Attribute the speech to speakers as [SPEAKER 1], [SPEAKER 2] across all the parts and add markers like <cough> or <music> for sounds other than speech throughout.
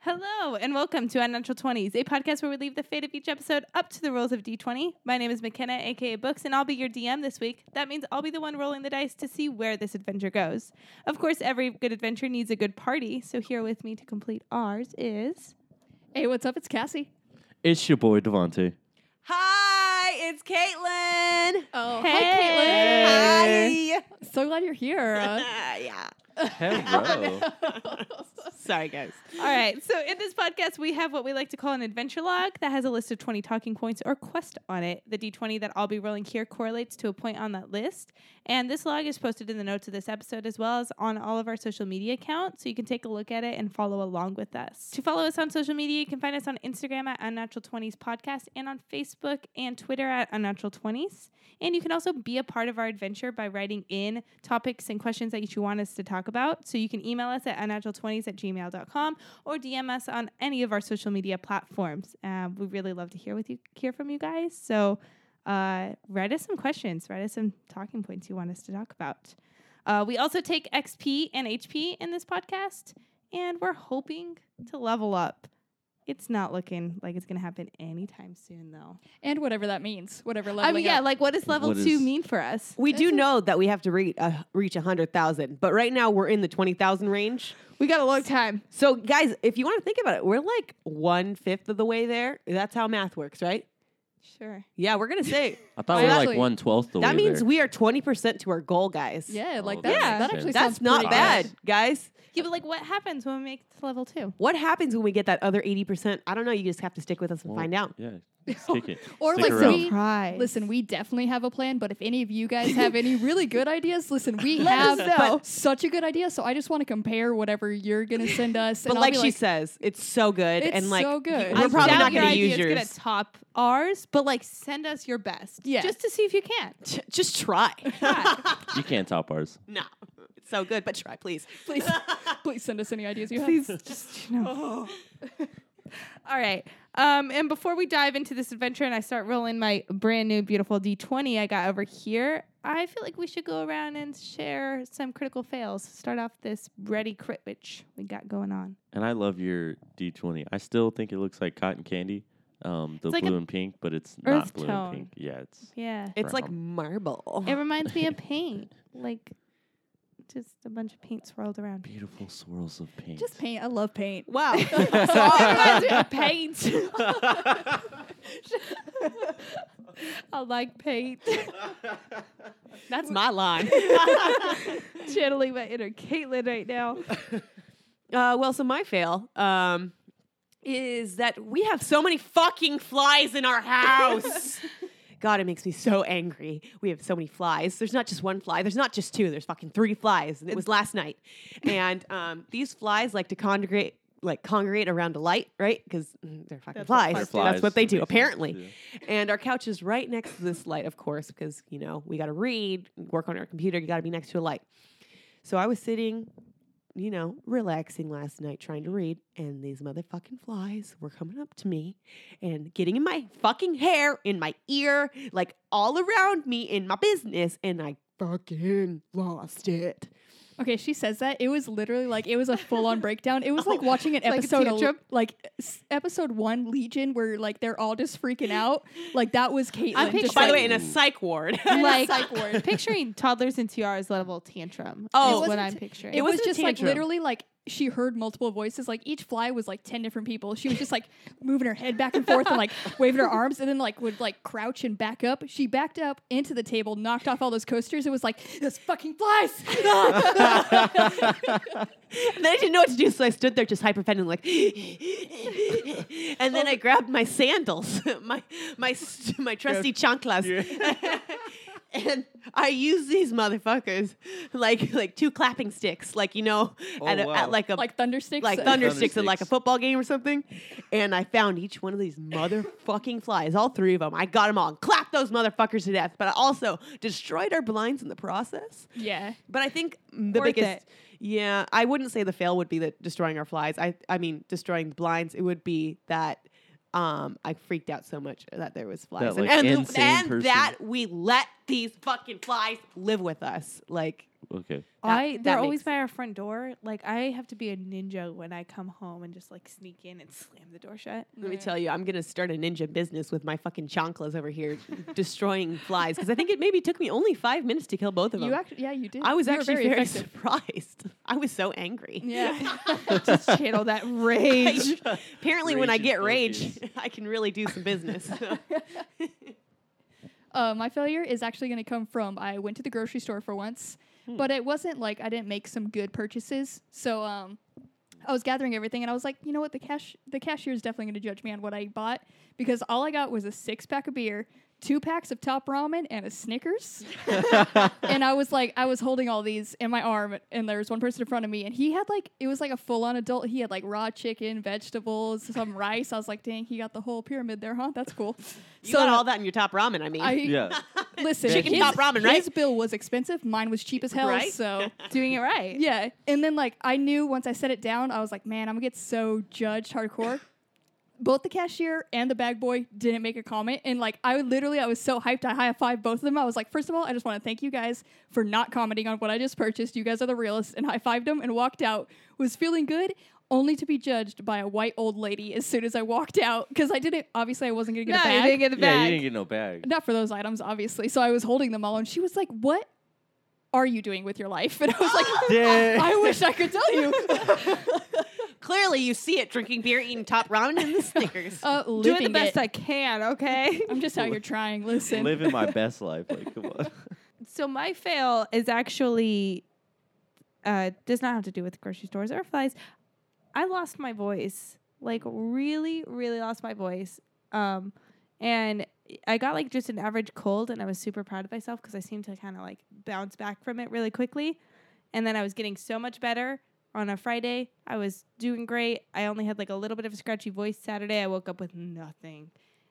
[SPEAKER 1] Hello, and welcome to Unnatural 20s, a podcast where we leave the fate of each episode up to the rules of D20. My name is McKenna, aka Books, and I'll be your DM this week. That means I'll be the one rolling the dice to see where this adventure goes. Of course, every good adventure needs a good party, so here with me to complete ours is.
[SPEAKER 2] Hey, what's up? It's Cassie.
[SPEAKER 3] It's your boy Devonte.
[SPEAKER 4] Hi, it's <laughs> Caitlin.
[SPEAKER 2] Oh,
[SPEAKER 1] Hey.
[SPEAKER 4] Hi.
[SPEAKER 2] Caitlin. So glad you're here.
[SPEAKER 4] <laughs> Ah, yeah.
[SPEAKER 3] Hello.
[SPEAKER 4] Sorry, guys.
[SPEAKER 1] All right, so in this podcast, we have what we like to call an adventure log that has a list of 20 talking points or quest on it. The D20 that I'll be rolling here correlates to a point on that list. And this log is posted in the notes of this episode as well as on all of our social media accounts, so you can take a look at it and follow along with us. To follow us on social media, you can find us on Instagram at Unnatural20s Podcast and on Facebook and Twitter at Unnatural20s. And you can also be a part of our adventure by writing in topics and questions that you want us to talk about. So you can email us at unnatural20s at gmail.com or DM us on any of our social media platforms. Uh, we really love to hear with you, hear from you guys. So uh, write us some questions, write us some talking points you want us to talk about. Uh, we also take XP and HP in this podcast, and we're hoping to level up. It's not looking like it's going to happen anytime soon, though.
[SPEAKER 2] and whatever that means, whatever level.
[SPEAKER 1] I mean, yeah, like what does level
[SPEAKER 3] What
[SPEAKER 1] two
[SPEAKER 3] is-
[SPEAKER 1] mean for us?
[SPEAKER 4] We
[SPEAKER 2] This
[SPEAKER 4] do
[SPEAKER 2] is-
[SPEAKER 4] know that we have to reach uh, reach hundred thousand, but right now we're in the twenty thousand range.
[SPEAKER 1] We got a long time.
[SPEAKER 4] So, guys, if you want to think about it, we're like one fifth of the way there. That's how math works, right?
[SPEAKER 1] Sure.
[SPEAKER 4] Yeah, we're
[SPEAKER 2] <laughs>
[SPEAKER 4] gonna say
[SPEAKER 3] I thought we were
[SPEAKER 2] Actually,
[SPEAKER 3] like one twelfth the
[SPEAKER 4] that
[SPEAKER 3] way
[SPEAKER 4] means
[SPEAKER 3] there.
[SPEAKER 4] we are twenty percent to our goal, guys.
[SPEAKER 2] yeah, like
[SPEAKER 3] Oh,
[SPEAKER 2] that.
[SPEAKER 1] yeah.
[SPEAKER 2] That actually
[SPEAKER 4] that's
[SPEAKER 2] sounds
[SPEAKER 4] not
[SPEAKER 2] pretty
[SPEAKER 4] bad,
[SPEAKER 2] good.
[SPEAKER 4] guys.
[SPEAKER 1] Yeah, but like what happens when we make it to level two?
[SPEAKER 4] What happens when we get that other eighty percent? I don't know. You just have to stick with us and
[SPEAKER 3] Well,
[SPEAKER 4] find out.
[SPEAKER 3] Yeah, just kick it.
[SPEAKER 2] Or
[SPEAKER 3] Stick
[SPEAKER 2] listen,
[SPEAKER 3] around.
[SPEAKER 2] we-
[SPEAKER 1] Surprise.
[SPEAKER 2] Listen, we definitely have a plan, but if any of you guys have any really good ideas, listen, we
[SPEAKER 1] us
[SPEAKER 2] have
[SPEAKER 1] know.
[SPEAKER 2] but such a good idea. So I just want to compare whatever you're gonna send us.
[SPEAKER 4] But
[SPEAKER 2] and
[SPEAKER 4] like,
[SPEAKER 2] I'll be
[SPEAKER 4] she
[SPEAKER 2] like,
[SPEAKER 4] says, it's so good
[SPEAKER 2] It's
[SPEAKER 4] and like
[SPEAKER 2] so good.
[SPEAKER 4] we're
[SPEAKER 1] I
[SPEAKER 4] probably
[SPEAKER 1] doubt
[SPEAKER 4] not
[SPEAKER 1] your
[SPEAKER 4] going to use
[SPEAKER 1] idea's
[SPEAKER 4] yours.
[SPEAKER 1] gonna top ours, but like send us your best.
[SPEAKER 2] Yeah.
[SPEAKER 1] Just to see if you can.
[SPEAKER 4] <laughs> T- just try. <laughs>
[SPEAKER 3] You can't top ours.
[SPEAKER 4] no, it's so good, but try, please.
[SPEAKER 2] <laughs> please, please send us any ideas you have.
[SPEAKER 1] Please just you
[SPEAKER 4] Oh.
[SPEAKER 1] know. <laughs> All right. Um, and before we dive into this adventure and I start rolling my brand new beautiful D20 I got over here, I feel like we should go around and share some critical fails. Start off this ready crit, which we got going on.
[SPEAKER 3] And I love your D twenty. I still think it looks like cotton candy. Um, the
[SPEAKER 1] It's like
[SPEAKER 3] blue
[SPEAKER 1] a
[SPEAKER 3] and pink, but it's
[SPEAKER 1] earth
[SPEAKER 3] not blue
[SPEAKER 1] tone.
[SPEAKER 3] and pink. Yeah, it's
[SPEAKER 1] Yeah.
[SPEAKER 4] It's like
[SPEAKER 3] Brown.
[SPEAKER 4] marble.
[SPEAKER 1] It reminds me of paint. Like just a bunch of paint swirled around.
[SPEAKER 3] beautiful swirls of pink.
[SPEAKER 2] Just paint. I love paint.
[SPEAKER 4] <laughs> <laughs> Wow.
[SPEAKER 1] <laughs> paint. I like <laughs> paint.
[SPEAKER 4] That's my line.
[SPEAKER 1] Channeling my inner Caitlin right <laughs> now.
[SPEAKER 4] <laughs> Uh, well, so my fail um, is that we have so many fucking flies in our <laughs> house. God, it makes me so angry. We have so many flies. There's not just one fly. There's not just two. There's fucking three flies. And it was last night. And um, these flies like to congregate, like congregate around a light, right? Because they're fucking
[SPEAKER 1] That's what
[SPEAKER 4] flies.
[SPEAKER 1] flies
[SPEAKER 3] They're flies.
[SPEAKER 4] That's what they do,
[SPEAKER 3] Makes sense.
[SPEAKER 4] apparently.
[SPEAKER 3] Yeah.
[SPEAKER 4] And our couch is right next to this light, of course, because, you know, we got to read, work on our computer, you got to be next to a light. So I was sitting, you know, relaxing last night trying to read, and these motherfucking flies were coming up to me and getting in my fucking hair, in my ear, like all around me in my business, and I fucking lost it.
[SPEAKER 2] Okay, she says that it was literally like it was a full on breakdown. It was like watching an
[SPEAKER 1] Like a
[SPEAKER 2] episode of-
[SPEAKER 1] tantrum?
[SPEAKER 2] like s- episode one Legion where like they're all just freaking out. Like that was Caitlyn.
[SPEAKER 1] I'm
[SPEAKER 2] just,
[SPEAKER 4] By the
[SPEAKER 2] like-
[SPEAKER 4] way, in a psych ward. <laughs>
[SPEAKER 1] Like
[SPEAKER 2] psych ward.
[SPEAKER 1] picturing toddlers in tiaras level tantrum.
[SPEAKER 4] Oh.
[SPEAKER 1] Oh, is what
[SPEAKER 2] wasn't-
[SPEAKER 1] I'm picturing.
[SPEAKER 2] it,
[SPEAKER 4] it
[SPEAKER 2] was
[SPEAKER 4] wasn't a
[SPEAKER 2] just like
[SPEAKER 4] tantrum.
[SPEAKER 2] literally like she heard multiple voices. Like each fly was like ten different people. She was just like moving her head back and forth and like waving her arms and then like would like crouch and back up. She backed up into the table, knocked off all those coasters. It was like those fucking flies. <laughs>
[SPEAKER 4] And then I didn't know what to do, so I stood there just hyperventilating, like. and then I grabbed my sandals, <laughs> my my st- my trusty chanclas, <laughs> and I used these motherfuckers like like two clapping sticks, like you know, at, a,
[SPEAKER 3] Oh, wow.
[SPEAKER 4] at like a
[SPEAKER 2] like thundersticks.
[SPEAKER 4] like thunder
[SPEAKER 3] Thunder
[SPEAKER 4] sticks at like a
[SPEAKER 3] sticks.
[SPEAKER 4] football game or something. And I found each one of these motherfucking flies, all three of them. I got them all, and clapped those motherfuckers to death, but I also destroyed our blinds in the process.
[SPEAKER 2] Yeah.
[SPEAKER 4] But I think the
[SPEAKER 1] Worth
[SPEAKER 4] biggest,
[SPEAKER 1] it.
[SPEAKER 4] yeah, I wouldn't say the fail would be that destroying our flies. I, I mean, destroying blinds. It would be that um, I freaked out so much that there was flies,
[SPEAKER 3] like,
[SPEAKER 4] and,
[SPEAKER 3] insane
[SPEAKER 4] and
[SPEAKER 3] person.
[SPEAKER 4] that we let these fucking flies live with us. Like,
[SPEAKER 3] Okay.
[SPEAKER 4] that-
[SPEAKER 1] I
[SPEAKER 4] that
[SPEAKER 1] they're
[SPEAKER 4] makes-
[SPEAKER 1] always by our front door. Like I have to be a ninja when I come home and just like sneak in and slam the door shut.
[SPEAKER 4] Let me tell you, I'm gonna start a ninja business with my fucking chanclas over here, destroying flies. Because I think it maybe took me only five minutes to kill both of them.
[SPEAKER 2] You actually, yeah, you did.
[SPEAKER 4] I was
[SPEAKER 2] You were
[SPEAKER 4] actually
[SPEAKER 2] very
[SPEAKER 4] very,
[SPEAKER 2] effective.
[SPEAKER 4] surprised. I was so
[SPEAKER 1] <laughs>
[SPEAKER 4] angry.
[SPEAKER 2] Yeah.
[SPEAKER 1] just channel that
[SPEAKER 4] <laughs>
[SPEAKER 1] rage.
[SPEAKER 4] Apparently, when I
[SPEAKER 3] Rage is
[SPEAKER 4] get rage,
[SPEAKER 3] focus.
[SPEAKER 4] <laughs> I can really do some business.
[SPEAKER 3] <laughs>
[SPEAKER 2] Uh, my failure is actually going to come from I went to the grocery store for once,
[SPEAKER 4] Hmm.
[SPEAKER 2] but it wasn't like I didn't make some good purchases. So um, I was gathering everything, and I was like, you know what, the cash the cashier is definitely going to judge me on what I bought because all I got was a six pack of beer, two packs of Top Ramen, and a Snickers.
[SPEAKER 4] <laughs>
[SPEAKER 2] and I was like, I was holding all these in my arm, and there was one person in front of me, and he had like it was like a full on adult. He had like raw chicken, vegetables, some rice. I was like, dang, he got the whole pyramid there, huh? That's cool.
[SPEAKER 4] you got all that in your top ramen. I mean,
[SPEAKER 2] I,
[SPEAKER 3] Yeah.
[SPEAKER 2] Listen,
[SPEAKER 4] Chicken
[SPEAKER 2] his,
[SPEAKER 4] top ramen, right?
[SPEAKER 2] His bill was expensive. Mine was cheap as hell.
[SPEAKER 4] Right? <laughs>
[SPEAKER 2] So <laughs>
[SPEAKER 1] Doing it right.
[SPEAKER 2] yeah, and then like I knew once I set it down, I was like, man, I'm gonna get so judged hardcore. Both the cashier and the bag boy didn't make a comment, and like I literally, I was so hyped, I high five both of them. I was like, first of all, I just want to thank you guys for not commenting on what I just purchased. You guys are the realists, and high fived them and walked out. Was feeling good. Only to be judged by a white old lady as soon as I walked out because I didn't. Obviously, I wasn't gonna get
[SPEAKER 1] No,
[SPEAKER 2] a
[SPEAKER 1] you
[SPEAKER 2] bag
[SPEAKER 1] didn't get the
[SPEAKER 3] yeah, you
[SPEAKER 1] bag.
[SPEAKER 3] didn't get no bag.
[SPEAKER 2] not for those items, obviously. So I was holding them all, and she was like, "What are you doing with your life?" <laughs> And I was
[SPEAKER 3] <laughs>
[SPEAKER 2] like, <laughs>
[SPEAKER 3] Yeah.
[SPEAKER 2] "I wish I could tell you."
[SPEAKER 4] clearly you see it drinking beer, eating top ramen, <laughs> and the Snickers.
[SPEAKER 2] Uh, living
[SPEAKER 1] Doing the best
[SPEAKER 2] it.
[SPEAKER 1] I can, <laughs> okay?
[SPEAKER 2] I'm just out here trying. Listen,
[SPEAKER 3] Living my best life. Like, come on.
[SPEAKER 1] so my fail is actually uh, does not have to do with grocery stores or flies. I lost my voice, like really, really lost my voice, um, and I got like just an average cold, and I was super proud of myself because I seemed to kind of like bounce back from it really quickly, and then I was getting so much better. On a Friday, I was doing great. I only had like a little bit of a scratchy voice. Saturday, I woke up with nothing,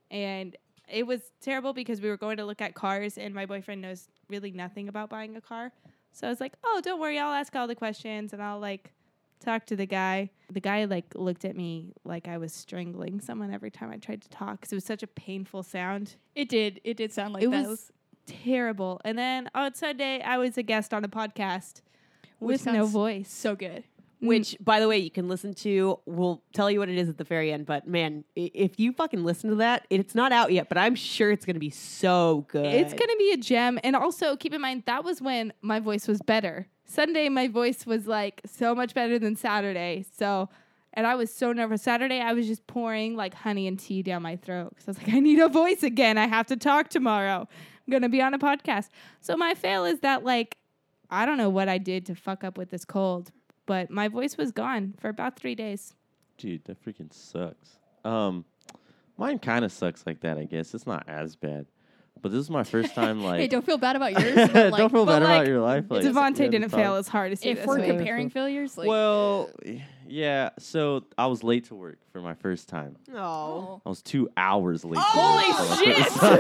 [SPEAKER 1] and it was terrible because we were going to look at cars and my boyfriend knows really nothing about buying a car. So I was like, "Oh, don't worry, I'll ask all the questions and I'll like talk to the guy." The guy like looked at me like I was strangling someone every time I tried to talk cuz it was such a painful sound.
[SPEAKER 2] it did. It did sound like
[SPEAKER 1] It
[SPEAKER 2] that.
[SPEAKER 1] was terrible. And then on Sunday, I was a guest on a podcast
[SPEAKER 2] Which
[SPEAKER 1] with no
[SPEAKER 2] sounds-
[SPEAKER 1] voice.
[SPEAKER 2] so good.
[SPEAKER 4] Which, by the way, you can listen to. We'll tell you what it is at the very end. But man, i- if you fucking listen to that, it's not out yet, but I'm sure it's gonna be so good.
[SPEAKER 1] It's going to be a gem. And also, keep in mind, that was when my voice was better. Sunday, my voice was like so much better than Saturday. So, and I was so nervous. Saturday, I was just pouring like honey and tea down my throat because I was like, I need a voice again. I have to talk tomorrow. I'm going to be on a podcast. So, my fail is that, like, I don't know what I did to fuck up with this cold, but my voice was gone for about three days.
[SPEAKER 3] Dude, that freaking sucks. Um, mine kind of sucks like that. I guess it's not as bad, but this is my first time. Like, <laughs>
[SPEAKER 2] Hey, don't feel bad about yours. But, like,
[SPEAKER 3] don't feel
[SPEAKER 1] but,
[SPEAKER 3] bad
[SPEAKER 1] like,
[SPEAKER 3] about your life. Like,
[SPEAKER 1] Devontae
[SPEAKER 3] we had to
[SPEAKER 1] didn't fail
[SPEAKER 3] talk.
[SPEAKER 1] as hard as he
[SPEAKER 2] if
[SPEAKER 1] this
[SPEAKER 2] we're
[SPEAKER 1] week.
[SPEAKER 2] comparing failures, like
[SPEAKER 3] well, y- yeah. So I was late to work for my first time.
[SPEAKER 4] Oh,
[SPEAKER 2] oh.
[SPEAKER 3] I was two hours late. to
[SPEAKER 4] Holy
[SPEAKER 3] work for my
[SPEAKER 4] shit,
[SPEAKER 3] first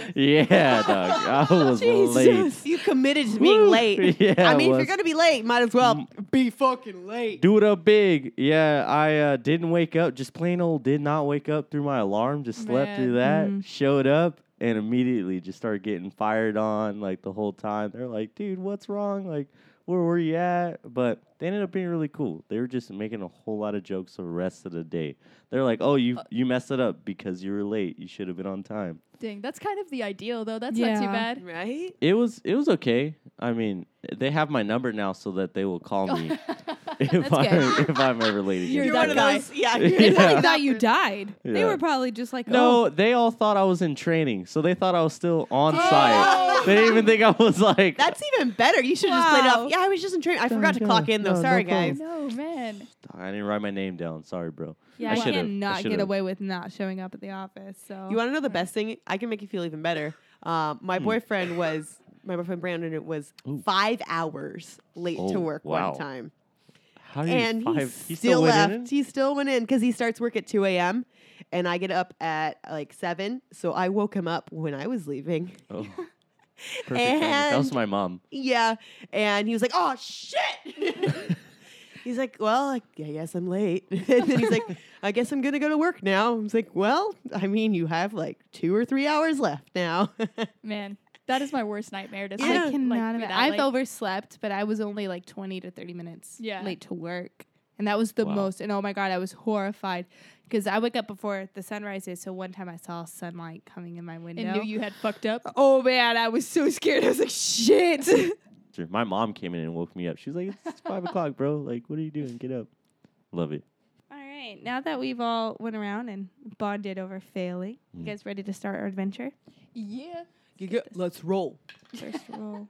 [SPEAKER 3] time. <laughs> yeah, dog. I was late.
[SPEAKER 4] you committed to being
[SPEAKER 3] Woo.
[SPEAKER 4] late.
[SPEAKER 3] <laughs> Yeah,
[SPEAKER 4] I
[SPEAKER 3] I
[SPEAKER 4] mean, if
[SPEAKER 3] was. Mm.
[SPEAKER 4] you're gonna be late, might as well be fucking late.
[SPEAKER 3] Do it up big. Yeah, I uh, didn't wake up. Just plain old did not wake up through my alarm. Just slept
[SPEAKER 2] Man.
[SPEAKER 3] through that.
[SPEAKER 1] Mhm.
[SPEAKER 3] Showed up and immediately just started getting fired on like the whole time. They're like, dude, what's wrong? Like, where were you at? But they ended up being really cool. They were just making a whole lot of jokes the rest of the day. They're like, oh, you you messed it up because you were late. You should have been on time.
[SPEAKER 2] dang, that's kind of the ideal though. That's not too
[SPEAKER 1] Yeah.
[SPEAKER 2] bad.
[SPEAKER 4] Right?
[SPEAKER 3] It was it was okay. I mean, they have my number now so that they will call me if
[SPEAKER 1] That's
[SPEAKER 3] I'm <laughs> if I'm ever late again.
[SPEAKER 2] You're
[SPEAKER 4] You're
[SPEAKER 2] that
[SPEAKER 4] one of
[SPEAKER 2] guy.
[SPEAKER 4] those.
[SPEAKER 3] <laughs>
[SPEAKER 4] Yeah.
[SPEAKER 1] They
[SPEAKER 4] you're
[SPEAKER 1] probably
[SPEAKER 2] <laughs>
[SPEAKER 3] Yeah.
[SPEAKER 1] thought you died. They
[SPEAKER 3] Yeah.
[SPEAKER 1] were probably just like,
[SPEAKER 3] No,
[SPEAKER 1] oh,
[SPEAKER 3] they all thought I was in training, so they thought I was still on site. They didn't even think I was like.
[SPEAKER 4] That's even better. You should have just played it
[SPEAKER 1] Wow.
[SPEAKER 4] off. Yeah, I was just in training. I forgot to
[SPEAKER 3] yeah.
[SPEAKER 4] clock in though.
[SPEAKER 3] No, no
[SPEAKER 4] Sorry,
[SPEAKER 3] problem.
[SPEAKER 4] guys.
[SPEAKER 2] No man.
[SPEAKER 3] I didn't write my name down. Sorry, bro.
[SPEAKER 1] Yeah, I,
[SPEAKER 3] should've-
[SPEAKER 1] cannot
[SPEAKER 3] I
[SPEAKER 1] get
[SPEAKER 3] should've.
[SPEAKER 1] away with not showing up at the office. So
[SPEAKER 4] You want to know the best thing? I can make you feel even better. Um, my boyfriend was my boyfriend Brandon. It was
[SPEAKER 3] Hmm. Ooh.
[SPEAKER 4] five hours late to
[SPEAKER 3] Oh,
[SPEAKER 4] work
[SPEAKER 3] wow.
[SPEAKER 4] one time,
[SPEAKER 3] How did
[SPEAKER 4] and
[SPEAKER 3] five,
[SPEAKER 4] he
[SPEAKER 3] he
[SPEAKER 4] still,
[SPEAKER 3] still went
[SPEAKER 4] left.
[SPEAKER 3] in?
[SPEAKER 4] He still went in because he starts work at two a.m. and I get up at like seven. So I woke him up when I was leaving. <laughs>
[SPEAKER 3] Oh. Perfect. timing. That was
[SPEAKER 4] And-
[SPEAKER 3] my mom.
[SPEAKER 4] Yeah, and he was like, "Oh shit." <laughs> He's like, well, I I guess I'm late. <laughs> and then he's like, I guess I'm gonna go to work now. <laughs> I was like, well, I mean, you have like two or three hours left now.
[SPEAKER 2] Man, That is my worst nightmare. Just
[SPEAKER 1] I
[SPEAKER 2] like, like,
[SPEAKER 1] cannot
[SPEAKER 2] be
[SPEAKER 1] imagine.
[SPEAKER 2] that
[SPEAKER 1] I've
[SPEAKER 2] late.
[SPEAKER 1] overslept, but I was only like 20 to 30 minutes
[SPEAKER 2] Yeah.
[SPEAKER 1] late to work. And that was the
[SPEAKER 3] Wow.
[SPEAKER 1] most. And oh my God, I was horrified because I wake up before the sun rises. So one time I saw sunlight coming in my window.
[SPEAKER 2] and knew you had fucked up.
[SPEAKER 1] oh man, I was so scared. <laughs> I was like, <laughs> shit.
[SPEAKER 3] Sure. My mom came in and woke me up. She was like, "It's five o'clock, bro. Like, what are you doing? Get up." Love it.
[SPEAKER 1] all right. Now that we've all went around and bonded over failing, you
[SPEAKER 3] Mm.
[SPEAKER 1] guys ready to start our adventure?
[SPEAKER 2] Yeah.
[SPEAKER 4] Let's roll.
[SPEAKER 1] First roll.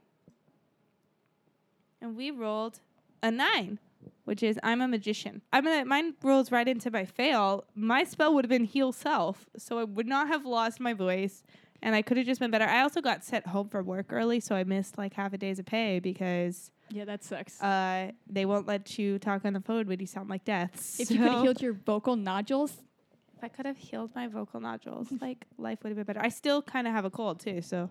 [SPEAKER 1] And we rolled a nine, which is I'm a magician. I'm gonna mine rolls right into my fail. My spell would have been heal self, so I would not have lost my voice, and I could have just been better. I also got sent home from work early, so I missed like half a day's of pay because
[SPEAKER 2] Yeah, that sucks.
[SPEAKER 1] uh, they won't let you talk on the phone when you sound like death.
[SPEAKER 2] if you could
[SPEAKER 1] So
[SPEAKER 2] have healed your vocal nodules,
[SPEAKER 1] if I could have healed my vocal nodules, like life would have been better. I still kind of have a cold too, so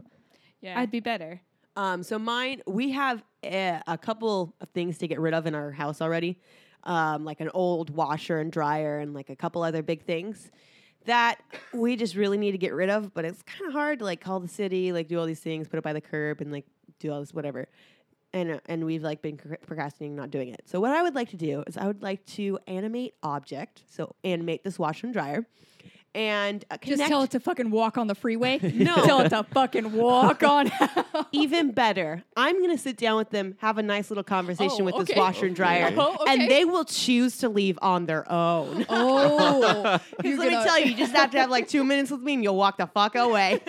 [SPEAKER 2] yeah.
[SPEAKER 1] I'd be better.
[SPEAKER 4] Um, so mine, we have eh, a, a couple of things to get rid of in our house already, um, like an old washer and dryer, and like a couple other big things that we just really need to get rid of. But it's kind of hard to like call the city, like do all these things, put it by the curb, and like do all this whatever. And uh, and we've like been cr- procrastinating, not doing it. So what I would like to do is I would like to animate object, so animate this washer and dryer, and uh,
[SPEAKER 2] just
[SPEAKER 4] connect-
[SPEAKER 2] tell it to fucking walk on the <laughs> freeway.
[SPEAKER 4] No.
[SPEAKER 2] tell it to fucking <laughs> walk on. out.
[SPEAKER 4] even better. I'm going to sit down with them, have a nice little conversation
[SPEAKER 2] Oh,
[SPEAKER 4] with this
[SPEAKER 2] okay.
[SPEAKER 4] washer and dryer,
[SPEAKER 2] Oh, okay.
[SPEAKER 4] and they will choose to leave on their own. <laughs>
[SPEAKER 2] oh,
[SPEAKER 4] Because
[SPEAKER 2] you're
[SPEAKER 4] let me
[SPEAKER 2] gonna-
[SPEAKER 4] tell you, you just have to have like two minutes with me, and you'll walk the
[SPEAKER 2] <laughs>
[SPEAKER 4] fuck away.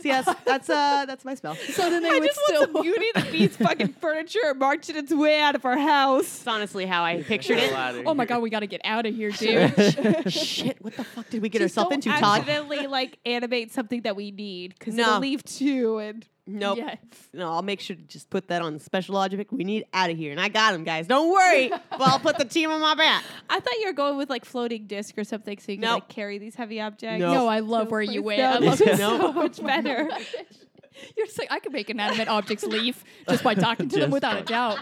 [SPEAKER 4] See, that's that's uh that's my spell.
[SPEAKER 2] So <laughs> then they would still.
[SPEAKER 1] Beauty and the Beast <laughs> fucking furniture marching its way out of our house.
[SPEAKER 4] That's honestly how I pictured it.
[SPEAKER 2] <laughs> <laughs> oh
[SPEAKER 4] <laughs>
[SPEAKER 2] my god, we got to get out <laughs> of here, dude.
[SPEAKER 4] Shit, what the fuck did we get
[SPEAKER 1] Just
[SPEAKER 4] ourselves
[SPEAKER 1] don't
[SPEAKER 4] into, Todd?
[SPEAKER 1] Accidentally like animate something that we need because
[SPEAKER 4] No.
[SPEAKER 1] it'll leave too. And
[SPEAKER 4] Nope.
[SPEAKER 2] Yeah.
[SPEAKER 4] No, I'll make sure to just put that on special object. We need out of here, and I got him, guys.
[SPEAKER 2] <laughs>
[SPEAKER 4] Don't worry, but I'll put the team on my back.
[SPEAKER 1] I thought you were going with like floating disc or something so you can
[SPEAKER 4] No.
[SPEAKER 1] like carry these heavy objects.
[SPEAKER 4] No.
[SPEAKER 2] No, I love where you
[SPEAKER 1] Please
[SPEAKER 2] went.
[SPEAKER 1] no,
[SPEAKER 2] <laughs> I
[SPEAKER 4] <laughs>
[SPEAKER 2] love
[SPEAKER 1] this
[SPEAKER 2] it
[SPEAKER 1] is
[SPEAKER 4] No.
[SPEAKER 2] so much.
[SPEAKER 1] It's better.
[SPEAKER 2] You're just like I could make inanimate objects leave just by talking to them
[SPEAKER 3] Just
[SPEAKER 2] without
[SPEAKER 3] by-
[SPEAKER 2] a doubt.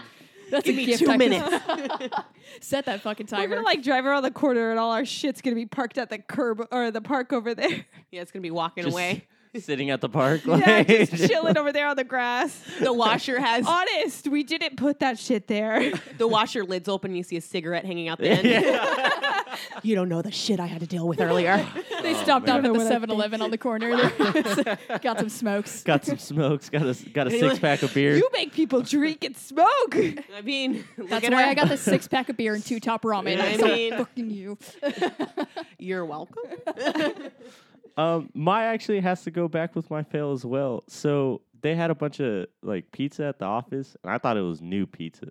[SPEAKER 2] That's a
[SPEAKER 4] Give me
[SPEAKER 2] gift
[SPEAKER 4] two
[SPEAKER 2] I could- <laughs>
[SPEAKER 4] minutes.
[SPEAKER 2] Set that fucking
[SPEAKER 1] <laughs>
[SPEAKER 2] timer.
[SPEAKER 1] We're gonna like drive around the corner and all our shit's gonna be parked at the curb or the park over there. <laughs>
[SPEAKER 4] Yeah, it's gonna be walking
[SPEAKER 3] Just
[SPEAKER 2] <laughs>
[SPEAKER 4] away.
[SPEAKER 3] <laughs> Sitting at the park,
[SPEAKER 1] yeah,
[SPEAKER 3] like,
[SPEAKER 4] <laughs>
[SPEAKER 1] just
[SPEAKER 3] <laughs>
[SPEAKER 1] chilling over there on the grass.
[SPEAKER 4] The washer has
[SPEAKER 2] Oh,
[SPEAKER 1] Honest, we didn't put that shit there. <laughs>
[SPEAKER 4] The washer lid's open, you see a cigarette hanging
[SPEAKER 3] <laughs>
[SPEAKER 4] out the end. you don't know the shit I had to deal
[SPEAKER 3] <laughs>
[SPEAKER 4] with earlier.
[SPEAKER 2] they stopped off
[SPEAKER 1] man.
[SPEAKER 2] at the
[SPEAKER 1] What I
[SPEAKER 2] 7-Eleven on the corner. <laughs>
[SPEAKER 4] <laughs>
[SPEAKER 2] Got some smokes.
[SPEAKER 3] got some smokes. Got a got a
[SPEAKER 4] Anyone-
[SPEAKER 3] six pack of beer.
[SPEAKER 1] you make people drink and smoke.
[SPEAKER 4] I mean, look
[SPEAKER 2] That's
[SPEAKER 4] at
[SPEAKER 2] why
[SPEAKER 4] her.
[SPEAKER 2] I got
[SPEAKER 4] <laughs>
[SPEAKER 2] the six pack of beer and two top ramen.
[SPEAKER 4] Yeah, I
[SPEAKER 2] I so
[SPEAKER 4] mean-
[SPEAKER 2] fucking
[SPEAKER 4] <laughs>
[SPEAKER 2] you.
[SPEAKER 4] You're welcome.
[SPEAKER 3] Um, my actually has to go back with my fail as well. So they had a bunch of like pizza at the office, and I thought it was new pizza.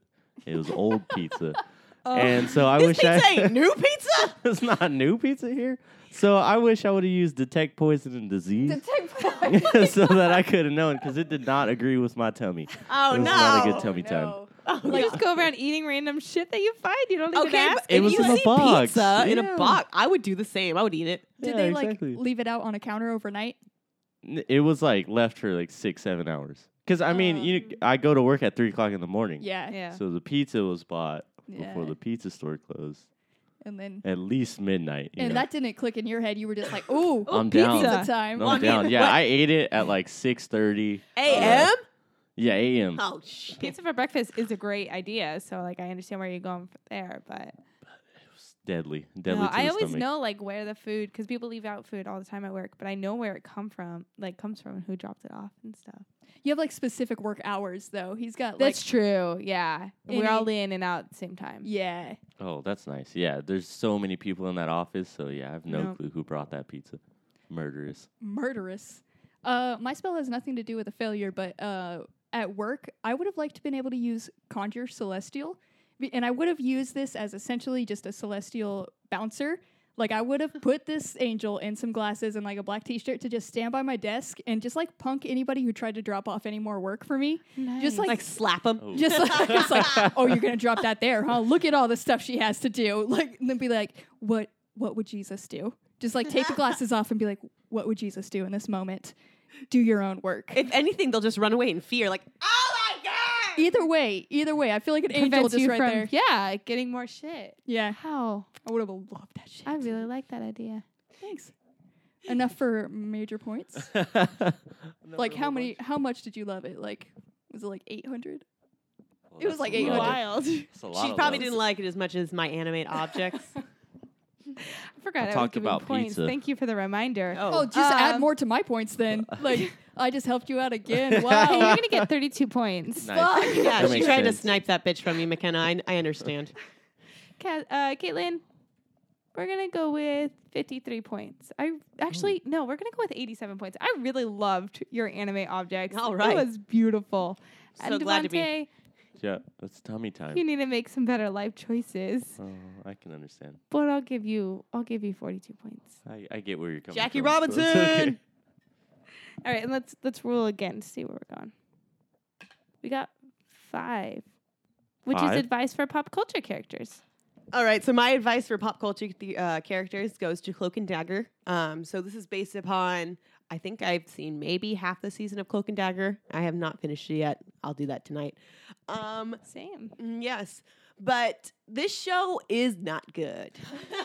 [SPEAKER 3] It was old pizza, and so I
[SPEAKER 4] this
[SPEAKER 3] wish
[SPEAKER 4] pizza
[SPEAKER 3] <laughs> I
[SPEAKER 4] ain't new pizza.
[SPEAKER 3] it's not new pizza here. So I wish I would have used detect poison and
[SPEAKER 2] <laughs>
[SPEAKER 3] disease. <laughs> so that I could have known because it did not agree with my tummy.
[SPEAKER 4] Oh
[SPEAKER 3] it was
[SPEAKER 4] no.
[SPEAKER 3] not a good tummy time.
[SPEAKER 1] Like, just go around eating random shit that you find. You don't even
[SPEAKER 4] Okay,
[SPEAKER 1] ask.
[SPEAKER 4] but
[SPEAKER 3] It
[SPEAKER 4] if
[SPEAKER 3] was
[SPEAKER 4] you
[SPEAKER 3] in a
[SPEAKER 4] see
[SPEAKER 3] box.
[SPEAKER 4] Pizza in
[SPEAKER 3] Yeah.
[SPEAKER 4] a box. I would do the same. I would eat it.
[SPEAKER 2] Did
[SPEAKER 3] Yeah,
[SPEAKER 2] they like
[SPEAKER 3] exactly.
[SPEAKER 2] leave it out on a counter overnight?
[SPEAKER 3] N- It was like left for like six, seven hours. Because I mean, you, I go to work at three o'clock in the morning.
[SPEAKER 2] Yeah.
[SPEAKER 1] Yeah.
[SPEAKER 3] So the pizza was bought before
[SPEAKER 2] Yeah.
[SPEAKER 3] the pizza store closed,
[SPEAKER 2] And then
[SPEAKER 3] at least midnight. you
[SPEAKER 2] and
[SPEAKER 3] know.
[SPEAKER 2] that didn't click in your head. You were just like,
[SPEAKER 4] <laughs>
[SPEAKER 2] ooh,
[SPEAKER 1] Ooh,
[SPEAKER 3] I'm
[SPEAKER 1] pizza.
[SPEAKER 3] down.
[SPEAKER 2] pizza time.
[SPEAKER 3] I'm down. Yeah, I ate it at like six thirty.
[SPEAKER 4] AM?
[SPEAKER 3] Yeah, a.m.
[SPEAKER 4] Oh shit.
[SPEAKER 1] Pizza for breakfast is a great idea. So like I understand where you're going f- there, but
[SPEAKER 3] Deadly,
[SPEAKER 1] no,
[SPEAKER 3] deadly. to
[SPEAKER 1] I
[SPEAKER 3] the
[SPEAKER 1] always
[SPEAKER 3] stomach.
[SPEAKER 1] know like where the food because people leave out food all the time at work, but I know where it come from, like comes from, and who dropped it off and stuff.
[SPEAKER 2] You have like specific work hours though. He's got like
[SPEAKER 1] That's true. Yeah, we're
[SPEAKER 2] Any-
[SPEAKER 1] all in and out at the same time.
[SPEAKER 2] Yeah.
[SPEAKER 3] Oh, that's nice. Yeah, there's so many people in that office. So yeah, I have no
[SPEAKER 1] No.
[SPEAKER 3] clue who brought that pizza. Murderous.
[SPEAKER 2] Murderous. Uh my spell has nothing to do with a failure, but uh at work, I would have liked to been able to use conjure celestial. be- And I would have used this as essentially just a celestial bouncer. Like I would have put this angel in some glasses and like a black t-shirt to just stand by my desk and just like punk anybody who tried to drop off any more work for me.
[SPEAKER 1] Nice.
[SPEAKER 2] Just like
[SPEAKER 4] Like slap him.
[SPEAKER 2] <laughs>
[SPEAKER 3] Oh.
[SPEAKER 2] just like, just like oh you're gonna drop that there huh look at all the stuff she has to do <laughs> like and then be like what what would jesus do just like take the glasses off and be like what would jesus do in this moment do your own work
[SPEAKER 4] If anything, they'll just run away in fear. Like, oh my god.
[SPEAKER 2] either way either way i feel like an angel
[SPEAKER 1] prevents
[SPEAKER 2] just
[SPEAKER 1] you
[SPEAKER 2] right
[SPEAKER 1] from
[SPEAKER 2] there
[SPEAKER 1] yeah getting more shit.
[SPEAKER 2] yeah
[SPEAKER 1] How
[SPEAKER 2] i would have loved that shit
[SPEAKER 1] I really like that idea.
[SPEAKER 2] thanks Enough for major points. like how many? How much did you love it? Like was it like eight hundred? it was like eight
[SPEAKER 3] eight
[SPEAKER 2] hundred.
[SPEAKER 3] hundred.
[SPEAKER 1] Wild. I
[SPEAKER 4] She probably didn't like it as much as my animate
[SPEAKER 2] <laughs>
[SPEAKER 4] objects. Oh.
[SPEAKER 1] forgot <laughs> I, was
[SPEAKER 3] talked
[SPEAKER 1] giving
[SPEAKER 3] about
[SPEAKER 1] points.
[SPEAKER 3] pizza.
[SPEAKER 1] Thank you for the reminder.
[SPEAKER 2] Oh, just add
[SPEAKER 1] Um,
[SPEAKER 2] more to my points then. Like I just helped you out again.
[SPEAKER 1] Hey, you're
[SPEAKER 2] Wow.
[SPEAKER 1] <laughs> gonna get 32 points.
[SPEAKER 3] Nice.
[SPEAKER 4] yeah,
[SPEAKER 3] That
[SPEAKER 4] she
[SPEAKER 3] makes
[SPEAKER 4] tried to
[SPEAKER 3] sense.
[SPEAKER 4] snipe that bitch from you, McKenna. I,
[SPEAKER 3] <laughs>
[SPEAKER 4] I understand.
[SPEAKER 1] Ca- uh, Caitlin, we're gonna go with 53 points. I actually no, we're gonna go with 87 points. I really loved your anime objects.
[SPEAKER 4] All right.
[SPEAKER 1] it was beautiful.
[SPEAKER 4] So glad to be-
[SPEAKER 1] Devante,
[SPEAKER 3] Yeah, it's tummy time.
[SPEAKER 1] You need to make some better life choices,
[SPEAKER 3] Oh, I can understand.
[SPEAKER 1] but I'll give you I'll give you 42 points.
[SPEAKER 3] I, I get where you're coming
[SPEAKER 4] Jackie
[SPEAKER 3] from. so <laughs> it's okay.
[SPEAKER 4] Robinson!
[SPEAKER 1] All right, and let's let's roll again to see where we're going. We got five, which
[SPEAKER 3] Five?
[SPEAKER 1] is advice for pop culture characters.
[SPEAKER 4] All right, so my advice for pop culture the, uh, characters goes to Cloak and Dagger. Um, so this is based upon, I think I've seen maybe half the season of Cloak and Dagger. I have not finished it yet. I'll do that tonight. Um,
[SPEAKER 1] Same.
[SPEAKER 4] mm, yes, but this show is not good.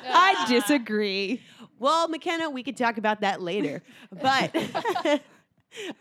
[SPEAKER 4] I disagree. Well, McKenna, we could talk about that later, but <laughs>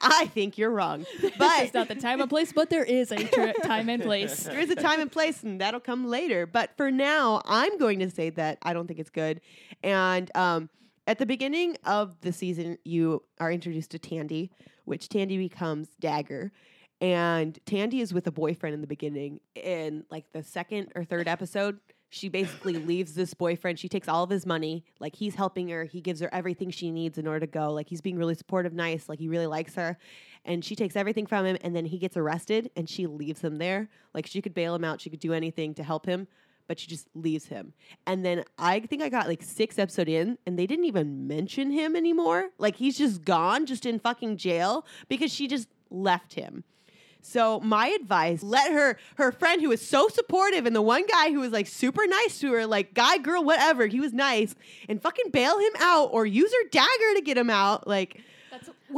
[SPEAKER 4] I think you're wrong. But
[SPEAKER 2] It's not the time and place, but there is a tr- time and <laughs> place.
[SPEAKER 4] <laughs> there is a time and place, and that'll come later. But for now, I'm going to say that I don't think it's good. And um, at the beginning of the season, you are introduced to Tandy, which Tandy becomes Dagger. And Tandy is with a boyfriend in the beginning. In like the second or third episode, she basically leaves this boyfriend. She takes all of his money. Like he's helping her. He gives her everything she needs in order to go. Like he's being really supportive, nice. Like he really likes her. And she takes everything from him. And then he gets arrested and she leaves him there. Like she could bail him out. She could do anything to help him, but she just leaves him. And then I think I got like six episode in and they didn't even mention him anymore. Like he's just gone, just in fucking jail because she just left him. So my advice, let her her friend who was so supportive and the one guy who was like super nice to her, like guy, girl, whatever, he was nice, and fucking bail him out or use her dagger to get him out. Like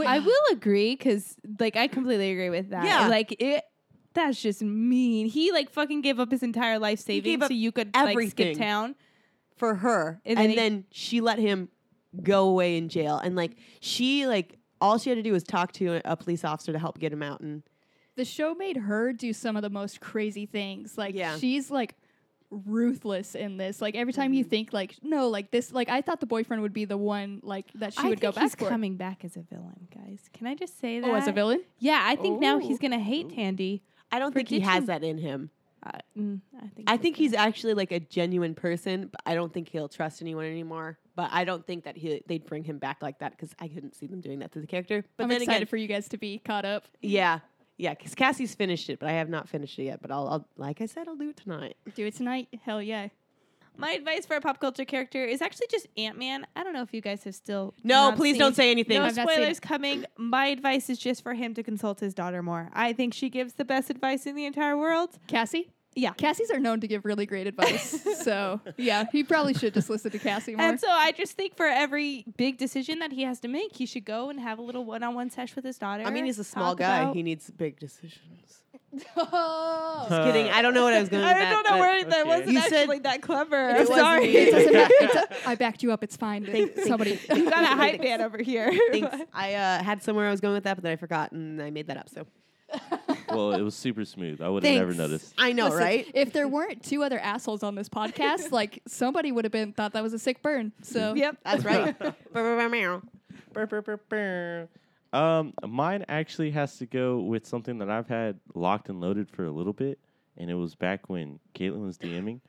[SPEAKER 1] I will agree because, like, I completely agree with that.
[SPEAKER 4] Yeah.
[SPEAKER 1] like it. That's just mean. He like fucking gave up his entire life savings
[SPEAKER 4] up
[SPEAKER 1] so you could like skip
[SPEAKER 4] everything.
[SPEAKER 1] town.
[SPEAKER 4] for her.
[SPEAKER 1] And
[SPEAKER 4] And,
[SPEAKER 1] then
[SPEAKER 4] then,
[SPEAKER 1] he-
[SPEAKER 4] she let him go away in jail. And like she like all she had to do was talk to a police officer to help get him out and
[SPEAKER 2] <laughs> The show made her do some of the most crazy things. Like
[SPEAKER 4] Yeah.
[SPEAKER 2] she's like ruthless in this. Like every time you
[SPEAKER 1] Mm-hmm.
[SPEAKER 2] think like no, like this like I thought the boyfriend would be the one like that she
[SPEAKER 1] I
[SPEAKER 2] would go
[SPEAKER 1] think
[SPEAKER 2] back
[SPEAKER 1] he's
[SPEAKER 2] for.
[SPEAKER 1] coming back as a villain, guys. Can I just say that? Oh.
[SPEAKER 2] oh, as a villain?
[SPEAKER 1] Yeah, I think now he's
[SPEAKER 4] Ooh.
[SPEAKER 1] gonna hate Tandy.
[SPEAKER 4] I don't think he
[SPEAKER 1] Prediction.
[SPEAKER 4] has that in him.
[SPEAKER 1] Uh, mm, I think.
[SPEAKER 4] I
[SPEAKER 1] so,
[SPEAKER 4] think
[SPEAKER 1] too.
[SPEAKER 4] he's actually like a genuine person, but I don't think he'll trust anyone anymore. But I don't think that he they'd bring him back like that because I couldn't see them doing that to the character. But
[SPEAKER 2] I'm
[SPEAKER 4] then
[SPEAKER 2] excited
[SPEAKER 4] again,
[SPEAKER 2] for you guys to be caught up.
[SPEAKER 4] yeah, yeah, because Cassie's finished it, but I have not finished it yet. But I'll, I'll like I said, I'll do it tonight.
[SPEAKER 2] Do it tonight. Hell yeah.
[SPEAKER 1] My advice for a pop culture character is actually just Ant Man. I don't know if you guys have still.
[SPEAKER 4] No,
[SPEAKER 1] not
[SPEAKER 4] please
[SPEAKER 1] seen-
[SPEAKER 4] don't say anything.
[SPEAKER 1] No
[SPEAKER 2] I've not seen
[SPEAKER 1] spoilers
[SPEAKER 2] it.
[SPEAKER 1] coming. My advice is just for him to consult his daughter more. I think she gives the best advice in the entire world.
[SPEAKER 2] Cassie?
[SPEAKER 1] Yeah.
[SPEAKER 2] Cassies are known to give really great advice.
[SPEAKER 1] <laughs>
[SPEAKER 2] so yeah, he probably should just listen to Cassie more.
[SPEAKER 1] And so I just think for every big decision that he has to make, he should go and have a little one-on-one sesh with his daughter.
[SPEAKER 4] I mean, he's a small
[SPEAKER 1] talk
[SPEAKER 4] guy.
[SPEAKER 1] about-
[SPEAKER 4] He needs big decisions.
[SPEAKER 2] <laughs>
[SPEAKER 1] <laughs>
[SPEAKER 2] Oh.
[SPEAKER 3] Uh,
[SPEAKER 4] Just kidding. I don't know what I
[SPEAKER 2] <laughs>
[SPEAKER 4] was going.
[SPEAKER 1] I don't know where that
[SPEAKER 3] okay.
[SPEAKER 1] wasn't
[SPEAKER 4] You said-
[SPEAKER 1] actually that clever.
[SPEAKER 4] It
[SPEAKER 1] I'm
[SPEAKER 4] wasn't
[SPEAKER 1] sorry.
[SPEAKER 4] me.
[SPEAKER 2] It
[SPEAKER 1] <laughs> you
[SPEAKER 2] doesn't matter.
[SPEAKER 4] <laughs>
[SPEAKER 2] It do- I backed you up. It's fine. Somebody. <laughs>
[SPEAKER 1] got a hype man over here.
[SPEAKER 4] Thanks. I uh, had somewhere I was going with that, but then I forgot, and I made that up. So
[SPEAKER 3] well, it was super smooth. I would have never
[SPEAKER 4] Thanks.
[SPEAKER 3] noticed.
[SPEAKER 4] I know,
[SPEAKER 2] Listen,
[SPEAKER 4] right?
[SPEAKER 2] If there weren't two other assholes on this
[SPEAKER 4] <laughs>
[SPEAKER 2] podcast, like somebody would have been thought that was a sick burn. So
[SPEAKER 1] yep.
[SPEAKER 2] <laughs>
[SPEAKER 4] That's right. Brr-brr-brr-meow.
[SPEAKER 3] Brr, brr, brr, brr. Um, mine actually has to go with something that I've had locked and loaded for a little bit, and it was back when Caitlin was DMing.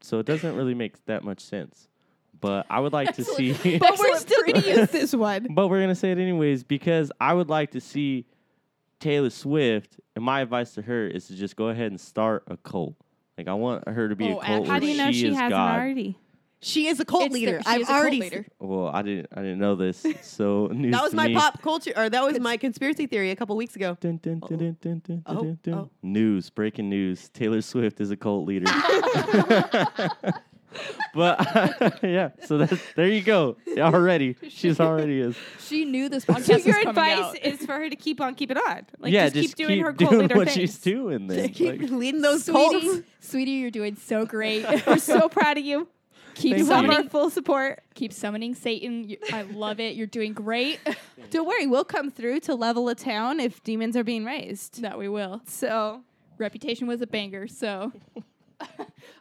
[SPEAKER 3] So it doesn't really make that much sense. But I would like to see. <laughs>
[SPEAKER 1] But we're still going to
[SPEAKER 4] <laughs>
[SPEAKER 1] use this one.
[SPEAKER 3] but we're gonna say it anyways because I would like to see Taylor Swift. And my advice to her is to just go ahead and start a cult. Like I want her to be
[SPEAKER 2] Oh,
[SPEAKER 3] a cult.
[SPEAKER 2] How
[SPEAKER 3] Where
[SPEAKER 2] do you know
[SPEAKER 3] she is God.
[SPEAKER 1] already?
[SPEAKER 4] She is a cult
[SPEAKER 2] It's
[SPEAKER 4] leader.
[SPEAKER 2] the- she
[SPEAKER 4] I've
[SPEAKER 2] is a cult
[SPEAKER 4] already
[SPEAKER 2] leader.
[SPEAKER 3] Well, I didn't. I didn't know this. So <laughs> news
[SPEAKER 4] That was
[SPEAKER 3] to
[SPEAKER 4] my
[SPEAKER 3] me.
[SPEAKER 4] pop culture, or that was my conspiracy theory a couple weeks ago.
[SPEAKER 3] Dun, dun, dun, dun, dun, dun,
[SPEAKER 4] Oh,
[SPEAKER 3] dun, dun.
[SPEAKER 4] oh.
[SPEAKER 3] News, breaking news. Taylor Swift is a cult leader. <laughs> but <laughs> yeah, so that's, there you go. Already, she's already is.
[SPEAKER 2] she knew
[SPEAKER 4] <laughs>
[SPEAKER 2] this podcast
[SPEAKER 1] So
[SPEAKER 2] was
[SPEAKER 1] your
[SPEAKER 2] coming
[SPEAKER 1] advice
[SPEAKER 2] out.
[SPEAKER 1] is for her to keep on keeping on. Like
[SPEAKER 3] yeah,
[SPEAKER 1] just, keep doing
[SPEAKER 3] <laughs>
[SPEAKER 1] her
[SPEAKER 3] doing
[SPEAKER 1] cult leader
[SPEAKER 3] what
[SPEAKER 1] things.
[SPEAKER 3] she's doing. Then. <laughs>
[SPEAKER 4] Keep <laughs>
[SPEAKER 3] Like,
[SPEAKER 4] leading those
[SPEAKER 2] sweetie,
[SPEAKER 4] cults. <laughs>
[SPEAKER 2] sweetie, you're doing so great.
[SPEAKER 1] We're so proud of you.
[SPEAKER 2] <laughs> Keep
[SPEAKER 3] Thank you.
[SPEAKER 1] Summer,
[SPEAKER 2] summoning,
[SPEAKER 1] full support.
[SPEAKER 2] keep summoning Satan. You, I love it. You're doing
[SPEAKER 4] <laughs>
[SPEAKER 2] great. <laughs>
[SPEAKER 1] Don't worry, we'll come through to level a town if demons are being raised.
[SPEAKER 2] that we will.
[SPEAKER 1] So
[SPEAKER 2] Reputation was a banger, so. <laughs>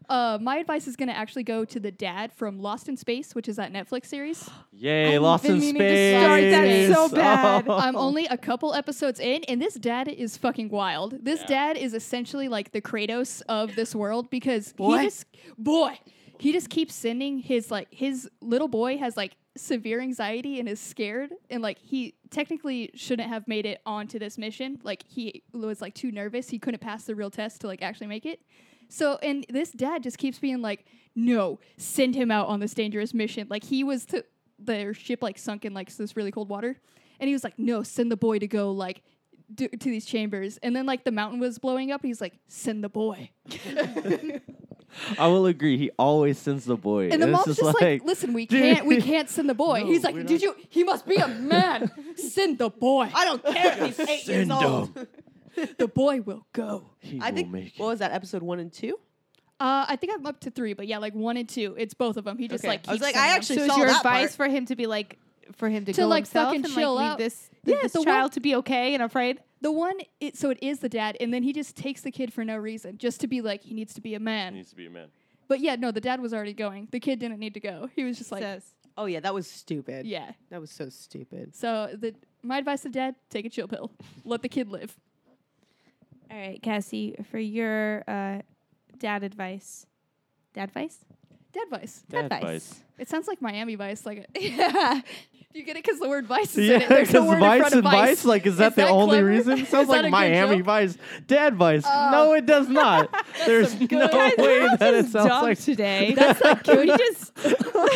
[SPEAKER 2] uh, my advice is going to actually go to the dad from Lost in Space, which is that Netflix series.
[SPEAKER 3] Yay,
[SPEAKER 1] I've
[SPEAKER 3] Lost
[SPEAKER 1] been
[SPEAKER 3] in
[SPEAKER 1] meaning to
[SPEAKER 3] Space. Oh,
[SPEAKER 1] start that so
[SPEAKER 3] <laughs>
[SPEAKER 1] bad.
[SPEAKER 2] I'm only a couple episodes in, and this dad is fucking wild. This dad is essentially like the Kratos of this world because
[SPEAKER 4] Boy.
[SPEAKER 2] he just boy, he just keeps sending his like his little boy has like severe anxiety and is scared, and like he technically shouldn't have made it onto this mission. Like he was like too nervous, he couldn't pass the real test to like actually make it. So, and this dad just keeps being like, no, send him out on this dangerous mission. Like, he was to their ship, like, sunk in, like, this really cold water. And he was like, no, send the boy to go, like, d- to these chambers. And then, like, the mountain was blowing up. And he's like, send the boy.
[SPEAKER 3] I will agree. He always sends the boy.
[SPEAKER 2] And the
[SPEAKER 3] It's
[SPEAKER 2] mom's just like, listen, we can't, we
[SPEAKER 3] dude.
[SPEAKER 2] can't send the boy.
[SPEAKER 3] <laughs> No,
[SPEAKER 2] he's
[SPEAKER 3] we're
[SPEAKER 2] like, did you, he must be a man. send the
[SPEAKER 3] <laughs>
[SPEAKER 2] boy.
[SPEAKER 4] I don't care if he's eight years
[SPEAKER 3] Send
[SPEAKER 4] old. <laughs>
[SPEAKER 2] the boy will go.
[SPEAKER 3] He
[SPEAKER 4] I
[SPEAKER 3] will
[SPEAKER 4] think
[SPEAKER 3] make
[SPEAKER 4] what
[SPEAKER 3] it.
[SPEAKER 4] was that episode one and two?
[SPEAKER 2] Uh, I think I'm up to three, but yeah, like one and two. It's both of them. He just
[SPEAKER 4] Okay.
[SPEAKER 2] like
[SPEAKER 4] I was
[SPEAKER 2] keeps
[SPEAKER 4] like, I
[SPEAKER 2] sending them.
[SPEAKER 4] actually
[SPEAKER 1] So is
[SPEAKER 4] saw
[SPEAKER 1] your
[SPEAKER 4] that
[SPEAKER 1] advice
[SPEAKER 4] part.
[SPEAKER 1] for him to be like, for him to,
[SPEAKER 2] To,
[SPEAKER 1] go
[SPEAKER 2] like,
[SPEAKER 1] himself
[SPEAKER 2] fucking
[SPEAKER 1] and
[SPEAKER 2] chill
[SPEAKER 1] like,
[SPEAKER 2] out.
[SPEAKER 1] leave this, leave
[SPEAKER 2] Yeah,
[SPEAKER 1] this
[SPEAKER 2] the one-
[SPEAKER 1] child to be okay and afraid?
[SPEAKER 2] The one, it, so it is the dad, and then he just takes the kid for no reason, just to be like, he needs to be a
[SPEAKER 3] He
[SPEAKER 2] man.
[SPEAKER 3] needs to be a man.
[SPEAKER 2] But yeah, no, the dad was already going. The kid didn't need to go. He was just
[SPEAKER 1] <laughs>
[SPEAKER 2] like,
[SPEAKER 1] Says.
[SPEAKER 4] Oh yeah, that was stupid.
[SPEAKER 2] yeah.
[SPEAKER 4] that was so stupid.
[SPEAKER 2] So the my advice to dad: take a chill
[SPEAKER 3] <laughs>
[SPEAKER 2] pill, let the kid live.
[SPEAKER 1] All right, Cassie, for your uh, dad advice. Dad advice?
[SPEAKER 2] Dad vice.
[SPEAKER 3] Dad advice.
[SPEAKER 2] It sounds like Miami Vice. Like, <laughs> yeah. Do you get it? Because the word vice is in
[SPEAKER 3] Yeah,
[SPEAKER 2] it. There's a word in
[SPEAKER 3] Vice
[SPEAKER 2] front of
[SPEAKER 3] and
[SPEAKER 2] vice.
[SPEAKER 3] Vice, like, is that the
[SPEAKER 2] that
[SPEAKER 3] only
[SPEAKER 2] clever?
[SPEAKER 3] reason?
[SPEAKER 2] Is that
[SPEAKER 3] Sounds
[SPEAKER 2] a
[SPEAKER 3] like
[SPEAKER 2] good
[SPEAKER 3] Miami
[SPEAKER 2] joke?
[SPEAKER 3] Vice, Dad Vice.
[SPEAKER 2] Oh.
[SPEAKER 3] no, it does
[SPEAKER 2] <laughs>
[SPEAKER 3] not. There's
[SPEAKER 2] some good-
[SPEAKER 1] <laughs>
[SPEAKER 3] no
[SPEAKER 2] Guys,
[SPEAKER 3] way that it
[SPEAKER 1] Just
[SPEAKER 3] sounds
[SPEAKER 1] dumb
[SPEAKER 2] <laughs>
[SPEAKER 3] like.
[SPEAKER 1] today. That's like, can <laughs> we just.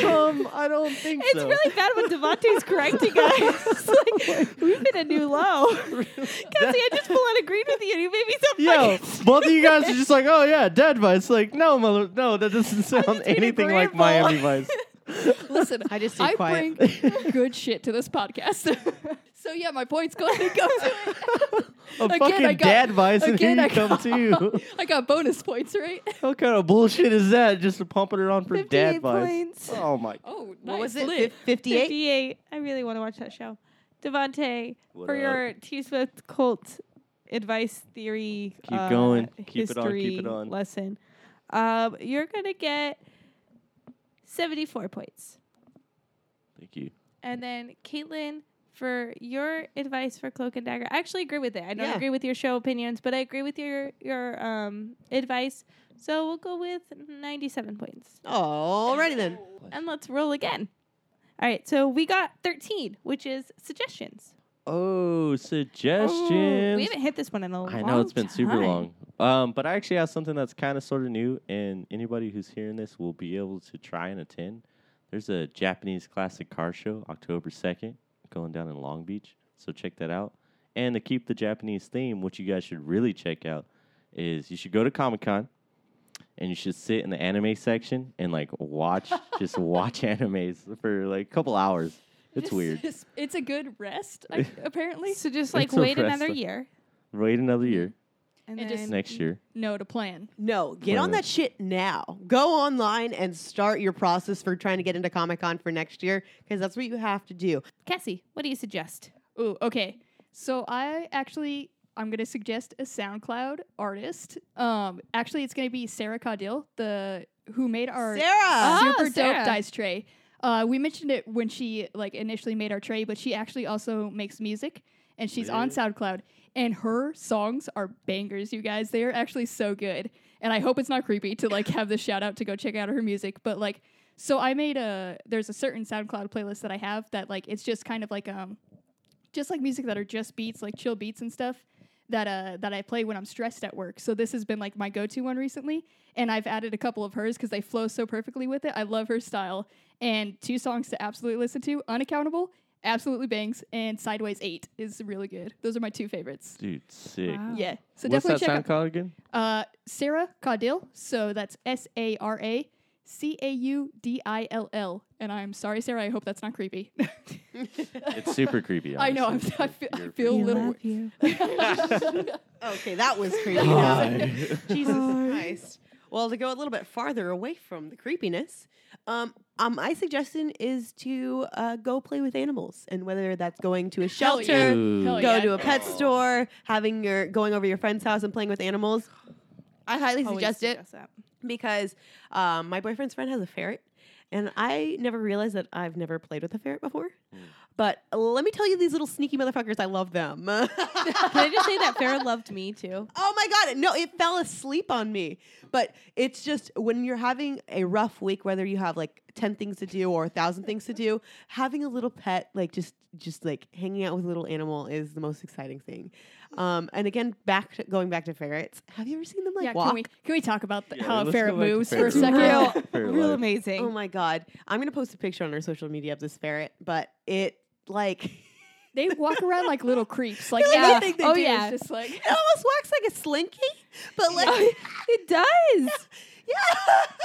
[SPEAKER 3] um, I don't think
[SPEAKER 1] It's
[SPEAKER 3] so.
[SPEAKER 1] really bad when Devontae's correcting <laughs> us. like, we've hit a new low. Cassie, I just full out agreed with you. You made me so
[SPEAKER 3] Yo,
[SPEAKER 1] fucking
[SPEAKER 3] both of you guys are just like, oh yeah, Dad Vice. Like, no, mother, no, that doesn't sound
[SPEAKER 1] being
[SPEAKER 3] anything like
[SPEAKER 1] agreeable.
[SPEAKER 3] Miami
[SPEAKER 2] <laughs>
[SPEAKER 3] Vice.
[SPEAKER 2] Listen,
[SPEAKER 3] <laughs>
[SPEAKER 4] I just stayed
[SPEAKER 2] I
[SPEAKER 4] quiet.
[SPEAKER 2] bring good shit to this podcast. <laughs> so yeah, my points go ahead and go to
[SPEAKER 3] <laughs>
[SPEAKER 2] it.
[SPEAKER 3] A
[SPEAKER 2] Again,
[SPEAKER 3] fucking
[SPEAKER 2] I got-
[SPEAKER 3] Dad Vice, and here
[SPEAKER 2] again,
[SPEAKER 3] you
[SPEAKER 2] I
[SPEAKER 3] come
[SPEAKER 2] got- <laughs>
[SPEAKER 3] too.
[SPEAKER 2] I got bonus points, right?
[SPEAKER 3] What kind of bullshit is that? Just pumping it on for
[SPEAKER 1] 58
[SPEAKER 3] Dad Vice.
[SPEAKER 1] points.
[SPEAKER 3] Oh my.
[SPEAKER 2] Oh,
[SPEAKER 4] What was
[SPEAKER 2] nice.
[SPEAKER 4] it?
[SPEAKER 2] Lit.
[SPEAKER 4] Fif- Fifty-eight.
[SPEAKER 1] 58. I really want to watch that show. Devontae,
[SPEAKER 3] What
[SPEAKER 1] for
[SPEAKER 3] up?
[SPEAKER 1] your T Swift cult advice theory.
[SPEAKER 3] Keep
[SPEAKER 1] uh,
[SPEAKER 3] going. Keep it on, keep it
[SPEAKER 1] history
[SPEAKER 3] on.
[SPEAKER 1] Lesson. Um, you're going to get 74 points.
[SPEAKER 3] Thank you.
[SPEAKER 1] And then, Caitlin, for your advice for Cloak and Dagger, I actually agree with it. I don't
[SPEAKER 4] Yeah.
[SPEAKER 1] agree with your show opinions, but I agree with your, your um, advice. So we'll go with 97 points.
[SPEAKER 4] Alrighty then.
[SPEAKER 1] And let's roll again. All right, so we got 13, which is suggestions.
[SPEAKER 3] Oh, suggestions.
[SPEAKER 1] Ooh, we haven't hit this one in a long
[SPEAKER 3] I know it's been super
[SPEAKER 1] time.
[SPEAKER 3] long. Um, but I actually have something that's kind of sort of new, and anybody who's hearing this will be able to try and attend. There's a Japanese classic car show October 2nd going down in Long Beach, so check that out. And to keep the Japanese theme, what you guys should really check out is you should go to Comic Con and you should sit in the anime section and like watch,
[SPEAKER 2] <laughs>
[SPEAKER 3] just watch animes for like a couple hours. It's
[SPEAKER 2] Just-
[SPEAKER 3] weird.
[SPEAKER 2] It's, it's a good
[SPEAKER 3] <laughs>
[SPEAKER 2] rest, I, apparently.
[SPEAKER 1] So just like
[SPEAKER 3] It's so
[SPEAKER 1] wait another
[SPEAKER 3] wrestling.
[SPEAKER 1] year.
[SPEAKER 3] Wait another year,
[SPEAKER 1] And
[SPEAKER 2] It just-
[SPEAKER 1] then
[SPEAKER 3] next year.
[SPEAKER 2] No to plan.
[SPEAKER 4] No, get on
[SPEAKER 3] Right.
[SPEAKER 4] that shit now. Go online and start your process for trying to get into Comic Con for next year because that's what you have to do.
[SPEAKER 1] Cassie, what do you suggest?
[SPEAKER 2] Ooh, okay. So I actually I'm gonna suggest a SoundCloud artist. Um, actually, it's gonna be Sarah Caudill, the who made our
[SPEAKER 4] Sarah!
[SPEAKER 1] Oh,
[SPEAKER 2] super
[SPEAKER 1] Sarah.
[SPEAKER 2] dope dice tray. Uh, we mentioned it when she like initially made our tray, but she actually also makes music, and she's on SoundCloud. And her songs are bangers, you guys. They are actually so good. And I hope it's not creepy to like have this shout out to go check out her music, but like. So I made a there's a certain SoundCloud playlist that I have that like it's just kind of like um just like music that are just beats, like chill beats and stuff that uh that I play when I'm stressed at work. So this has been like my go-to one recently, and I've added a couple of hers because they flow so perfectly with it. I love her style. And two songs to absolutely listen to: "Unaccountable," absolutely bangs, and "Sideways Eight is really good. Those are my two favorites.
[SPEAKER 3] Dude, sick.
[SPEAKER 1] Wow.
[SPEAKER 2] Yeah, so
[SPEAKER 3] What's
[SPEAKER 2] definitely
[SPEAKER 3] that
[SPEAKER 2] check
[SPEAKER 3] sound
[SPEAKER 2] out
[SPEAKER 3] called again?
[SPEAKER 2] uh, Sarah Caudill. So that's S A R A C A U D I L L. And I'm sorry, Sarah. I hope that's not creepy. <laughs>
[SPEAKER 3] It's super creepy.
[SPEAKER 2] I know. I'm,
[SPEAKER 3] honestly.
[SPEAKER 2] I feel, I
[SPEAKER 3] You're
[SPEAKER 2] feel a little.
[SPEAKER 1] you.
[SPEAKER 2] <laughs>
[SPEAKER 4] Okay, that was creepy.
[SPEAKER 3] Hi.
[SPEAKER 4] enough. Jesus Christ. Well, to go a little bit farther away from the creepiness, um, um, my suggestion is to uh, go play with animals, and whether that's going to a
[SPEAKER 2] Hell yeah.
[SPEAKER 4] shelter,
[SPEAKER 3] Ooh.
[SPEAKER 2] Hell
[SPEAKER 4] go
[SPEAKER 2] yeah.
[SPEAKER 4] to a pet store, having your going over your friend's house and playing with animals. I highly
[SPEAKER 1] Always
[SPEAKER 4] suggest it
[SPEAKER 1] suggest that. <laughs>
[SPEAKER 4] because um, my boyfriend's friend has a ferret, and I never realized that I've never played with a ferret before.
[SPEAKER 2] Mm.
[SPEAKER 4] But let me tell you, these little sneaky motherfuckers, I love them. <laughs>
[SPEAKER 1] Can I just say that Farrah loved me too?
[SPEAKER 4] Oh my god, no, it fell asleep on me. But it's just when you're having a rough week, whether you have like ten things to do or a thousand things to do, having a little pet, like just just like hanging out with a little animal is the most exciting thing. Um, and again, back to, going back to ferrets, have you ever seen them like
[SPEAKER 2] yeah,
[SPEAKER 4] walk?
[SPEAKER 2] can we can we talk about th-
[SPEAKER 3] Yeah,
[SPEAKER 2] how a
[SPEAKER 3] let's
[SPEAKER 2] ferret
[SPEAKER 3] go back to
[SPEAKER 2] moves for a
[SPEAKER 3] ferret.
[SPEAKER 2] second?
[SPEAKER 1] Real,
[SPEAKER 3] Ferret
[SPEAKER 1] real
[SPEAKER 3] life.
[SPEAKER 1] amazing.
[SPEAKER 4] Oh my god, I'm gonna post a picture on our social media of this ferret, but it like.
[SPEAKER 2] <laughs>
[SPEAKER 4] <laughs>
[SPEAKER 2] They walk around like little creeps. Like
[SPEAKER 4] Like, I
[SPEAKER 2] yeah,
[SPEAKER 4] think they
[SPEAKER 2] oh
[SPEAKER 4] do.
[SPEAKER 2] yeah, just like
[SPEAKER 4] It almost walks like a slinky, but like,
[SPEAKER 1] It does.
[SPEAKER 4] yeah.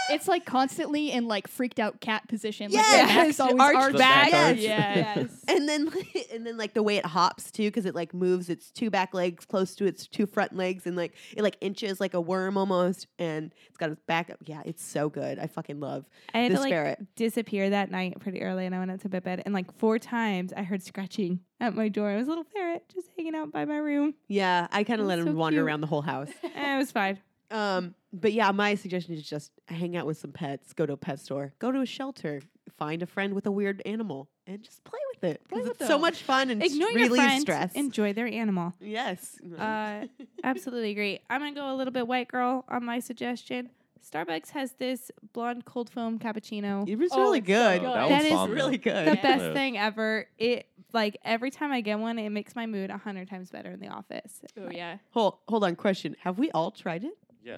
[SPEAKER 2] <laughs>
[SPEAKER 4] <laughs>
[SPEAKER 2] it's like constantly in like freaked out cat position.
[SPEAKER 4] Yes.
[SPEAKER 2] Like the back's always
[SPEAKER 1] Arched
[SPEAKER 2] arched
[SPEAKER 3] back.
[SPEAKER 2] back.
[SPEAKER 3] Yes.
[SPEAKER 2] Yeah.
[SPEAKER 1] yes.
[SPEAKER 4] And then, <laughs> and then, like the way it hops too, because it like moves its two back legs close to its two front legs, and like it like inches like a worm almost, and it's got its back up. Yeah, it's so good. I fucking love.
[SPEAKER 1] <laughs> I had
[SPEAKER 4] This
[SPEAKER 1] to like
[SPEAKER 4] ferret.
[SPEAKER 1] disappear that night pretty early, and I went out to bed, bed, and like four times I heard scratching at my door. It was a little ferret just hanging out by my room.
[SPEAKER 4] Yeah, I kind of let
[SPEAKER 1] That's
[SPEAKER 4] him
[SPEAKER 1] so
[SPEAKER 4] wander
[SPEAKER 1] cute.
[SPEAKER 4] around the
[SPEAKER 1] <laughs>
[SPEAKER 4] whole house.
[SPEAKER 1] Eh, it was fine.
[SPEAKER 4] um, but yeah, my suggestion is just hang out with some pets. Go to a pet store. Go to a shelter. Find a friend with a weird animal and just play with it. 'cause
[SPEAKER 2] with
[SPEAKER 4] it's so
[SPEAKER 2] them.
[SPEAKER 4] much fun and
[SPEAKER 1] Ignore your
[SPEAKER 4] really
[SPEAKER 1] friends.
[SPEAKER 4] stress.
[SPEAKER 1] Enjoy their animal.
[SPEAKER 4] yes.
[SPEAKER 1] Uh, Absolutely agree. I'm gonna go a little bit white girl on my suggestion. Starbucks has this blonde cold foam cappuccino.
[SPEAKER 4] it was
[SPEAKER 2] Oh,
[SPEAKER 4] really
[SPEAKER 2] it's so
[SPEAKER 4] good.
[SPEAKER 2] good.
[SPEAKER 1] That is
[SPEAKER 3] bomb, though.
[SPEAKER 4] really good.
[SPEAKER 1] the
[SPEAKER 2] Yeah.
[SPEAKER 1] best
[SPEAKER 3] Yeah.
[SPEAKER 1] thing ever. It like every time I get one, it makes my mood a hundred times better in the office.
[SPEAKER 2] Oh yeah.
[SPEAKER 4] Hold, hold on. Question: Have we all tried it?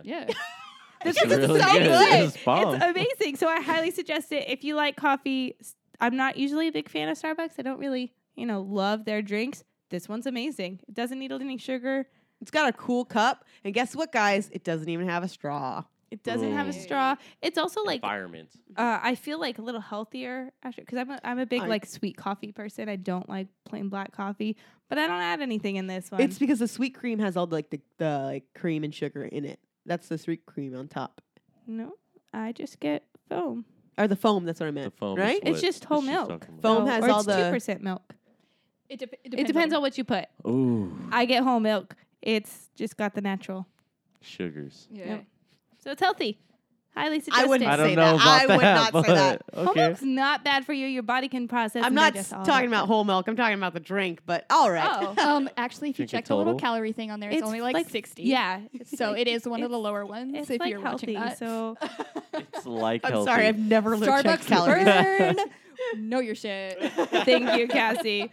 [SPEAKER 2] Yeah.
[SPEAKER 1] This
[SPEAKER 3] It's
[SPEAKER 1] is
[SPEAKER 3] really
[SPEAKER 1] so
[SPEAKER 3] good.
[SPEAKER 1] good.
[SPEAKER 3] This is bomb.
[SPEAKER 1] It's amazing. So I highly suggest it if you like coffee. s- I'm not usually a big fan of Starbucks. I don't really, you know, love their drinks. This one's amazing. It doesn't need any sugar.
[SPEAKER 4] It's got a cool cup, and guess what, guys? It doesn't even have a straw.
[SPEAKER 1] It doesn't have a
[SPEAKER 3] Ooh.
[SPEAKER 1] straw. It's also like uh,
[SPEAKER 3] environment.
[SPEAKER 1] I feel like a little healthier after because I'm a, I'm a big
[SPEAKER 4] I-
[SPEAKER 1] like sweet coffee person. I don't like plain black coffee, but I don't add anything in this one.
[SPEAKER 4] It's because the sweet cream has all like the, the like cream and sugar in it. That's the sweet cream on top,
[SPEAKER 1] no, I just get foam.
[SPEAKER 4] or the foam. That's what I
[SPEAKER 3] The
[SPEAKER 4] meant.
[SPEAKER 3] foam.
[SPEAKER 4] right?
[SPEAKER 3] Is what
[SPEAKER 1] It's just whole
[SPEAKER 3] she's
[SPEAKER 1] milk.
[SPEAKER 3] talking about.
[SPEAKER 4] Foam has
[SPEAKER 1] or
[SPEAKER 4] all
[SPEAKER 1] it's
[SPEAKER 4] the-
[SPEAKER 1] two percent milk.
[SPEAKER 2] It, dep it
[SPEAKER 1] it depends on what you put.
[SPEAKER 3] Ooh,
[SPEAKER 1] I get whole milk. It's just got the natural.
[SPEAKER 3] sugars.
[SPEAKER 2] Yeah.
[SPEAKER 1] Yep. So it's healthy. Highly suggested.
[SPEAKER 4] I wouldn't
[SPEAKER 3] I don't
[SPEAKER 4] Say that.
[SPEAKER 3] know
[SPEAKER 4] I
[SPEAKER 3] about
[SPEAKER 4] would
[SPEAKER 3] that.
[SPEAKER 4] not say that.
[SPEAKER 3] but
[SPEAKER 1] Whole
[SPEAKER 3] Okay.
[SPEAKER 1] milk's not bad for you. Your body can process.
[SPEAKER 4] I'm
[SPEAKER 1] and
[SPEAKER 4] not
[SPEAKER 1] digest all of
[SPEAKER 4] talking
[SPEAKER 1] that.
[SPEAKER 4] about whole milk. I'm talking about the drink. But all right.
[SPEAKER 1] Oh.
[SPEAKER 2] Um, actually, if you
[SPEAKER 3] Drink it
[SPEAKER 2] check the little
[SPEAKER 3] total.
[SPEAKER 2] calorie thing on there, it's,
[SPEAKER 1] It's
[SPEAKER 2] only like,
[SPEAKER 1] like-
[SPEAKER 2] sixty.
[SPEAKER 1] Yeah.
[SPEAKER 2] So it is one of the
[SPEAKER 1] it's-
[SPEAKER 2] lower ones.
[SPEAKER 1] It's
[SPEAKER 2] if
[SPEAKER 1] like
[SPEAKER 2] you're
[SPEAKER 1] healthy.
[SPEAKER 2] watching that.
[SPEAKER 1] So
[SPEAKER 3] It's like
[SPEAKER 4] <laughs> I'm
[SPEAKER 3] healthy.
[SPEAKER 4] sorry. I've never looked at
[SPEAKER 2] Starbucks
[SPEAKER 4] calories.
[SPEAKER 2] burn.
[SPEAKER 3] <laughs>
[SPEAKER 2] know your shit.
[SPEAKER 4] <laughs>
[SPEAKER 1] thank you, Cassie.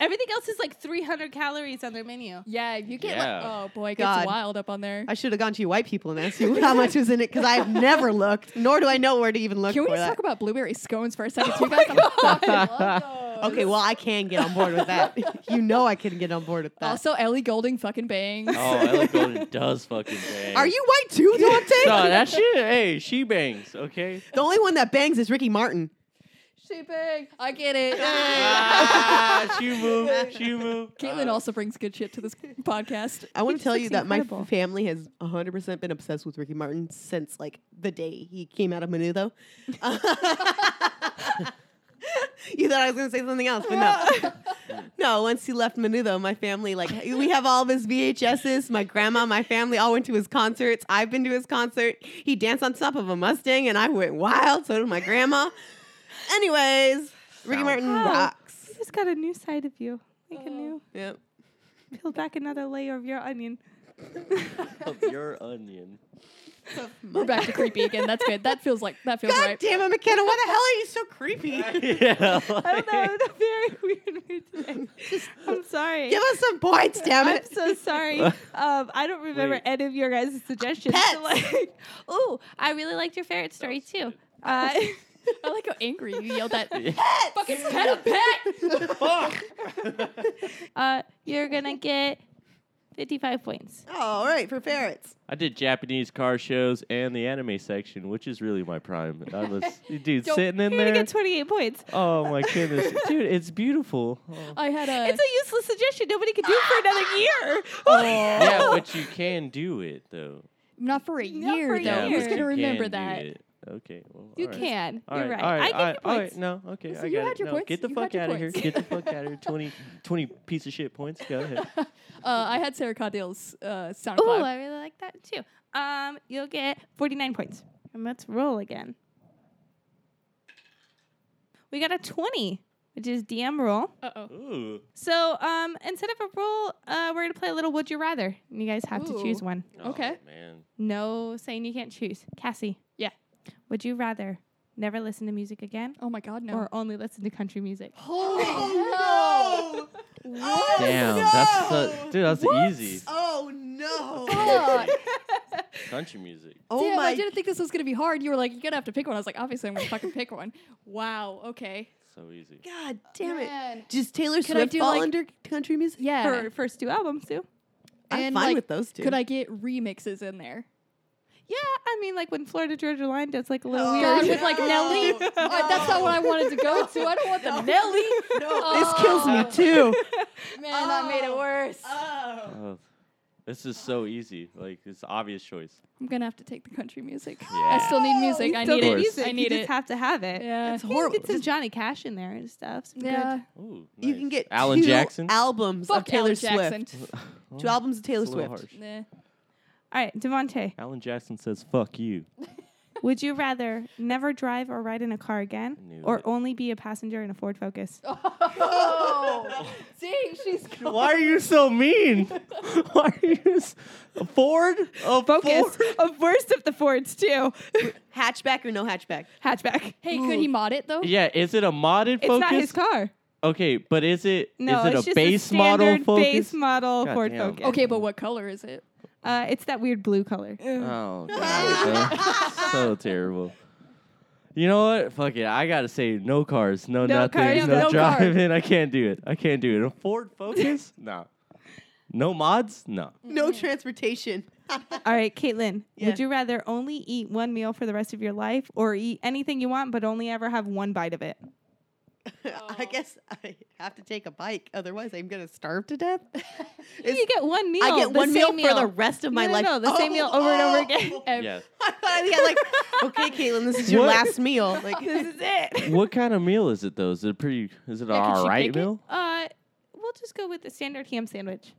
[SPEAKER 1] Everything else is like 300 calories on their menu.
[SPEAKER 2] Yeah, you get like,
[SPEAKER 3] Yeah.
[SPEAKER 2] oh boy, it
[SPEAKER 4] God.
[SPEAKER 2] gets wild up on there.
[SPEAKER 4] I should have gone to you white people and asked you how much was in it because I've never looked, nor do I know where to even look
[SPEAKER 2] Can we
[SPEAKER 4] for
[SPEAKER 2] just
[SPEAKER 4] that.
[SPEAKER 2] talk about blueberry scones for a second? too, guys? I <laughs> fucking love those.
[SPEAKER 4] okay, well I can get on board with that. you know I can get on board with that.
[SPEAKER 2] Also, Ellie Golding fucking bangs. <laughs>
[SPEAKER 3] Oh, <laughs> Ellie Golden does fucking bang.
[SPEAKER 4] Are you
[SPEAKER 1] <laughs>
[SPEAKER 4] white too, Dante?
[SPEAKER 3] No, that shit. Hey, she bangs. Okay.
[SPEAKER 4] the only one that bangs is Ricky Martin.
[SPEAKER 2] She bang. I get it.
[SPEAKER 3] <laughs> ah, she moved. She moved.
[SPEAKER 2] Caitlin
[SPEAKER 3] Ah.
[SPEAKER 2] also brings good shit to this podcast.
[SPEAKER 4] I
[SPEAKER 1] He
[SPEAKER 4] want to
[SPEAKER 1] just
[SPEAKER 4] tell
[SPEAKER 1] looks
[SPEAKER 4] you that my
[SPEAKER 1] incredible.
[SPEAKER 4] f- family has 100% been obsessed with Ricky Martin since like the day he came out of Menudo. <laughs> you thought I was going to say something else, but no.
[SPEAKER 1] <laughs>
[SPEAKER 4] no, once he left Menudo, my family, like, we have all of his VHSs. My grandma, my family all went to his concerts. I've been to his concert. He danced on top of a Mustang and I went wild. So did my grandma. Anyways, Ricky
[SPEAKER 3] Sounds-
[SPEAKER 4] Martin
[SPEAKER 1] Wow.
[SPEAKER 4] rocks.
[SPEAKER 1] I just got a new side of you. Like a new,
[SPEAKER 4] Yep.
[SPEAKER 1] peel back another layer of your onion.
[SPEAKER 3] Of your onion. <laughs>
[SPEAKER 2] We're back to creepy again. That's good. That feels like that feels
[SPEAKER 4] God
[SPEAKER 2] right.
[SPEAKER 4] damn it, McKenna. Why the hell are you so creepy? <laughs>
[SPEAKER 1] I
[SPEAKER 3] yeah.
[SPEAKER 1] don't know.
[SPEAKER 3] like-
[SPEAKER 1] <laughs> It's a very weird mood today. I'm sorry.
[SPEAKER 4] Give us some points, damn
[SPEAKER 1] I'm
[SPEAKER 4] it.
[SPEAKER 1] so
[SPEAKER 3] <laughs>
[SPEAKER 1] sorry. um, I don't remember
[SPEAKER 3] Wait.
[SPEAKER 1] any of your guys' suggestions.
[SPEAKER 4] Pets.
[SPEAKER 1] <laughs> like, oh, I really liked your ferret story too. Uh,
[SPEAKER 2] I like how angry you yelled
[SPEAKER 3] <laughs>
[SPEAKER 2] that.
[SPEAKER 4] Pets.
[SPEAKER 2] Fucking pet a pet.
[SPEAKER 3] Fuck.
[SPEAKER 1] uh, you're gonna get 55 points.
[SPEAKER 4] Oh, <laughs> all right, for ferrets.
[SPEAKER 3] I did Japanese car shows and the anime section, which is really my prime. I was,
[SPEAKER 2] <laughs>
[SPEAKER 3] dude,
[SPEAKER 2] Don't-
[SPEAKER 3] sitting in
[SPEAKER 1] You're gonna
[SPEAKER 3] there.
[SPEAKER 1] get 28 points.
[SPEAKER 3] oh my
[SPEAKER 2] <laughs>
[SPEAKER 3] goodness, dude, it's <laughs> beautiful. Oh.
[SPEAKER 2] I had a.
[SPEAKER 1] It's a useless
[SPEAKER 4] Oh,
[SPEAKER 1] suggestion. Nobody could do it for another year.
[SPEAKER 2] <laughs>
[SPEAKER 3] yeah, but you can do it though.
[SPEAKER 2] Not for a
[SPEAKER 1] Not
[SPEAKER 2] year
[SPEAKER 1] for a
[SPEAKER 2] though.
[SPEAKER 1] year.
[SPEAKER 2] Who's
[SPEAKER 1] Yeah, but
[SPEAKER 2] gonna
[SPEAKER 3] you
[SPEAKER 2] remember
[SPEAKER 3] can do
[SPEAKER 2] that?
[SPEAKER 3] it. Okay. Well,
[SPEAKER 1] You
[SPEAKER 3] all right.
[SPEAKER 1] can.
[SPEAKER 3] All
[SPEAKER 1] You're
[SPEAKER 3] right,
[SPEAKER 1] right.
[SPEAKER 3] all
[SPEAKER 1] I
[SPEAKER 3] right,
[SPEAKER 1] give
[SPEAKER 3] all
[SPEAKER 1] you
[SPEAKER 3] right, all right,
[SPEAKER 1] points.
[SPEAKER 3] No, okay,
[SPEAKER 2] So
[SPEAKER 3] I
[SPEAKER 2] you
[SPEAKER 3] got
[SPEAKER 2] had
[SPEAKER 3] it.
[SPEAKER 2] your
[SPEAKER 3] no,
[SPEAKER 2] points,
[SPEAKER 3] get the
[SPEAKER 2] you had
[SPEAKER 3] fuck
[SPEAKER 2] your
[SPEAKER 3] out of here.
[SPEAKER 2] points.
[SPEAKER 3] Get the
[SPEAKER 2] <laughs>
[SPEAKER 3] fuck out of here. 20, 20 piece of shit points. Go ahead. <laughs>
[SPEAKER 2] Uh, I had Sarah Caudilla's uh,
[SPEAKER 1] Ooh,
[SPEAKER 2] SoundCloud.
[SPEAKER 1] I really like that too. Um, you'll get 49 points. And let's roll again. We got a 20, which is DM roll.
[SPEAKER 2] Uh oh.
[SPEAKER 3] Ooh.
[SPEAKER 1] So um, instead of a roll, uh, we're going to play a little Would You Rather. And you guys have to choose
[SPEAKER 2] Ooh.
[SPEAKER 1] one.
[SPEAKER 2] Okay.
[SPEAKER 3] Oh, man.
[SPEAKER 1] No saying you can't choose. Cassie.
[SPEAKER 2] Yeah.
[SPEAKER 1] Would you rather never listen to music again
[SPEAKER 2] Oh my God, no. <laughs>
[SPEAKER 1] or only listen to country <laughs> music?
[SPEAKER 4] Oh no!
[SPEAKER 3] Damn,
[SPEAKER 4] no!
[SPEAKER 3] that's so, dude, that's easy.
[SPEAKER 4] Oh
[SPEAKER 2] <laughs>
[SPEAKER 4] no!
[SPEAKER 2] Fuck.
[SPEAKER 3] Country music.
[SPEAKER 4] Oh
[SPEAKER 2] Oh, Damn,
[SPEAKER 4] my!
[SPEAKER 2] I didn't think this was gonna be hard. You were like, you're gonna have to pick one. I was like, obviously, I'm gonna fucking pick one. Wow. Okay.
[SPEAKER 3] So easy.
[SPEAKER 4] God damn it!
[SPEAKER 2] Man.
[SPEAKER 4] Does Taylor
[SPEAKER 2] Could I
[SPEAKER 4] Swift
[SPEAKER 2] do,
[SPEAKER 4] fall
[SPEAKER 2] like-
[SPEAKER 4] under country music?
[SPEAKER 2] Yeah.
[SPEAKER 1] Her first two albums too.
[SPEAKER 4] I'm
[SPEAKER 2] and,
[SPEAKER 4] fine
[SPEAKER 2] like,
[SPEAKER 4] with those two.
[SPEAKER 2] Could I get remixes in there?
[SPEAKER 1] Yeah, I mean like when Florida Georgia Line does like a little
[SPEAKER 4] Oh,
[SPEAKER 2] God,
[SPEAKER 1] weird.
[SPEAKER 2] with like
[SPEAKER 1] <laughs>
[SPEAKER 4] no.
[SPEAKER 2] Nelly.
[SPEAKER 4] No.
[SPEAKER 2] Uh, that's not what I wanted to go to. I don't want <laughs> the Nelly.
[SPEAKER 4] No, this kills me too.
[SPEAKER 2] Man, I made it worse.
[SPEAKER 4] oh.
[SPEAKER 3] Oh, this is so easy. Like it's obvious choice.
[SPEAKER 2] I'm gonna have to take the country music. I
[SPEAKER 3] Yeah.
[SPEAKER 2] still need music.
[SPEAKER 1] You
[SPEAKER 2] I
[SPEAKER 1] still
[SPEAKER 2] need
[SPEAKER 1] get
[SPEAKER 2] it.
[SPEAKER 1] Music.
[SPEAKER 2] I
[SPEAKER 1] you
[SPEAKER 2] need
[SPEAKER 1] just
[SPEAKER 2] it.
[SPEAKER 1] have to have it.
[SPEAKER 2] yeah.
[SPEAKER 4] It's horrible.
[SPEAKER 1] Get some Johnny Cash in there and stuff. Some
[SPEAKER 2] Yeah.
[SPEAKER 1] Good.
[SPEAKER 3] Ooh,
[SPEAKER 4] You
[SPEAKER 3] nice.
[SPEAKER 4] can get
[SPEAKER 3] Alan
[SPEAKER 4] two
[SPEAKER 3] Jackson.
[SPEAKER 4] albums of
[SPEAKER 2] Fuck
[SPEAKER 4] Taylor
[SPEAKER 2] Taylor
[SPEAKER 4] Swift.
[SPEAKER 2] Jackson.
[SPEAKER 3] Oh,
[SPEAKER 4] Two albums of Taylor
[SPEAKER 3] it's a little
[SPEAKER 4] Swift.
[SPEAKER 3] harsh.
[SPEAKER 2] Nah.
[SPEAKER 1] All right, Devonte.
[SPEAKER 3] Alan Jackson says, "Fuck you."
[SPEAKER 1] Would you rather never drive or ride in a car again,
[SPEAKER 3] I knew
[SPEAKER 1] or
[SPEAKER 3] it.
[SPEAKER 1] only be a passenger in a Ford Focus?
[SPEAKER 2] <laughs> Oh, see, she's
[SPEAKER 3] <laughs> Why are you so mean? <laughs> Why are you s- a Ford? A
[SPEAKER 1] Focus,
[SPEAKER 3] Ford?
[SPEAKER 1] <laughs> a worst of the Fords too. <laughs>
[SPEAKER 4] Hatchback or no hatchback?
[SPEAKER 1] Hatchback.
[SPEAKER 2] Hey, could he mod it though?
[SPEAKER 3] Yeah, is it a modded
[SPEAKER 1] It's
[SPEAKER 3] Focus?
[SPEAKER 1] not his car.
[SPEAKER 3] Okay, but is it is
[SPEAKER 1] No,
[SPEAKER 3] it
[SPEAKER 1] it's
[SPEAKER 3] a
[SPEAKER 1] just
[SPEAKER 3] base
[SPEAKER 1] a
[SPEAKER 3] model
[SPEAKER 1] standard
[SPEAKER 3] Focus?
[SPEAKER 1] base model
[SPEAKER 3] God
[SPEAKER 1] Ford
[SPEAKER 3] damn.
[SPEAKER 1] Focus.
[SPEAKER 2] Okay, but what color is it?
[SPEAKER 1] Uh, it's that weird blue color.
[SPEAKER 2] <laughs>
[SPEAKER 3] Oh god, that's so terrible. You know what? Fuck it. I gotta say, no cars, no,
[SPEAKER 1] No
[SPEAKER 3] nothing,
[SPEAKER 1] cars, no
[SPEAKER 3] no,
[SPEAKER 1] car.
[SPEAKER 3] driving. I can't do it. I can't do it. A Ford <laughs> Focus? no. No mods? No.
[SPEAKER 4] No
[SPEAKER 1] Mm-hmm.
[SPEAKER 4] transportation. <laughs>
[SPEAKER 1] All right, Caitlin.
[SPEAKER 4] Yeah.
[SPEAKER 1] Would you rather only eat one meal for the rest of your life, or eat anything you want but only ever have one bite of it? Oh.
[SPEAKER 4] I guess I have to take a bike, otherwise I'm gonna starve
[SPEAKER 1] <laughs>
[SPEAKER 4] to death. It's-
[SPEAKER 1] you get one meal.
[SPEAKER 4] I get
[SPEAKER 1] the
[SPEAKER 4] one meal,
[SPEAKER 1] same
[SPEAKER 4] for the rest of
[SPEAKER 1] No,
[SPEAKER 4] my
[SPEAKER 1] no,
[SPEAKER 4] life. Oh,
[SPEAKER 1] no, the same meal over and over
[SPEAKER 4] <laughs>
[SPEAKER 1] again. <laughs>
[SPEAKER 2] Ev-
[SPEAKER 3] Yeah.
[SPEAKER 4] I thought I got like, okay, Caitlin, this is your
[SPEAKER 3] What?
[SPEAKER 4] last meal.
[SPEAKER 1] <laughs>
[SPEAKER 4] Like,
[SPEAKER 1] this is
[SPEAKER 4] <laughs>
[SPEAKER 3] <laughs>
[SPEAKER 1] it.
[SPEAKER 3] what kind of meal is it though? Is it pretty? Is it an
[SPEAKER 2] Yeah, could she
[SPEAKER 3] all right
[SPEAKER 2] pick it?
[SPEAKER 3] meal?
[SPEAKER 1] Uh, we'll just go with the standard ham sandwich.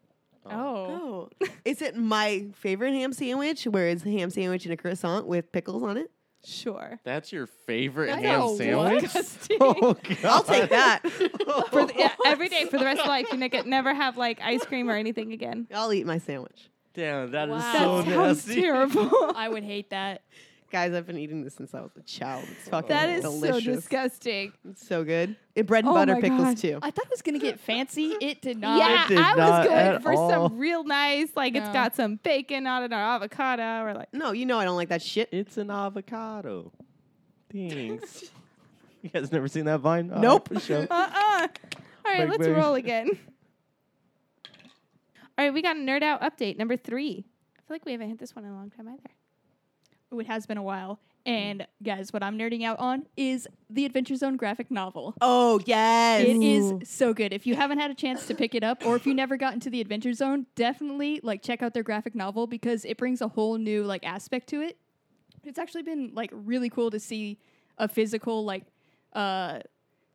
[SPEAKER 2] Oh.
[SPEAKER 4] oh, is it my favorite ham sandwich? Where it's a ham sandwich and a croissant with pickles on it?
[SPEAKER 1] Sure.
[SPEAKER 3] That's your favorite
[SPEAKER 2] That's
[SPEAKER 3] ham
[SPEAKER 2] a
[SPEAKER 3] sandwich?
[SPEAKER 1] <laughs> Disgusting.
[SPEAKER 3] <laughs> Oh god! <laughs>
[SPEAKER 4] I'll take that.
[SPEAKER 1] For the, yeah, every day for the rest of life, you ne- never have like ice cream or anything again.
[SPEAKER 4] <laughs> I'll eat my sandwich,
[SPEAKER 3] Damn, that is
[SPEAKER 2] Wow.
[SPEAKER 1] That
[SPEAKER 3] so
[SPEAKER 1] sounds
[SPEAKER 3] nasty. <laughs>
[SPEAKER 1] terrible.
[SPEAKER 2] I would hate that.
[SPEAKER 4] guys. I've been eating this since I was a child. It's fucking
[SPEAKER 1] <laughs> that is
[SPEAKER 4] delicious.
[SPEAKER 1] so disgusting.
[SPEAKER 4] It's so good. And bread and
[SPEAKER 1] Oh
[SPEAKER 4] butter
[SPEAKER 1] my
[SPEAKER 4] pickles
[SPEAKER 1] God.
[SPEAKER 4] too.
[SPEAKER 2] I thought it was gonna get fancy. It did not.
[SPEAKER 1] yeah,
[SPEAKER 3] did
[SPEAKER 1] I was
[SPEAKER 3] not
[SPEAKER 1] going
[SPEAKER 3] at
[SPEAKER 1] for
[SPEAKER 3] all.
[SPEAKER 1] some real nice, like it's
[SPEAKER 2] No.
[SPEAKER 1] got some bacon on it or avocado or like.
[SPEAKER 4] no, you know I don't like that shit.
[SPEAKER 3] It's an avocado. Thanks. <laughs> you guys never seen that vine? Oh,
[SPEAKER 4] Nope.
[SPEAKER 3] for sure.
[SPEAKER 1] Uh uh-uh. uh. All right,
[SPEAKER 3] Big
[SPEAKER 1] let's
[SPEAKER 3] baby.
[SPEAKER 1] roll again. <laughs> All right, we got a nerd out update number three. I feel like we haven't hit this one in a long time either.
[SPEAKER 2] Ooh, it has been a while. And guys, what I'm nerding out on is the Adventure Zone graphic novel.
[SPEAKER 4] Oh yes.
[SPEAKER 2] It
[SPEAKER 1] Ooh.
[SPEAKER 2] is so good. If you haven't had a chance to pick it up, or if you never got into the Adventure Zone, definitely like check out their graphic novel because it brings a whole new like aspect to it. It's actually been like really cool to see a physical like uh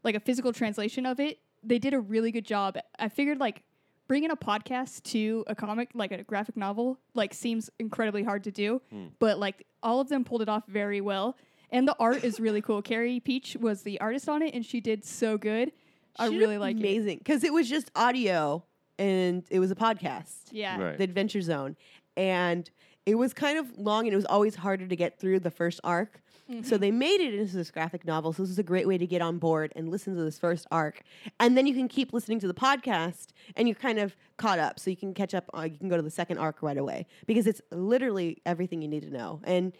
[SPEAKER 2] like a physical translation of it. They did a really good job. I figured like bringing a podcast to a comic like a graphic novel like seems incredibly hard to do, but like all of them pulled it off very well. And the art is really cool. Carrie Peach was the artist on it, and she did so good. I
[SPEAKER 4] Shit,
[SPEAKER 2] really like it.
[SPEAKER 4] amazing because it was just audio and it was a podcast,
[SPEAKER 2] Yeah.
[SPEAKER 3] Right.
[SPEAKER 4] the Adventure Zone, and it was kind of long and it was always harder to get through the first arc.
[SPEAKER 2] Mm-hmm.
[SPEAKER 4] So they made it into this graphic novel. So this is a great way to get on board and listen to this first arc, and then you can keep listening to the podcast and you're kind of caught up. So you can catch up. Uh, you can go to the second arc right away because it's literally everything you need to know and.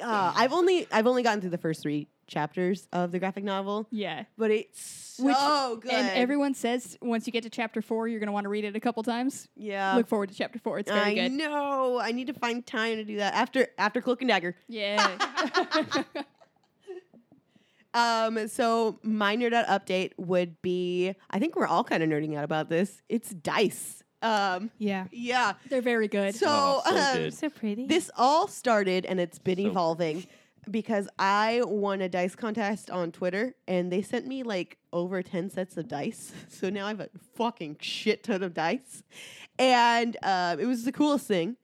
[SPEAKER 4] Uh, I've only I've only gotten through the first three chapters of the graphic novel,
[SPEAKER 2] Yeah.
[SPEAKER 4] but it's so
[SPEAKER 2] Which-
[SPEAKER 4] good.
[SPEAKER 2] And everyone says once you get to chapter four, you're gonna want to read it a couple times.
[SPEAKER 4] yeah.
[SPEAKER 2] Look forward to chapter four. It's very
[SPEAKER 4] I
[SPEAKER 2] good.
[SPEAKER 4] know. I need to find time to do that after after Cloak and Dagger. <laughs>
[SPEAKER 2] Yeah. <laughs>
[SPEAKER 4] Um, so my nerd out update would be. I think we're all kind of nerding out about this. It's dice. Um,
[SPEAKER 2] Yeah,
[SPEAKER 4] yeah.
[SPEAKER 2] they're very good.
[SPEAKER 4] So,
[SPEAKER 3] Oh, so
[SPEAKER 4] um,
[SPEAKER 3] good.
[SPEAKER 1] So pretty.
[SPEAKER 4] this all started and it's been
[SPEAKER 3] So pretty.
[SPEAKER 4] evolving because I won a dice contest on Twitter and they sent me like over 10 sets of dice. <laughs> So now I have a fucking shit ton of dice. And uh, it was the coolest thing.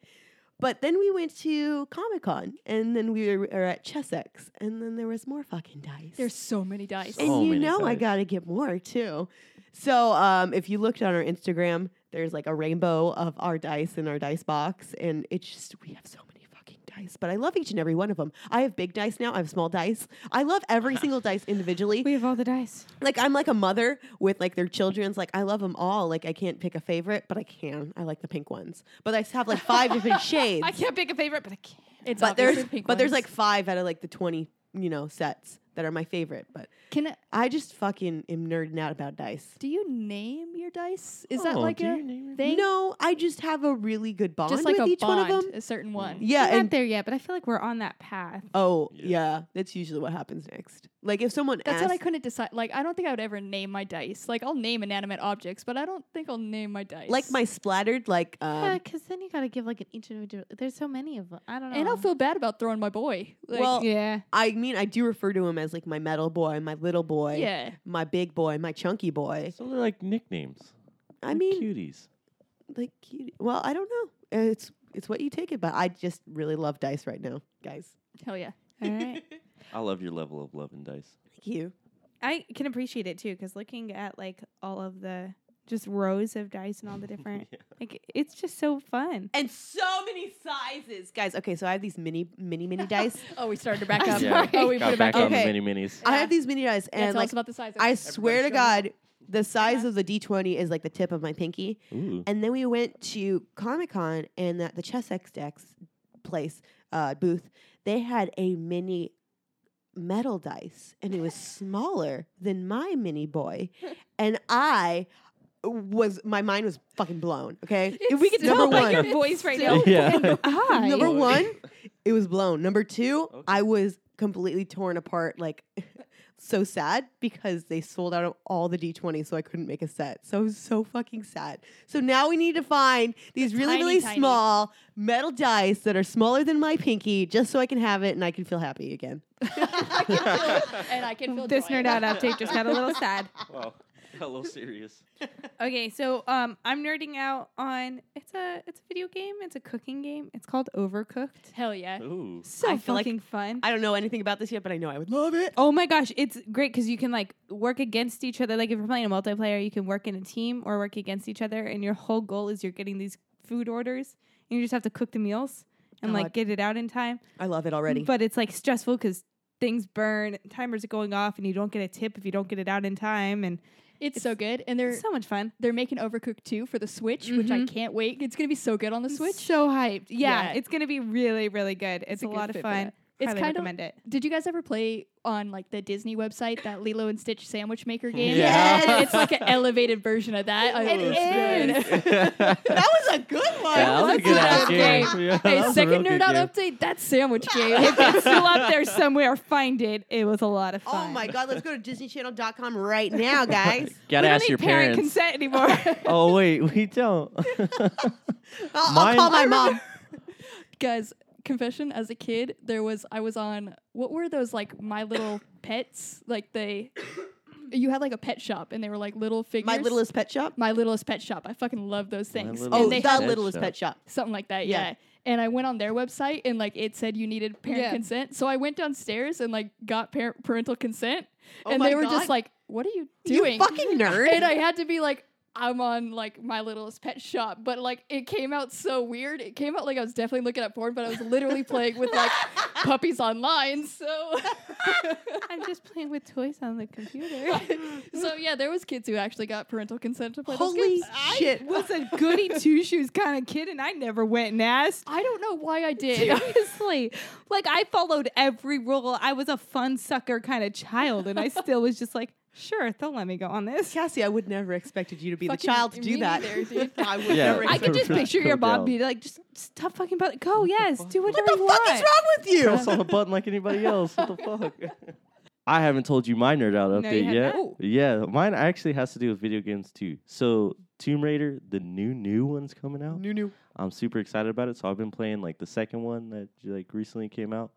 [SPEAKER 4] But then we went to Comic Con and then we were, were at Chessex and then there was more fucking dice.
[SPEAKER 2] There's so many dice.
[SPEAKER 3] So-
[SPEAKER 4] And you
[SPEAKER 3] many
[SPEAKER 4] know I
[SPEAKER 3] dice.
[SPEAKER 4] gotta get more too. So um, if you looked on our Instagram, there's like a rainbow of our dice in our dice box, and it's just we have so many fucking dice. But I love each and every one of them. I have big dice now. I have small dice. I love every single dice individually.
[SPEAKER 1] we have all the dice.
[SPEAKER 4] Like I'm like a mother with like their children's. Like I love them all. Like I can't pick a favorite, but I can. I like the pink ones. But I s- have like five different shades.
[SPEAKER 1] I can't pick a favorite, but I can.
[SPEAKER 2] It's
[SPEAKER 4] But
[SPEAKER 2] obviously
[SPEAKER 4] there's
[SPEAKER 2] the pink
[SPEAKER 4] but there's
[SPEAKER 2] ones.
[SPEAKER 4] like five out of like the twenty you know sets that are my favorite. But
[SPEAKER 2] can I-
[SPEAKER 4] I just fucking am nerding out about dice.
[SPEAKER 2] do you name your dice? Is that
[SPEAKER 3] Oh,
[SPEAKER 2] like
[SPEAKER 3] do
[SPEAKER 2] a
[SPEAKER 3] you name it?
[SPEAKER 2] thing?
[SPEAKER 4] No, I just have a really good bond
[SPEAKER 2] just like
[SPEAKER 4] with
[SPEAKER 2] a
[SPEAKER 4] each
[SPEAKER 2] bond,
[SPEAKER 4] one of them.
[SPEAKER 2] a certain one.
[SPEAKER 4] Yeah,
[SPEAKER 1] We're not
[SPEAKER 4] and
[SPEAKER 1] there yet, but I feel like we're on that path.
[SPEAKER 4] oh
[SPEAKER 3] Yeah.
[SPEAKER 4] yeah. that's usually what happens next. Like if someone
[SPEAKER 2] That's
[SPEAKER 4] asks,
[SPEAKER 2] what I couldn't decide. Like, I don't think I would ever name my dice. Like, I'll name inanimate objects, but I don't think I'll name my dice.
[SPEAKER 4] like my splattered, like um,
[SPEAKER 1] Because Uh, then you gotta give like an each individual. There's so many of them. I don't know.
[SPEAKER 2] and I'll feel bad about throwing my boy. Like,
[SPEAKER 4] Well,
[SPEAKER 1] yeah.
[SPEAKER 4] I mean, I do refer to him as like my metal boy, my little boy,
[SPEAKER 2] yeah,
[SPEAKER 4] my big boy, my chunky boy.
[SPEAKER 3] So they're like nicknames.
[SPEAKER 4] I
[SPEAKER 3] They're
[SPEAKER 4] mean,
[SPEAKER 3] cuties.
[SPEAKER 4] like, cute. well, I don't know. It's it's what you take it, but I just really love dice right now, guys.
[SPEAKER 2] hell yeah.
[SPEAKER 1] All right. <laughs>
[SPEAKER 3] I love your level of love and dice.
[SPEAKER 4] <laughs> Thank you.
[SPEAKER 1] I can appreciate it too because looking at like all of the just rows of dice and all
[SPEAKER 4] <laughs>
[SPEAKER 1] the different
[SPEAKER 3] <laughs> Yeah.
[SPEAKER 1] like it's just so fun.
[SPEAKER 4] And so many sizes, guys. Okay, so I have these mini,
[SPEAKER 2] <laughs>
[SPEAKER 4] mini, mini dice.
[SPEAKER 2] Oh, we started to back
[SPEAKER 1] I'm
[SPEAKER 2] up.
[SPEAKER 3] sorry.
[SPEAKER 2] Oh, we
[SPEAKER 1] Got
[SPEAKER 2] put it back
[SPEAKER 3] on
[SPEAKER 2] up.
[SPEAKER 4] Okay.
[SPEAKER 3] the mini minis.
[SPEAKER 4] I
[SPEAKER 2] Yeah.
[SPEAKER 4] have these mini dice,
[SPEAKER 2] Yeah,
[SPEAKER 4] and
[SPEAKER 2] tell
[SPEAKER 4] like
[SPEAKER 2] us about the sizes.
[SPEAKER 4] I swear to
[SPEAKER 3] show 'em.
[SPEAKER 4] God, the size of the D20 is like the tip of my pinky.
[SPEAKER 1] <laughs>
[SPEAKER 3] Ooh.
[SPEAKER 4] And then we went to Comic Con and at the Chess X Dex place uh, booth, they had a mini metal dice and
[SPEAKER 2] <laughs>
[SPEAKER 4] it was smaller than my mini boy. And I was, my mind was fucking blown. Okay.
[SPEAKER 1] It's
[SPEAKER 4] we could
[SPEAKER 1] so
[SPEAKER 4] number
[SPEAKER 1] like
[SPEAKER 4] one.
[SPEAKER 1] your voice right
[SPEAKER 2] Still
[SPEAKER 1] now.
[SPEAKER 3] <laughs>
[SPEAKER 1] <laughs>
[SPEAKER 3] Yeah.
[SPEAKER 1] Hi.
[SPEAKER 4] Number
[SPEAKER 3] Blown. <laughs>
[SPEAKER 4] one, it was blown. Number two,
[SPEAKER 3] Okay.
[SPEAKER 4] I was completely torn apart, like <laughs> so sad because they sold out of all the D20, so I couldn't make a set. So I was so fucking sad. So now we need to find these really,
[SPEAKER 2] tiny,
[SPEAKER 4] really
[SPEAKER 2] tiny.
[SPEAKER 4] small metal dice that are smaller than my pinky, just so I can have it and I can feel happy again.
[SPEAKER 2] and I <laughs> can feel
[SPEAKER 1] this
[SPEAKER 2] joy.
[SPEAKER 1] nerd out update just got a little sad.
[SPEAKER 3] wow. Got a little serious.
[SPEAKER 1] Okay, so um, I'm nerding out on it's a it's a video game. It's a cooking game. It's called Overcooked.
[SPEAKER 2] Hell
[SPEAKER 1] <laughs>
[SPEAKER 2] yeah.
[SPEAKER 3] Ooh. <laughs>
[SPEAKER 1] So
[SPEAKER 4] I feel like
[SPEAKER 1] fucking fun.
[SPEAKER 4] I don't know anything about this yet, but I know I would love it.
[SPEAKER 1] Oh my gosh, it's great because you can like work against each other. Like if you're playing a multiplayer, you can work in a team or work against each other, and your whole goal is you're getting these food orders, and you just have to cook the meals and
[SPEAKER 4] God.
[SPEAKER 1] like get it out in time.
[SPEAKER 4] I love it already.
[SPEAKER 1] But it's like stressful because things burn, timers are going off, and you don't get a tip if you don't get it out in time, and
[SPEAKER 2] It's, so good. And they're
[SPEAKER 1] it's so much fun.
[SPEAKER 2] they're making Overcooked 2 for the Switch, which I
[SPEAKER 1] Mhm.
[SPEAKER 2] can't wait. It's going to be so good on the Switch.
[SPEAKER 1] so hyped. Yeah,
[SPEAKER 2] Yeah.
[SPEAKER 1] it's gonna be really really good. It's, a,
[SPEAKER 2] good
[SPEAKER 1] lot of
[SPEAKER 2] fit for
[SPEAKER 1] fun.
[SPEAKER 2] that. It's
[SPEAKER 1] Highly
[SPEAKER 2] kind of-
[SPEAKER 1] recommend it.
[SPEAKER 2] Did you guys ever play on like the Disney website that Lilo and Stitch sandwich maker game?
[SPEAKER 3] Yeah.
[SPEAKER 4] Hmm.
[SPEAKER 2] <laughs>
[SPEAKER 4] Yes.
[SPEAKER 2] it's like an elevated version of that. I-
[SPEAKER 1] It
[SPEAKER 2] it's good.
[SPEAKER 4] <laughs> that was a good one.
[SPEAKER 3] that was a good ass game. Yeah, that was
[SPEAKER 2] Hey,
[SPEAKER 3] a
[SPEAKER 2] second
[SPEAKER 3] real
[SPEAKER 2] nerd
[SPEAKER 3] good
[SPEAKER 2] out
[SPEAKER 3] game.
[SPEAKER 2] update. That sandwich game.
[SPEAKER 1] if it's still up there somewhere, find it. It was a lot of
[SPEAKER 4] Oh
[SPEAKER 1] fun.
[SPEAKER 4] my God, let's go to DisneyChannel.com right now, guys.
[SPEAKER 3] <laughs>
[SPEAKER 1] We
[SPEAKER 3] Gotta
[SPEAKER 1] don't
[SPEAKER 3] ask
[SPEAKER 1] need
[SPEAKER 3] your
[SPEAKER 1] parent
[SPEAKER 3] parents.
[SPEAKER 1] consent anymore.
[SPEAKER 3] <laughs> oh wait, we
[SPEAKER 1] <laughs>
[SPEAKER 3] don't. <laughs>
[SPEAKER 4] I'll, I'll
[SPEAKER 3] Mine-
[SPEAKER 4] call my mom.
[SPEAKER 2] Guys, confession as a kid, there was I was on what were those like my little pets? Like they you had like a pet shop and they were like little figures.
[SPEAKER 4] My littlest pet shop.
[SPEAKER 2] My Littlest Pet Shop. I fucking love those things.
[SPEAKER 3] Littlest
[SPEAKER 4] Oh,
[SPEAKER 2] and they
[SPEAKER 4] the
[SPEAKER 2] had
[SPEAKER 4] littlest pet shop.
[SPEAKER 2] something like that. Yeah.
[SPEAKER 4] Yeah.
[SPEAKER 2] And I went on their website and like it said you needed parent
[SPEAKER 1] Yeah.
[SPEAKER 2] consent. So I went downstairs and like got parent parental consent.
[SPEAKER 4] Oh
[SPEAKER 2] and
[SPEAKER 4] my
[SPEAKER 2] they were just
[SPEAKER 4] God.
[SPEAKER 2] like, "What are you
[SPEAKER 4] You
[SPEAKER 2] doing?"
[SPEAKER 4] fucking nerd.
[SPEAKER 2] <laughs> and I had to be like, "I'm on like My Littlest Pet Shop," but like it came out so weird. It came out like I was definitely looking at porn, but I was literally playing with
[SPEAKER 4] <laughs>
[SPEAKER 2] like puppies online. So, <laughs>
[SPEAKER 1] I'm just playing with toys on the computer.
[SPEAKER 2] so yeah, there was kids who actually got parental consent to play those
[SPEAKER 4] <laughs> Holy
[SPEAKER 2] games.
[SPEAKER 1] <laughs>
[SPEAKER 4] shit.
[SPEAKER 1] I was a goody two shoes kind of kid, and I never went and
[SPEAKER 2] <laughs>
[SPEAKER 1] asked.
[SPEAKER 2] I don't know why I <laughs> did.
[SPEAKER 1] Seriously, like I followed every rule. I was a fun sucker kind of child, and I still was just like, sure, they'll let me go on this.
[SPEAKER 4] Cassie, I would never expected you to be
[SPEAKER 2] Fucking
[SPEAKER 4] the child to
[SPEAKER 2] me
[SPEAKER 4] do that.
[SPEAKER 2] neither, dude.
[SPEAKER 4] <laughs> I would
[SPEAKER 3] Yeah.
[SPEAKER 4] never
[SPEAKER 1] I
[SPEAKER 4] expect
[SPEAKER 1] can just picture your
[SPEAKER 3] Cool
[SPEAKER 1] mom
[SPEAKER 3] down.
[SPEAKER 1] being like, just stop fucking about Go, yes, do whatever
[SPEAKER 4] What the
[SPEAKER 1] you
[SPEAKER 4] fuck
[SPEAKER 1] want.
[SPEAKER 4] is wrong <laughs> with
[SPEAKER 3] press on the button like anybody else. What the fuck? <laughs> I haven't told you my nerd out
[SPEAKER 1] No, you
[SPEAKER 3] update
[SPEAKER 1] have
[SPEAKER 3] yet.
[SPEAKER 1] not.
[SPEAKER 3] Yeah, mine actually has to do with video games too. So Tomb Raider, the new new one's coming out.
[SPEAKER 4] New, new.
[SPEAKER 3] I'm super excited about it. So I've been playing like the second one that j- like recently came out,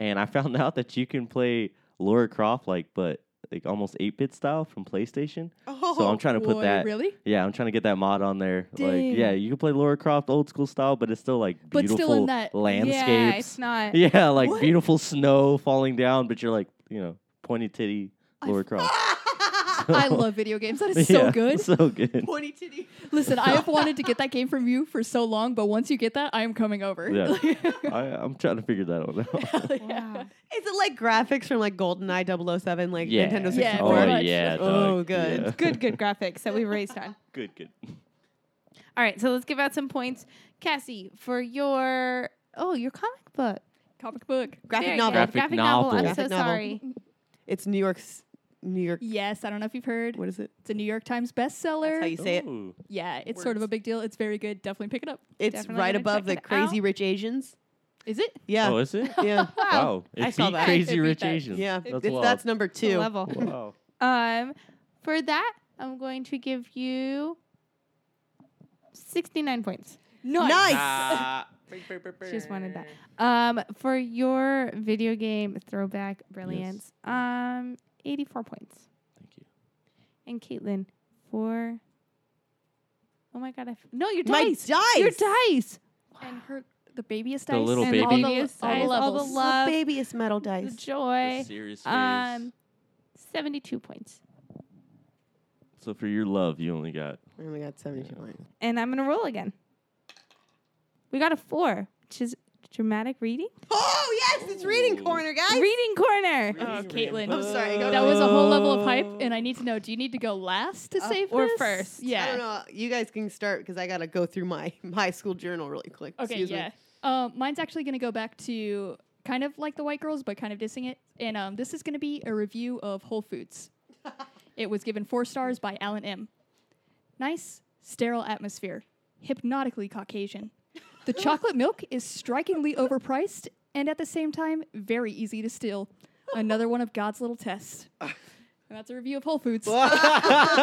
[SPEAKER 3] and I <laughs> found out that you can play Laura Croft like but like almost eight bit style from PlayStation.
[SPEAKER 4] Oh,
[SPEAKER 3] so I'm trying to put
[SPEAKER 2] Wait,
[SPEAKER 3] that.
[SPEAKER 2] really,
[SPEAKER 3] Yeah, I'm trying to get that mod on there.
[SPEAKER 2] Dang.
[SPEAKER 3] Like, yeah, you can play Laura Croft old school style, but it's still like
[SPEAKER 2] but
[SPEAKER 3] beautiful
[SPEAKER 2] still in that.
[SPEAKER 1] Yeah, it's
[SPEAKER 3] <laughs> landscapes.
[SPEAKER 1] not.
[SPEAKER 3] Yeah, like
[SPEAKER 4] What?
[SPEAKER 3] beautiful snow falling down, but you're like you know pointy titty
[SPEAKER 2] I
[SPEAKER 3] Laura
[SPEAKER 2] f- <laughs>
[SPEAKER 3] Croft.
[SPEAKER 4] <laughs>
[SPEAKER 2] I
[SPEAKER 3] <laughs>
[SPEAKER 2] love video games. That is so
[SPEAKER 3] Yeah,
[SPEAKER 2] good.
[SPEAKER 3] <laughs> So
[SPEAKER 2] <laughs>
[SPEAKER 3] good.
[SPEAKER 4] Pointy titty.
[SPEAKER 2] Listen, I have wanted to get that game from you for so long, but once you get that, I am coming over.
[SPEAKER 3] I, I'm trying to figure
[SPEAKER 2] <laughs>
[SPEAKER 3] that out. Now.
[SPEAKER 2] Hell yeah.
[SPEAKER 1] Wow.
[SPEAKER 4] Is it like graphics from like GoldenEye 007,
[SPEAKER 3] <laughs>
[SPEAKER 4] like
[SPEAKER 3] yeah.
[SPEAKER 4] Nintendo 64?
[SPEAKER 2] Yeah,
[SPEAKER 3] oh
[SPEAKER 2] pretty much.
[SPEAKER 3] yeah.
[SPEAKER 4] Oh,
[SPEAKER 3] dog,
[SPEAKER 4] good.
[SPEAKER 3] yeah.
[SPEAKER 1] good, good graphics that we raised on.
[SPEAKER 3] good. Good.
[SPEAKER 1] <laughs> All right, so let's give out some points, Cassie, for your oh your comic book
[SPEAKER 2] <laughs> Comic book.
[SPEAKER 4] Graphic
[SPEAKER 1] There you go.
[SPEAKER 4] novel.
[SPEAKER 3] Graphic
[SPEAKER 1] Graphic novel. I'm
[SPEAKER 4] novel.
[SPEAKER 1] so
[SPEAKER 4] Graphic novel.
[SPEAKER 1] sorry.
[SPEAKER 4] It's New York's New York.
[SPEAKER 2] Yes, I don't know if you've heard.
[SPEAKER 4] What is it?
[SPEAKER 2] It's a New York Times bestseller.
[SPEAKER 4] That's how you say it.
[SPEAKER 3] Ooh.
[SPEAKER 2] yeah, it's sort of
[SPEAKER 4] words.
[SPEAKER 2] a big deal. It's very good. Definitely pick it up.
[SPEAKER 4] It's
[SPEAKER 1] Definitely
[SPEAKER 4] right
[SPEAKER 1] gonna
[SPEAKER 4] above
[SPEAKER 1] check
[SPEAKER 4] the
[SPEAKER 1] it
[SPEAKER 4] Crazy
[SPEAKER 1] out.
[SPEAKER 4] Rich Asians.
[SPEAKER 2] Is it?
[SPEAKER 4] Yeah,
[SPEAKER 3] Oh,
[SPEAKER 4] <laughs>
[SPEAKER 3] is it?
[SPEAKER 4] yeah,
[SPEAKER 3] Wow. It
[SPEAKER 4] I saw
[SPEAKER 3] beat
[SPEAKER 4] that.
[SPEAKER 2] It
[SPEAKER 3] Crazy
[SPEAKER 2] beat
[SPEAKER 3] Rich
[SPEAKER 2] that.
[SPEAKER 3] Asians.
[SPEAKER 4] yeah.
[SPEAKER 3] That's
[SPEAKER 4] it's,
[SPEAKER 3] wild.
[SPEAKER 4] that's number
[SPEAKER 1] The
[SPEAKER 4] two.
[SPEAKER 1] level.
[SPEAKER 3] <laughs> Wow.
[SPEAKER 1] Um, for that, I'm going to give you 69 points.
[SPEAKER 2] No.
[SPEAKER 4] Nice.
[SPEAKER 1] Just wanted that. Um, for your video game throwback brilliance, um, 84 points.
[SPEAKER 3] Thank you.
[SPEAKER 1] And Caitlin, for oh my god, I f- no, your
[SPEAKER 4] My
[SPEAKER 1] dice,
[SPEAKER 4] dice.
[SPEAKER 1] your dice,
[SPEAKER 2] And her the babyest
[SPEAKER 3] The
[SPEAKER 2] dice.
[SPEAKER 3] little
[SPEAKER 2] and
[SPEAKER 3] baby.
[SPEAKER 2] All the,
[SPEAKER 1] Babyest
[SPEAKER 2] all the
[SPEAKER 1] dice, all the
[SPEAKER 2] levels.
[SPEAKER 1] lo- Love.
[SPEAKER 4] The babyest metal
[SPEAKER 1] the
[SPEAKER 4] dice.
[SPEAKER 1] joy,
[SPEAKER 3] serious
[SPEAKER 1] um, 72 points.
[SPEAKER 3] So for your love, you only got.
[SPEAKER 4] Oh my god, seventy-two points.
[SPEAKER 1] And I'm gonna roll again. We got a four, which is dramatic reading,
[SPEAKER 4] Oh yes, it's reading corner, guys.
[SPEAKER 1] reading
[SPEAKER 4] <laughs>
[SPEAKER 1] corner.
[SPEAKER 2] Oh, Caitlin.
[SPEAKER 4] I'm sorry. Go
[SPEAKER 2] That was a whole level of hype, and I need to know. Do you need to go last to
[SPEAKER 1] Uh,
[SPEAKER 2] save
[SPEAKER 1] or
[SPEAKER 2] this?
[SPEAKER 1] first.
[SPEAKER 2] Yeah.
[SPEAKER 4] I don't know. You guys can start because I gotta go through my <laughs> my school journal really quick.
[SPEAKER 2] Okay,
[SPEAKER 4] Excuse
[SPEAKER 2] yeah.
[SPEAKER 4] me.
[SPEAKER 2] Um, mine's actually going to go back to kind of like the white girls, but kind of dissing it. And um, this is going to be a review of Whole <laughs> Foods. it was given four stars by Alan M. Nice, sterile atmosphere, hypnotically Caucasian. <laughs> The chocolate milk is strikingly overpriced and at the same time very easy to steal. Another one of God's little <laughs> tests. And that's a review of Whole Foods.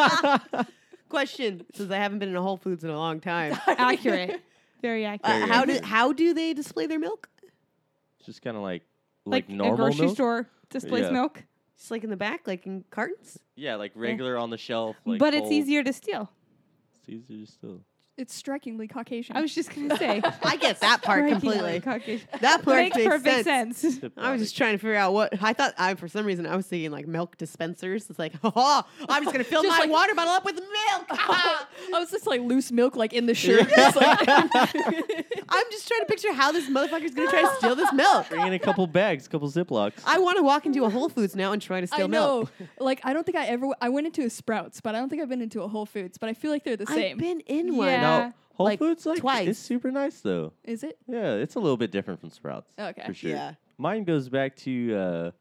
[SPEAKER 4] <laughs> Question: Since I haven't been in a Whole Foods in a
[SPEAKER 2] <laughs>
[SPEAKER 4] long time,
[SPEAKER 1] accurate. Very accurate.
[SPEAKER 4] uh, how do how do they display their milk?
[SPEAKER 3] Just kind of like
[SPEAKER 1] like,
[SPEAKER 3] like, normal
[SPEAKER 1] a grocery
[SPEAKER 3] milk?
[SPEAKER 1] store displays
[SPEAKER 3] Yeah.
[SPEAKER 1] milk,
[SPEAKER 4] Just like in the back, like in cartons.
[SPEAKER 3] Yeah, like regular on the shelf. Like
[SPEAKER 1] but it's
[SPEAKER 3] whole-
[SPEAKER 1] easier to steal.
[SPEAKER 3] It's easier still.
[SPEAKER 2] It's strikingly Caucasian.
[SPEAKER 1] I was just
[SPEAKER 4] <laughs>
[SPEAKER 1] gonna say.
[SPEAKER 4] I get
[SPEAKER 2] <laughs>
[SPEAKER 4] that part
[SPEAKER 1] Frankie
[SPEAKER 4] completely.
[SPEAKER 1] Caucasian.
[SPEAKER 4] That part
[SPEAKER 1] Makes perfect sense.
[SPEAKER 4] I was just trying to figure out what I thought. I for some reason I was thinking like milk dispensers. It's like, <laughs> oh, I'm just gonna fill
[SPEAKER 2] Just
[SPEAKER 4] my
[SPEAKER 2] like-
[SPEAKER 4] water bottle up
[SPEAKER 2] <laughs>
[SPEAKER 4] with milk. <laughs>
[SPEAKER 2] I was just like loose milk, like <laughs> in the shirt. Just, <laughs> like-
[SPEAKER 4] I'm just trying to picture how this motherfucker's gonna try to steal this milk.
[SPEAKER 3] Bring in a couple bags, couple Ziplocs.
[SPEAKER 4] I want to walk into a Whole Foods now and try to steal
[SPEAKER 2] I know.
[SPEAKER 4] milk.
[SPEAKER 2] like I don't think I ever. W- I went into a Sprouts, but I don't think I've been into a Whole Foods. But I feel like they're the same.
[SPEAKER 4] I've been in one.
[SPEAKER 1] Yeah.
[SPEAKER 3] No, Whole
[SPEAKER 4] like,
[SPEAKER 3] Foods like
[SPEAKER 4] twice.
[SPEAKER 3] it's super nice though.
[SPEAKER 2] Is it?
[SPEAKER 3] Yeah, it's a little bit different from Sprouts.
[SPEAKER 2] Okay.
[SPEAKER 3] For sure.
[SPEAKER 4] Yeah.
[SPEAKER 3] Mine goes back to uh,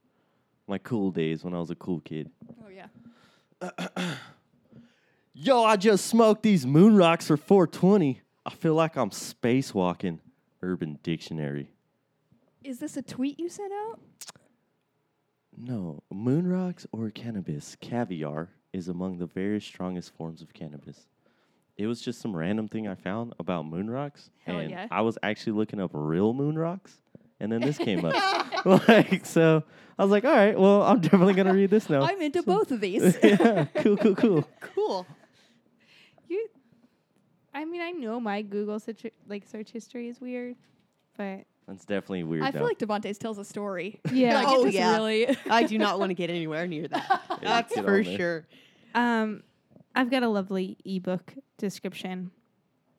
[SPEAKER 3] my cool days when I was a cool kid.
[SPEAKER 2] Oh yeah.
[SPEAKER 3] Yo, I just smoked these moon rocks for 420. I feel like I'm spacewalking. Urban Dictionary.
[SPEAKER 2] Is this a tweet you sent out?
[SPEAKER 3] No, moon rocks or cannabis. Caviar is among the very strongest forms of cannabis. It was just some random thing I found about moon rocks,
[SPEAKER 2] Hell
[SPEAKER 3] and
[SPEAKER 2] yeah.
[SPEAKER 3] I was actually looking up real moon rocks, and then this came
[SPEAKER 2] <laughs>
[SPEAKER 3] up. <laughs> like, so I was like, all right, well, I'm definitely gonna read this <laughs> now.
[SPEAKER 2] I'm into both of <laughs> these.
[SPEAKER 3] yeah, cool, cool, cool.
[SPEAKER 4] Cool.
[SPEAKER 1] You, I mean, I know my Google search, like search history is weird, but
[SPEAKER 3] That's definitely weird.
[SPEAKER 2] I feel
[SPEAKER 3] though.
[SPEAKER 2] like Devontae's tells a story.
[SPEAKER 1] yeah.
[SPEAKER 2] Like
[SPEAKER 4] Oh,
[SPEAKER 2] it just
[SPEAKER 4] <laughs> yeah.
[SPEAKER 2] really.
[SPEAKER 4] I do not want to get anywhere near that.
[SPEAKER 3] <laughs> Yeah,
[SPEAKER 4] That's
[SPEAKER 3] get
[SPEAKER 4] for
[SPEAKER 3] on there.
[SPEAKER 4] sure. Oh.
[SPEAKER 1] um, I've got a lovely ebook description.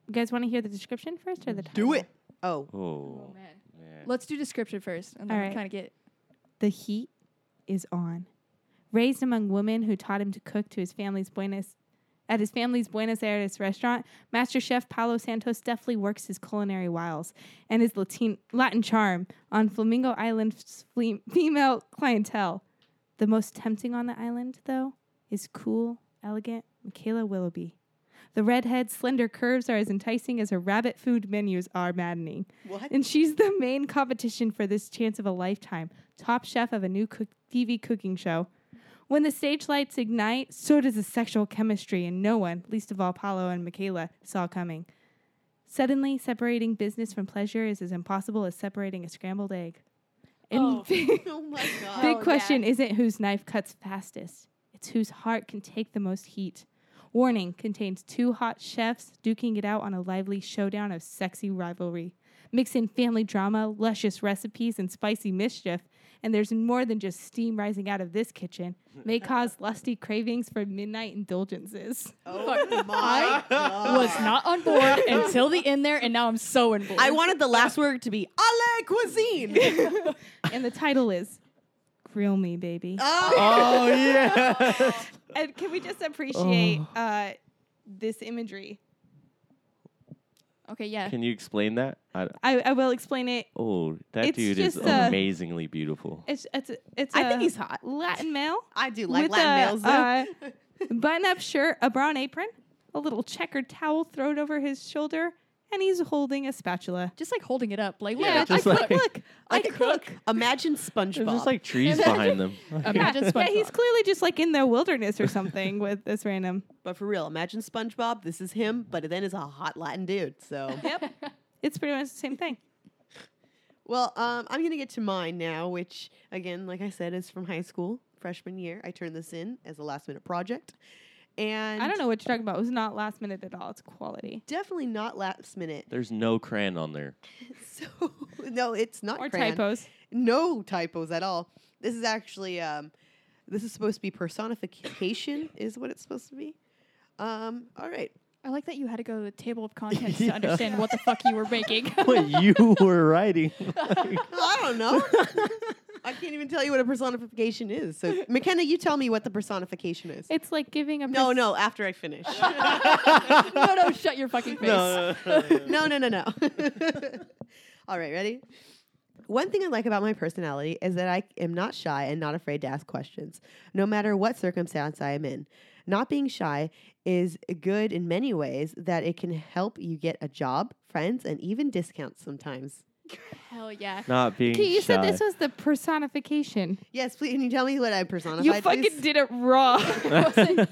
[SPEAKER 1] You guys want to hear the description first or the title?
[SPEAKER 4] Do it. Oh,
[SPEAKER 3] Oh,
[SPEAKER 2] man.
[SPEAKER 3] man.
[SPEAKER 2] <laughs> Let's do description first, and then
[SPEAKER 1] All
[SPEAKER 2] we
[SPEAKER 1] right.
[SPEAKER 2] kind of get.
[SPEAKER 1] The heat is on. Raised among women who taught him to cook to his family's Buenos at his family's Buenos Aires restaurant, master chef Paulo Santos deftly works his culinary wiles and his Latin Latin charm on Flamingo Island's fle- female clientele. The most tempting on the island, though, is cool, elegant Michaela Willoughby. The redhead's slender curves are as enticing as her rabbit food menus are maddening.
[SPEAKER 4] what?
[SPEAKER 1] And she's the main competition for this chance of a lifetime, top chef of a new cook- TV cooking show. When the stage lights ignite, so does the sexual chemistry, and no one, least of all Paolo and Michaela, saw coming. Suddenly, separating business from pleasure is as impossible as separating a scrambled egg. And
[SPEAKER 2] Oh.
[SPEAKER 1] big,
[SPEAKER 4] <laughs> Oh my
[SPEAKER 2] <laughs>
[SPEAKER 4] god.
[SPEAKER 1] big
[SPEAKER 2] yeah.
[SPEAKER 1] question isn't whose knife cuts fastest, it's whose heart can take the most heat. Warning contains two hot chefs duking it out on a lively showdown of sexy rivalry. Mix in family drama, luscious recipes, and spicy mischief, and there's more than just steam rising out of this kitchen.
[SPEAKER 4] <laughs>
[SPEAKER 1] May cause lusty cravings for midnight indulgences.
[SPEAKER 4] Oh my god.
[SPEAKER 2] was not on <laughs> board until the end there, and now I'm so on board.
[SPEAKER 4] I wanted the last word to be "Ale
[SPEAKER 2] <laughs>
[SPEAKER 4] cuisine." <laughs>
[SPEAKER 1] And the title is Grill Me, Baby.
[SPEAKER 4] oh,
[SPEAKER 3] <laughs> Oh yeah.
[SPEAKER 1] And can we just appreciate uh, this imagery?
[SPEAKER 2] Okay, yeah.
[SPEAKER 3] Can you explain that? I,
[SPEAKER 1] I, I will explain it.
[SPEAKER 3] oh, that
[SPEAKER 1] It's
[SPEAKER 3] dude is
[SPEAKER 1] just, uh,
[SPEAKER 3] amazingly
[SPEAKER 1] <laughs>
[SPEAKER 3] beautiful.
[SPEAKER 1] It's it's it's.
[SPEAKER 4] I think
[SPEAKER 1] a
[SPEAKER 4] he's hot.
[SPEAKER 1] Latin male.
[SPEAKER 4] I do like
[SPEAKER 1] with
[SPEAKER 4] Latin
[SPEAKER 1] a,
[SPEAKER 4] males. Though.
[SPEAKER 1] uh, button-up shirt, a brown apron, a little checkered towel thrown over his shoulder, and he's holding a spatula.
[SPEAKER 2] Just like holding it up, like
[SPEAKER 1] Yeah,
[SPEAKER 2] look, I
[SPEAKER 3] just
[SPEAKER 2] cook.
[SPEAKER 3] like-
[SPEAKER 1] Look,
[SPEAKER 4] <laughs> Like
[SPEAKER 1] I
[SPEAKER 4] a
[SPEAKER 1] cook.
[SPEAKER 4] cook. Imagine SpongeBob.
[SPEAKER 3] There's just like trees behind them.
[SPEAKER 2] imagine SpongeBob.
[SPEAKER 1] Yeah, he's clearly just like in the wilderness or something with this random.
[SPEAKER 4] but for real, imagine SpongeBob. This is him, but then is a hot Latin dude.
[SPEAKER 1] <laughs>
[SPEAKER 4] So,
[SPEAKER 1] Yep, it's pretty much the same thing.
[SPEAKER 4] well, um, I'm gonna get to mine now, which again, like I said, is from high school freshman year. I turned this in as a last minute project, and
[SPEAKER 1] I don't know what you're talking about. It was not last minute at all. It's quality
[SPEAKER 4] Definitely not last minute.
[SPEAKER 3] <laughs> There's no crayon on there.
[SPEAKER 4] <laughs> So no, it's not
[SPEAKER 1] or
[SPEAKER 4] crayon.
[SPEAKER 1] typos.
[SPEAKER 4] no typos at all. This is actually um, this is supposed to be personification, is what it's supposed to be. Um, all right,
[SPEAKER 2] I like that you had to go to the table of <laughs> contents to
[SPEAKER 3] Yeah.
[SPEAKER 2] understand what the fuck you were making.
[SPEAKER 3] <laughs>
[SPEAKER 2] <laughs>
[SPEAKER 3] What you were writing. <laughs>
[SPEAKER 4] I
[SPEAKER 1] <laughs>
[SPEAKER 4] don't know. I can't even tell you what a personification is. So McKenna, you tell me what the personification is.
[SPEAKER 1] It's like giving a
[SPEAKER 4] No,
[SPEAKER 1] pers-
[SPEAKER 4] no. After I
[SPEAKER 1] <laughs>
[SPEAKER 4] finish.
[SPEAKER 2] <laughs> no, no, shut your fucking face.
[SPEAKER 3] No, no, no, no.
[SPEAKER 4] no, no, no, no. <laughs> All right, ready? One thing I like about my personality is that I am not shy and not afraid to ask questions, no matter what circumstance I am in. Not being shy is good in many ways that it can help you get a job, friends, and even discounts sometimes.
[SPEAKER 2] Hell yeah.
[SPEAKER 3] Not being
[SPEAKER 1] Okay, you
[SPEAKER 3] shy.
[SPEAKER 1] said
[SPEAKER 3] <laughs>
[SPEAKER 1] this was the personification.
[SPEAKER 4] Yes, please. Can you tell me what I personified?
[SPEAKER 1] you fucking
[SPEAKER 4] please?
[SPEAKER 1] did it wrong.
[SPEAKER 3] <laughs>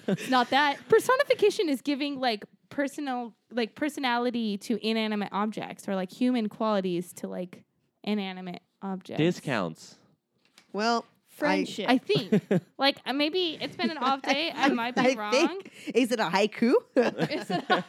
[SPEAKER 2] It's not that.
[SPEAKER 1] personification is giving like personal like personality to inanimate objects or like human qualities to like inanimate objects
[SPEAKER 3] Discounts.
[SPEAKER 4] Well,
[SPEAKER 2] Friendship.
[SPEAKER 1] i think like uh, maybe it's been an off day i,
[SPEAKER 4] <laughs>
[SPEAKER 1] might be
[SPEAKER 4] I
[SPEAKER 1] wrong
[SPEAKER 4] think- is it a haiku?
[SPEAKER 2] It's
[SPEAKER 4] <laughs>
[SPEAKER 2] not-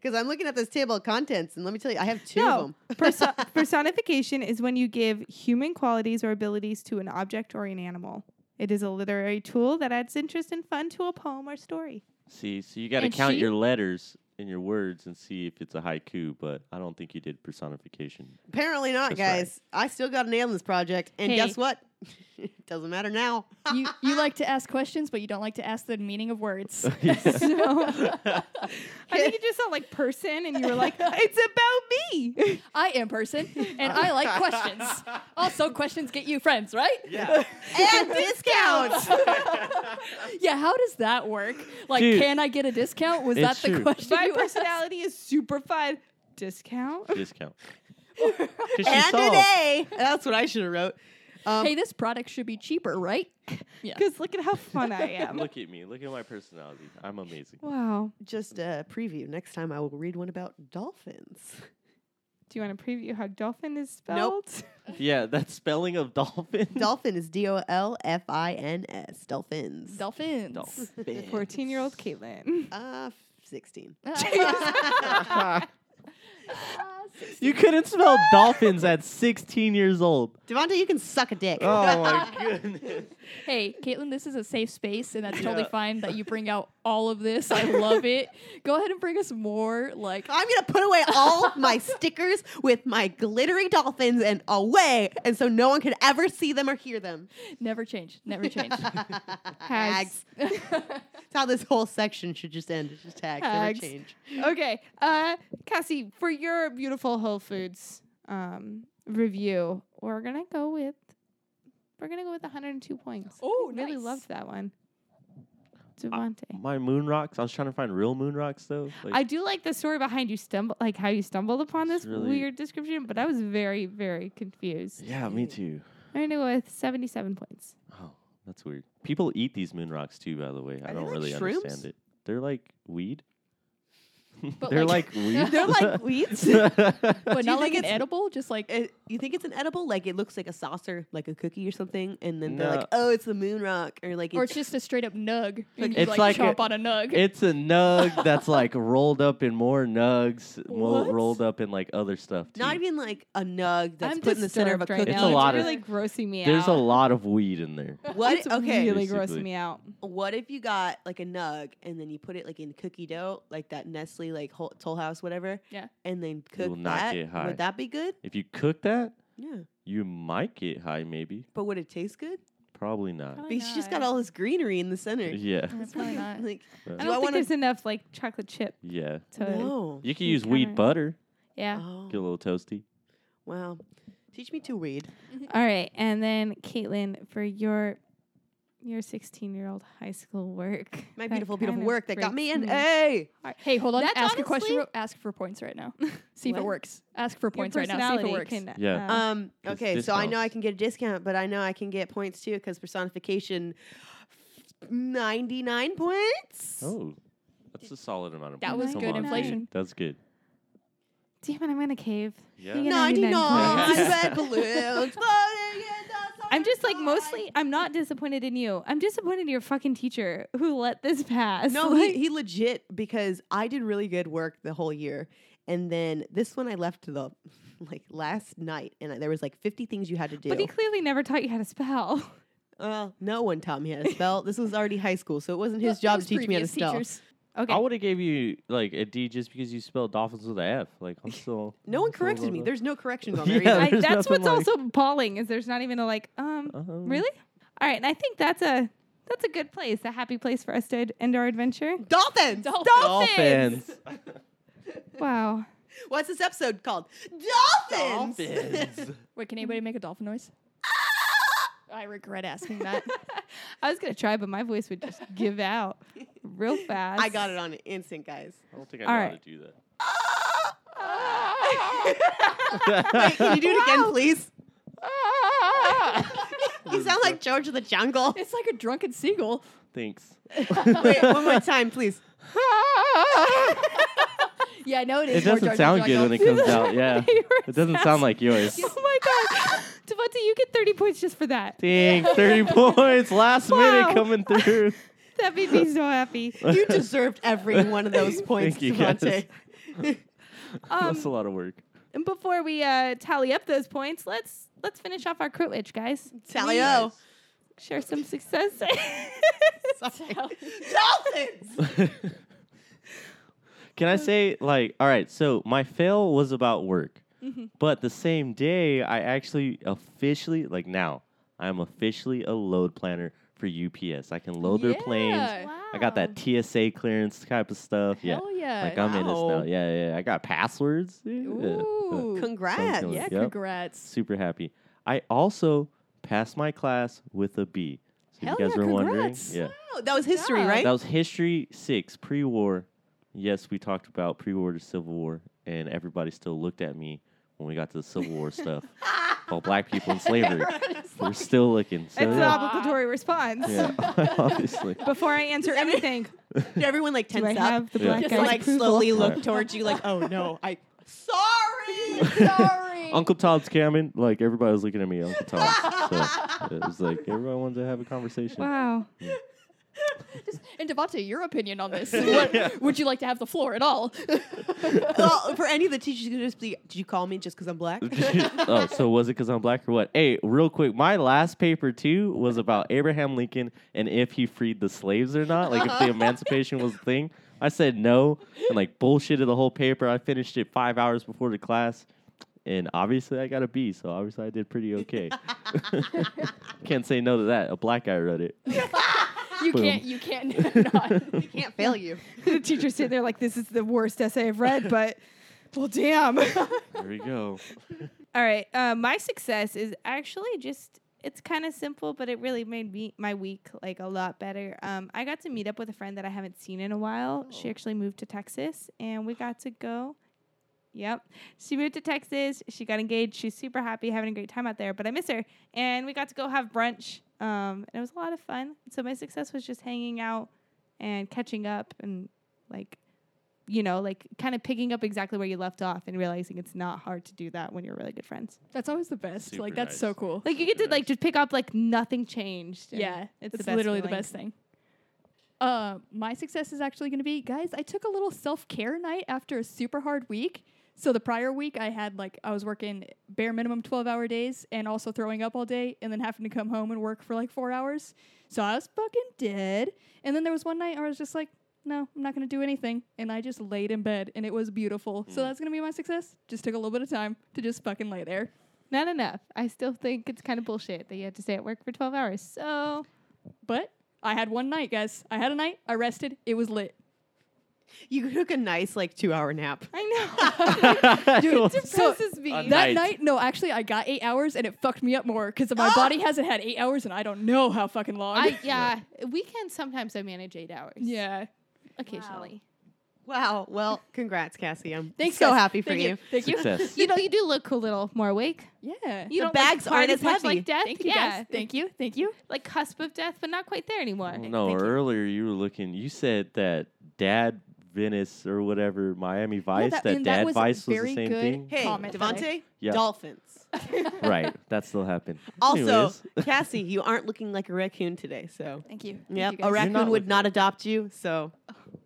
[SPEAKER 4] Because I'm looking at this table of contents, and let me tell you, I have two of
[SPEAKER 1] no <laughs>
[SPEAKER 4] them.
[SPEAKER 1] perso- personification is when you give human qualities or abilities to an object or an animal it is a literary tool that adds interest and fun to a poem or story
[SPEAKER 3] See, so you got to
[SPEAKER 2] And
[SPEAKER 3] count
[SPEAKER 2] she-
[SPEAKER 3] your letters and your words and see if it's a haiku. But I don't think you did personification.
[SPEAKER 4] Apparently not,
[SPEAKER 3] That's right.
[SPEAKER 4] guys. I still got an on this project, and
[SPEAKER 2] Hey.
[SPEAKER 4] guess what? <laughs> it doesn't matter now.
[SPEAKER 2] you, you like to ask questions, but you don't like to ask the meaning of
[SPEAKER 3] <laughs>
[SPEAKER 2] words.
[SPEAKER 1] so i think you just saw like person and you were like it's about me
[SPEAKER 2] I am person, and I like questions. Also, questions get you friends, right?
[SPEAKER 3] <laughs> yeah.
[SPEAKER 4] <laughs> and discounts.
[SPEAKER 2] <laughs> Yeah, how does that work? Like,
[SPEAKER 3] Dude.
[SPEAKER 2] can I get a discount? Was that
[SPEAKER 3] It's
[SPEAKER 2] the
[SPEAKER 3] true.
[SPEAKER 2] question?
[SPEAKER 1] My
[SPEAKER 2] you <laughs> asked?
[SPEAKER 1] personality is super fun. Discount?
[SPEAKER 3] Discount. 'Cause she
[SPEAKER 4] and
[SPEAKER 3] saw.
[SPEAKER 4] today, that's what I should have wrote.
[SPEAKER 2] <laughs>
[SPEAKER 4] Um,
[SPEAKER 2] Hey, this product should be cheaper,
[SPEAKER 3] <laughs>
[SPEAKER 2] right? Yeah.
[SPEAKER 1] Because look at how fun I am.
[SPEAKER 3] Look at me. Look at my personality. I'm amazing.
[SPEAKER 1] wow.
[SPEAKER 4] just a preview. Next time, I will read one about dolphins.
[SPEAKER 1] Do you want to preview how dolphin is spelled?
[SPEAKER 4] Nope.
[SPEAKER 3] Yeah, that spelling of dolphin.
[SPEAKER 4] Dolphin is D O L F I N S. Dolphins.
[SPEAKER 2] Dolphins. <laughs>
[SPEAKER 1] 14 year old Caitlin.
[SPEAKER 4] uh, f- sixteen.
[SPEAKER 3] <laughs>
[SPEAKER 4] <laughs>
[SPEAKER 2] Ah,
[SPEAKER 3] you couldn't spell dolphins at 16 years old.
[SPEAKER 4] Devonta, you can suck a dick.
[SPEAKER 3] <laughs> Oh <laughs> my goodness.
[SPEAKER 2] Hey, Caitlin, this is a safe space, and that's
[SPEAKER 3] Yeah.
[SPEAKER 2] totally fine that you bring out all of this. I love it. Go ahead and bring us more. Like,
[SPEAKER 4] I'm gonna put away
[SPEAKER 1] <laughs>
[SPEAKER 4] all my stickers with my glittery dolphins and away, and so no one can ever see them or hear them.
[SPEAKER 2] never change. Never change.
[SPEAKER 4] Tags. That's how this whole section should just end. It's just tags, never
[SPEAKER 1] Tags.
[SPEAKER 4] change.
[SPEAKER 1] okay. Uh, Cassie, for your beautiful Whole Foods um, review, we're going to go with. We're gonna go with 102 points.
[SPEAKER 2] Oh,
[SPEAKER 1] I really
[SPEAKER 2] nice.
[SPEAKER 1] loved that one, Devante.
[SPEAKER 3] My moon rocks. I was trying to find real moon rocks though. Like,
[SPEAKER 1] I do like the story behind you stumble, like how you stumbled upon
[SPEAKER 3] It's
[SPEAKER 1] this
[SPEAKER 3] really-
[SPEAKER 1] weird description, but I was very, very confused.
[SPEAKER 3] yeah, me too.
[SPEAKER 1] I'm gonna go with 77 points.
[SPEAKER 3] Oh, that's weird. People eat these moon rocks too, by the way. I
[SPEAKER 4] they
[SPEAKER 3] don't
[SPEAKER 4] like
[SPEAKER 3] really
[SPEAKER 4] shrooms?
[SPEAKER 3] understand it. They're like weed.
[SPEAKER 2] But
[SPEAKER 3] <laughs> They're
[SPEAKER 2] like-
[SPEAKER 3] like, weed. <laughs>
[SPEAKER 4] They're like weeds. <laughs>
[SPEAKER 2] but
[SPEAKER 4] Do you
[SPEAKER 2] not like
[SPEAKER 4] think
[SPEAKER 2] an
[SPEAKER 4] it's-
[SPEAKER 2] edible, just like
[SPEAKER 4] It, you think it's an edible? Like it looks like a saucer, like a cookie or something, and then they're
[SPEAKER 3] No.
[SPEAKER 4] like, "Oh, it's the moon rock," or like,
[SPEAKER 2] or
[SPEAKER 4] it's,
[SPEAKER 2] it's just a straight up nug. and you
[SPEAKER 3] It's
[SPEAKER 2] like,
[SPEAKER 3] like
[SPEAKER 2] chomp
[SPEAKER 3] a-
[SPEAKER 2] on a nug.
[SPEAKER 3] It's a nug that's like rolled up in more nugs, mo-
[SPEAKER 2] What?
[SPEAKER 3] rolled up in like other stuff. Too.
[SPEAKER 4] not even like a nug that's
[SPEAKER 1] I'm
[SPEAKER 4] put in the center of a
[SPEAKER 1] disturbed right
[SPEAKER 4] cookie.
[SPEAKER 1] now.
[SPEAKER 3] It's a lot
[SPEAKER 1] really
[SPEAKER 3] of-
[SPEAKER 1] grossing me
[SPEAKER 3] There's
[SPEAKER 1] out.
[SPEAKER 3] a lot of weed in there.
[SPEAKER 4] What?
[SPEAKER 1] It's
[SPEAKER 4] okay. Oh
[SPEAKER 1] really
[SPEAKER 3] Basically.
[SPEAKER 1] grossing me out.
[SPEAKER 4] What if you got like a nug and then you put it like in cookie dough, like that Nestle like whole, Toll House whatever?
[SPEAKER 2] Yeah.
[SPEAKER 4] And then cook
[SPEAKER 3] will not
[SPEAKER 4] that.
[SPEAKER 3] get high.
[SPEAKER 4] Would that be good?
[SPEAKER 3] If you cook that,
[SPEAKER 4] Yeah.
[SPEAKER 3] you might get high, maybe.
[SPEAKER 4] But would it taste good?
[SPEAKER 3] Probably not.
[SPEAKER 1] Probably
[SPEAKER 4] Because you just got
[SPEAKER 1] not.
[SPEAKER 4] all this greenery in the center.
[SPEAKER 3] <laughs>
[SPEAKER 4] <laughs>
[SPEAKER 3] Yeah.
[SPEAKER 2] Yeah,
[SPEAKER 4] It's
[SPEAKER 2] probably
[SPEAKER 4] like-
[SPEAKER 2] not.
[SPEAKER 4] Like,
[SPEAKER 3] Uh,
[SPEAKER 1] I
[SPEAKER 4] do I
[SPEAKER 1] don't think
[SPEAKER 4] wanna-
[SPEAKER 1] there's enough like chocolate chip
[SPEAKER 3] Yeah.
[SPEAKER 1] to.
[SPEAKER 4] no.
[SPEAKER 3] You can
[SPEAKER 1] You
[SPEAKER 3] use
[SPEAKER 1] kinda-
[SPEAKER 3] weed butter,
[SPEAKER 1] Yeah.
[SPEAKER 4] Oh,
[SPEAKER 3] get a little toasty.
[SPEAKER 4] wow. Teach me to read.
[SPEAKER 1] All right, and then Caitlin for your your 16 year old high school work.
[SPEAKER 4] My
[SPEAKER 1] That
[SPEAKER 4] beautiful,
[SPEAKER 1] kind
[SPEAKER 4] beautiful
[SPEAKER 1] of
[SPEAKER 4] work that got
[SPEAKER 1] breaks
[SPEAKER 4] me eh, an
[SPEAKER 1] me.
[SPEAKER 4] A.
[SPEAKER 2] Hey, hold on.
[SPEAKER 1] That's
[SPEAKER 2] ask a question.
[SPEAKER 1] honestly-
[SPEAKER 2] real- Ask for points right now. See if it
[SPEAKER 4] What?
[SPEAKER 2] works. Ask for
[SPEAKER 1] Your
[SPEAKER 2] points right now. See if it
[SPEAKER 1] personality
[SPEAKER 2] works.
[SPEAKER 1] can,
[SPEAKER 3] Yeah.
[SPEAKER 1] uh,
[SPEAKER 4] Um.
[SPEAKER 3] It's
[SPEAKER 4] Okay, so I know I
[SPEAKER 3] discounts.
[SPEAKER 4] can get a discount, but I know I can get points too because personification, ninety nine points.
[SPEAKER 3] Oh, that's a solid amount of
[SPEAKER 2] That
[SPEAKER 3] weed.
[SPEAKER 1] was
[SPEAKER 3] Come
[SPEAKER 1] good
[SPEAKER 3] on, dude.
[SPEAKER 2] inflation.
[SPEAKER 3] That's good.
[SPEAKER 1] damn it, I'm gonna cave.
[SPEAKER 3] Yeah.
[SPEAKER 1] You get <laughs>
[SPEAKER 4] 99
[SPEAKER 1] points.
[SPEAKER 4] red <laughs> balloons floating in the
[SPEAKER 1] <laughs> I'm just like
[SPEAKER 4] sky.
[SPEAKER 1] mostly. I'm not disappointed in you. I'm disappointed in your fucking teacher who let this pass. <laughs>
[SPEAKER 4] No,
[SPEAKER 1] Like,
[SPEAKER 4] he, he legit because I did really good work the whole year, and then this one I left to the <laughs> like last night, and I, there was like fifty things you had to do.
[SPEAKER 1] but he clearly never taught you how to
[SPEAKER 4] <laughs>
[SPEAKER 1] spell. <laughs>
[SPEAKER 4] uh, no one taught me how to spell. this was already high school, so it wasn't
[SPEAKER 1] <laughs>
[SPEAKER 4] his
[SPEAKER 2] Those
[SPEAKER 4] job to teach me how to
[SPEAKER 2] previous
[SPEAKER 4] spell.
[SPEAKER 2] teachers.
[SPEAKER 1] Okay,
[SPEAKER 3] I would have gave you like a D just because you spelled dolphins with a F. Like I'm still.
[SPEAKER 4] <laughs> No one
[SPEAKER 3] I'm still
[SPEAKER 4] corrected me.
[SPEAKER 3] blah,
[SPEAKER 4] There's no corrections on there.
[SPEAKER 3] Yeah,
[SPEAKER 4] either.
[SPEAKER 1] I,
[SPEAKER 3] there's
[SPEAKER 1] that's what's
[SPEAKER 3] nothing like-
[SPEAKER 1] also appalling is there's not even a like um
[SPEAKER 3] blah. Um,
[SPEAKER 1] really. All right, and I think that's a that's a good place, a happy place for us to ed- end our adventure.
[SPEAKER 4] Dolphins.
[SPEAKER 2] Dolphins.
[SPEAKER 3] Dolphins.
[SPEAKER 1] Wow. <laughs>
[SPEAKER 4] What's this episode called? Dolphins.
[SPEAKER 2] Wait, can anybody make a dolphin noise? I regret asking that.
[SPEAKER 1] I was gonna try, but my voice would just give out real fast.
[SPEAKER 4] <laughs> I
[SPEAKER 3] <laughs>
[SPEAKER 4] got it on instant,
[SPEAKER 1] <laughs>
[SPEAKER 4] guys.
[SPEAKER 3] I don't think I know
[SPEAKER 1] All
[SPEAKER 3] how to
[SPEAKER 1] right.
[SPEAKER 3] do that.
[SPEAKER 4] Wait, can you do it again, please? you sound like George of the Jungle.
[SPEAKER 2] it's like a drunken seagull.
[SPEAKER 3] <laughs> Thanks.
[SPEAKER 4] <laughs> Wait, one more time, please.
[SPEAKER 2] Yeah, I know it
[SPEAKER 3] It
[SPEAKER 2] is. more drunken
[SPEAKER 3] doesn't sound good
[SPEAKER 2] jungle.
[SPEAKER 3] when it
[SPEAKER 2] <laughs>
[SPEAKER 3] comes
[SPEAKER 1] <laughs>
[SPEAKER 3] out. Yeah. <laughs> It doesn't sound like yours.
[SPEAKER 1] Oh my
[SPEAKER 4] <laughs>
[SPEAKER 1] god, Devonta, you get thirty points just for that.
[SPEAKER 3] Dang, 30 points last
[SPEAKER 1] Wow.
[SPEAKER 3] minute coming through.
[SPEAKER 1] <laughs> That made me so
[SPEAKER 3] <laughs>
[SPEAKER 1] happy.
[SPEAKER 4] <laughs> You deserved every one of those points,
[SPEAKER 3] Thank you,
[SPEAKER 4] Devante.
[SPEAKER 3] guys. That's a
[SPEAKER 1] Um,
[SPEAKER 3] lot of work.
[SPEAKER 1] and before we uh, tally up those points, let's let's finish off our crit witch, guys.
[SPEAKER 4] Tally <laughs> o.
[SPEAKER 1] Share some success. <laughs>
[SPEAKER 4] Sorry. Dolphins.
[SPEAKER 3] <laughs> Can I say like, all right? So my fail was about work, but the same day I actually officially like now I'm officially a load planner for UPS. I can load their planes.
[SPEAKER 2] Yeah.
[SPEAKER 3] I got that TSA clearance type of stuff.
[SPEAKER 2] Hell yeah.
[SPEAKER 3] yeah, like I'm in this
[SPEAKER 4] Wow.
[SPEAKER 3] now. Yeah, yeah. I got passwords. Yeah.
[SPEAKER 2] Ooh.
[SPEAKER 4] <laughs> Congrats.
[SPEAKER 3] Something
[SPEAKER 2] yeah,
[SPEAKER 3] like- Yep.
[SPEAKER 2] congrats.
[SPEAKER 3] Super happy. I also passed my class with a B. So if
[SPEAKER 2] Hell
[SPEAKER 3] you guys
[SPEAKER 2] yeah,
[SPEAKER 3] are wondering,
[SPEAKER 2] congrats.
[SPEAKER 3] yeah.
[SPEAKER 4] Oh, that was history,
[SPEAKER 2] Yeah.
[SPEAKER 4] right?
[SPEAKER 3] That was history six, pre war. Yes, we talked about pre war to Civil War, and everybody still looked at me when we got to the Civil War stuff. Well, black people
[SPEAKER 2] <laughs>
[SPEAKER 3] in slavery. We're still looking. So,
[SPEAKER 1] It's an
[SPEAKER 3] yeah.
[SPEAKER 1] obligatory response.
[SPEAKER 3] yeah, <laughs> obviously.
[SPEAKER 1] Before I answer anything,
[SPEAKER 4] Did everyone like
[SPEAKER 1] do
[SPEAKER 4] tense
[SPEAKER 1] I
[SPEAKER 4] up?
[SPEAKER 1] have the
[SPEAKER 3] Yeah.
[SPEAKER 1] black
[SPEAKER 4] Just
[SPEAKER 1] guy's
[SPEAKER 4] like
[SPEAKER 1] approval?
[SPEAKER 4] slowly
[SPEAKER 3] Right.
[SPEAKER 4] look towards you, like, oh no, <laughs> I. <laughs>
[SPEAKER 3] <laughs>
[SPEAKER 2] <laughs>
[SPEAKER 4] Sorry.
[SPEAKER 2] Sorry.
[SPEAKER 3] Uncle Todd's coming. Like, everybody was looking at me, Uncle Todd. So it was like, everybody wanted to have a conversation.
[SPEAKER 1] Wow.
[SPEAKER 2] and Devante, your opinion on
[SPEAKER 3] <laughs>
[SPEAKER 2] this? What- Would you like to have the floor at all? <laughs>
[SPEAKER 4] well, for any of the teachers, you could just be, did you call me just because I'm <laughs>
[SPEAKER 3] <laughs>
[SPEAKER 4] black?
[SPEAKER 3] oh, so was it because I'm black or what? Hey, real quick, my last paper too was about Abraham Lincoln and if he freed the slaves or not, like if the emancipation was a thing. I said no and like bullshitted the whole paper. I finished it five hours before the class, and obviously I got a B, so obviously I did pretty okay. Can't say no to that. A black guy wrote it.
[SPEAKER 2] You
[SPEAKER 3] Boom.
[SPEAKER 2] can't. You can't. <laughs> Not.
[SPEAKER 4] we <laughs> can't fail you.
[SPEAKER 1] <laughs> the teacher's sitting there like, this is the worst essay I've read, but well,
[SPEAKER 2] <laughs>
[SPEAKER 1] damn. All
[SPEAKER 3] There we go.
[SPEAKER 1] right. Uh, my success is actually just, it's kind of simple, but it really made me my week like a lot better. Um, I got to meet up with a friend that I haven't seen in a while. She actually moved to Texas and we got to go. Yep. She moved to Texas. She got engaged. She's super happy, having a great time out there, but I miss her. And we got to go have brunch Um, and it was a lot of fun. So my success was just hanging out and catching up and like, you know, like kind of picking up exactly where you left off and realizing it's not hard to do that when you're really good friends.
[SPEAKER 2] That's always the best.
[SPEAKER 3] Super
[SPEAKER 2] like that's
[SPEAKER 3] nice.
[SPEAKER 2] so cool.
[SPEAKER 1] Like you get to like just pick up like nothing changed. and
[SPEAKER 2] yeah,
[SPEAKER 1] it's
[SPEAKER 2] it's
[SPEAKER 1] the best
[SPEAKER 2] literally the
[SPEAKER 1] feeling.
[SPEAKER 2] best thing. Uh, my success is actually going to be, guys. I took a little self care night after a super hard week. So the prior week, I had like I was working bare minimum twelve hour days and also throwing up all day, and then having to come home and work for like four hours. So I was fucking dead. And then there was one night where I was just like, no, I'm not going to do anything, and I just laid in bed, and it was beautiful.
[SPEAKER 1] Mm.
[SPEAKER 2] So that's going to be my success. Just took a little bit of time to just fucking lay there.
[SPEAKER 1] Not enough. I still think it's kind of bullshit that you have to stay at work for 12 hours. So
[SPEAKER 2] But I had one night, guys. I had a night. I rested. It was lit.
[SPEAKER 4] You took a nice like two hour nap.
[SPEAKER 2] <laughs>
[SPEAKER 1] I know.
[SPEAKER 3] <laughs> Dude,
[SPEAKER 2] So-
[SPEAKER 1] Depresses me.
[SPEAKER 3] Uh,
[SPEAKER 2] That
[SPEAKER 3] Night.
[SPEAKER 2] night, no, actually, I got eight hours and it fucked me up more because my body hasn't had eight hours and I don't know how fucking long. <laughs>
[SPEAKER 1] I yeah. Weekends sometimes I manage eight hours.
[SPEAKER 2] yeah.
[SPEAKER 1] Occasionally.
[SPEAKER 4] Wow. Well, congrats, Cassie. I'm
[SPEAKER 2] Thanks.
[SPEAKER 4] so
[SPEAKER 2] guys.
[SPEAKER 4] happy for
[SPEAKER 2] Thank
[SPEAKER 4] you.
[SPEAKER 2] Thank you.
[SPEAKER 3] success.
[SPEAKER 1] You know, you do look a little more awake.
[SPEAKER 2] Yeah.
[SPEAKER 1] You
[SPEAKER 4] The
[SPEAKER 1] don't look
[SPEAKER 4] bags aren't
[SPEAKER 1] hard
[SPEAKER 4] as
[SPEAKER 1] much
[SPEAKER 4] heavy.
[SPEAKER 1] like death.
[SPEAKER 2] Thank you,
[SPEAKER 1] yeah.
[SPEAKER 2] guys. Thank you. Thank you.
[SPEAKER 1] Like cusp of death, but not quite there anymore.
[SPEAKER 3] No,
[SPEAKER 1] Thank you.
[SPEAKER 3] earlier you were looking. You said that Dad Venice or whatever Miami Vice.
[SPEAKER 2] that-
[SPEAKER 3] that,
[SPEAKER 2] and that
[SPEAKER 3] Dad
[SPEAKER 2] was
[SPEAKER 3] Vice was
[SPEAKER 2] very
[SPEAKER 3] the same
[SPEAKER 2] good.
[SPEAKER 4] <laughs>
[SPEAKER 3] thing.
[SPEAKER 4] Hey,
[SPEAKER 2] Comment,
[SPEAKER 4] Devante,
[SPEAKER 3] Yeah.
[SPEAKER 4] dolphins.
[SPEAKER 3] right, that still happened.
[SPEAKER 4] Also,
[SPEAKER 3] Anyways, <laughs>
[SPEAKER 4] Cassie, you aren't looking like a raccoon today. So,
[SPEAKER 2] Thank you.
[SPEAKER 4] yep,
[SPEAKER 2] Thank you
[SPEAKER 4] a
[SPEAKER 2] guys.
[SPEAKER 4] raccoon
[SPEAKER 3] not
[SPEAKER 4] would
[SPEAKER 3] looking
[SPEAKER 4] not
[SPEAKER 3] like-
[SPEAKER 4] adopt you. So,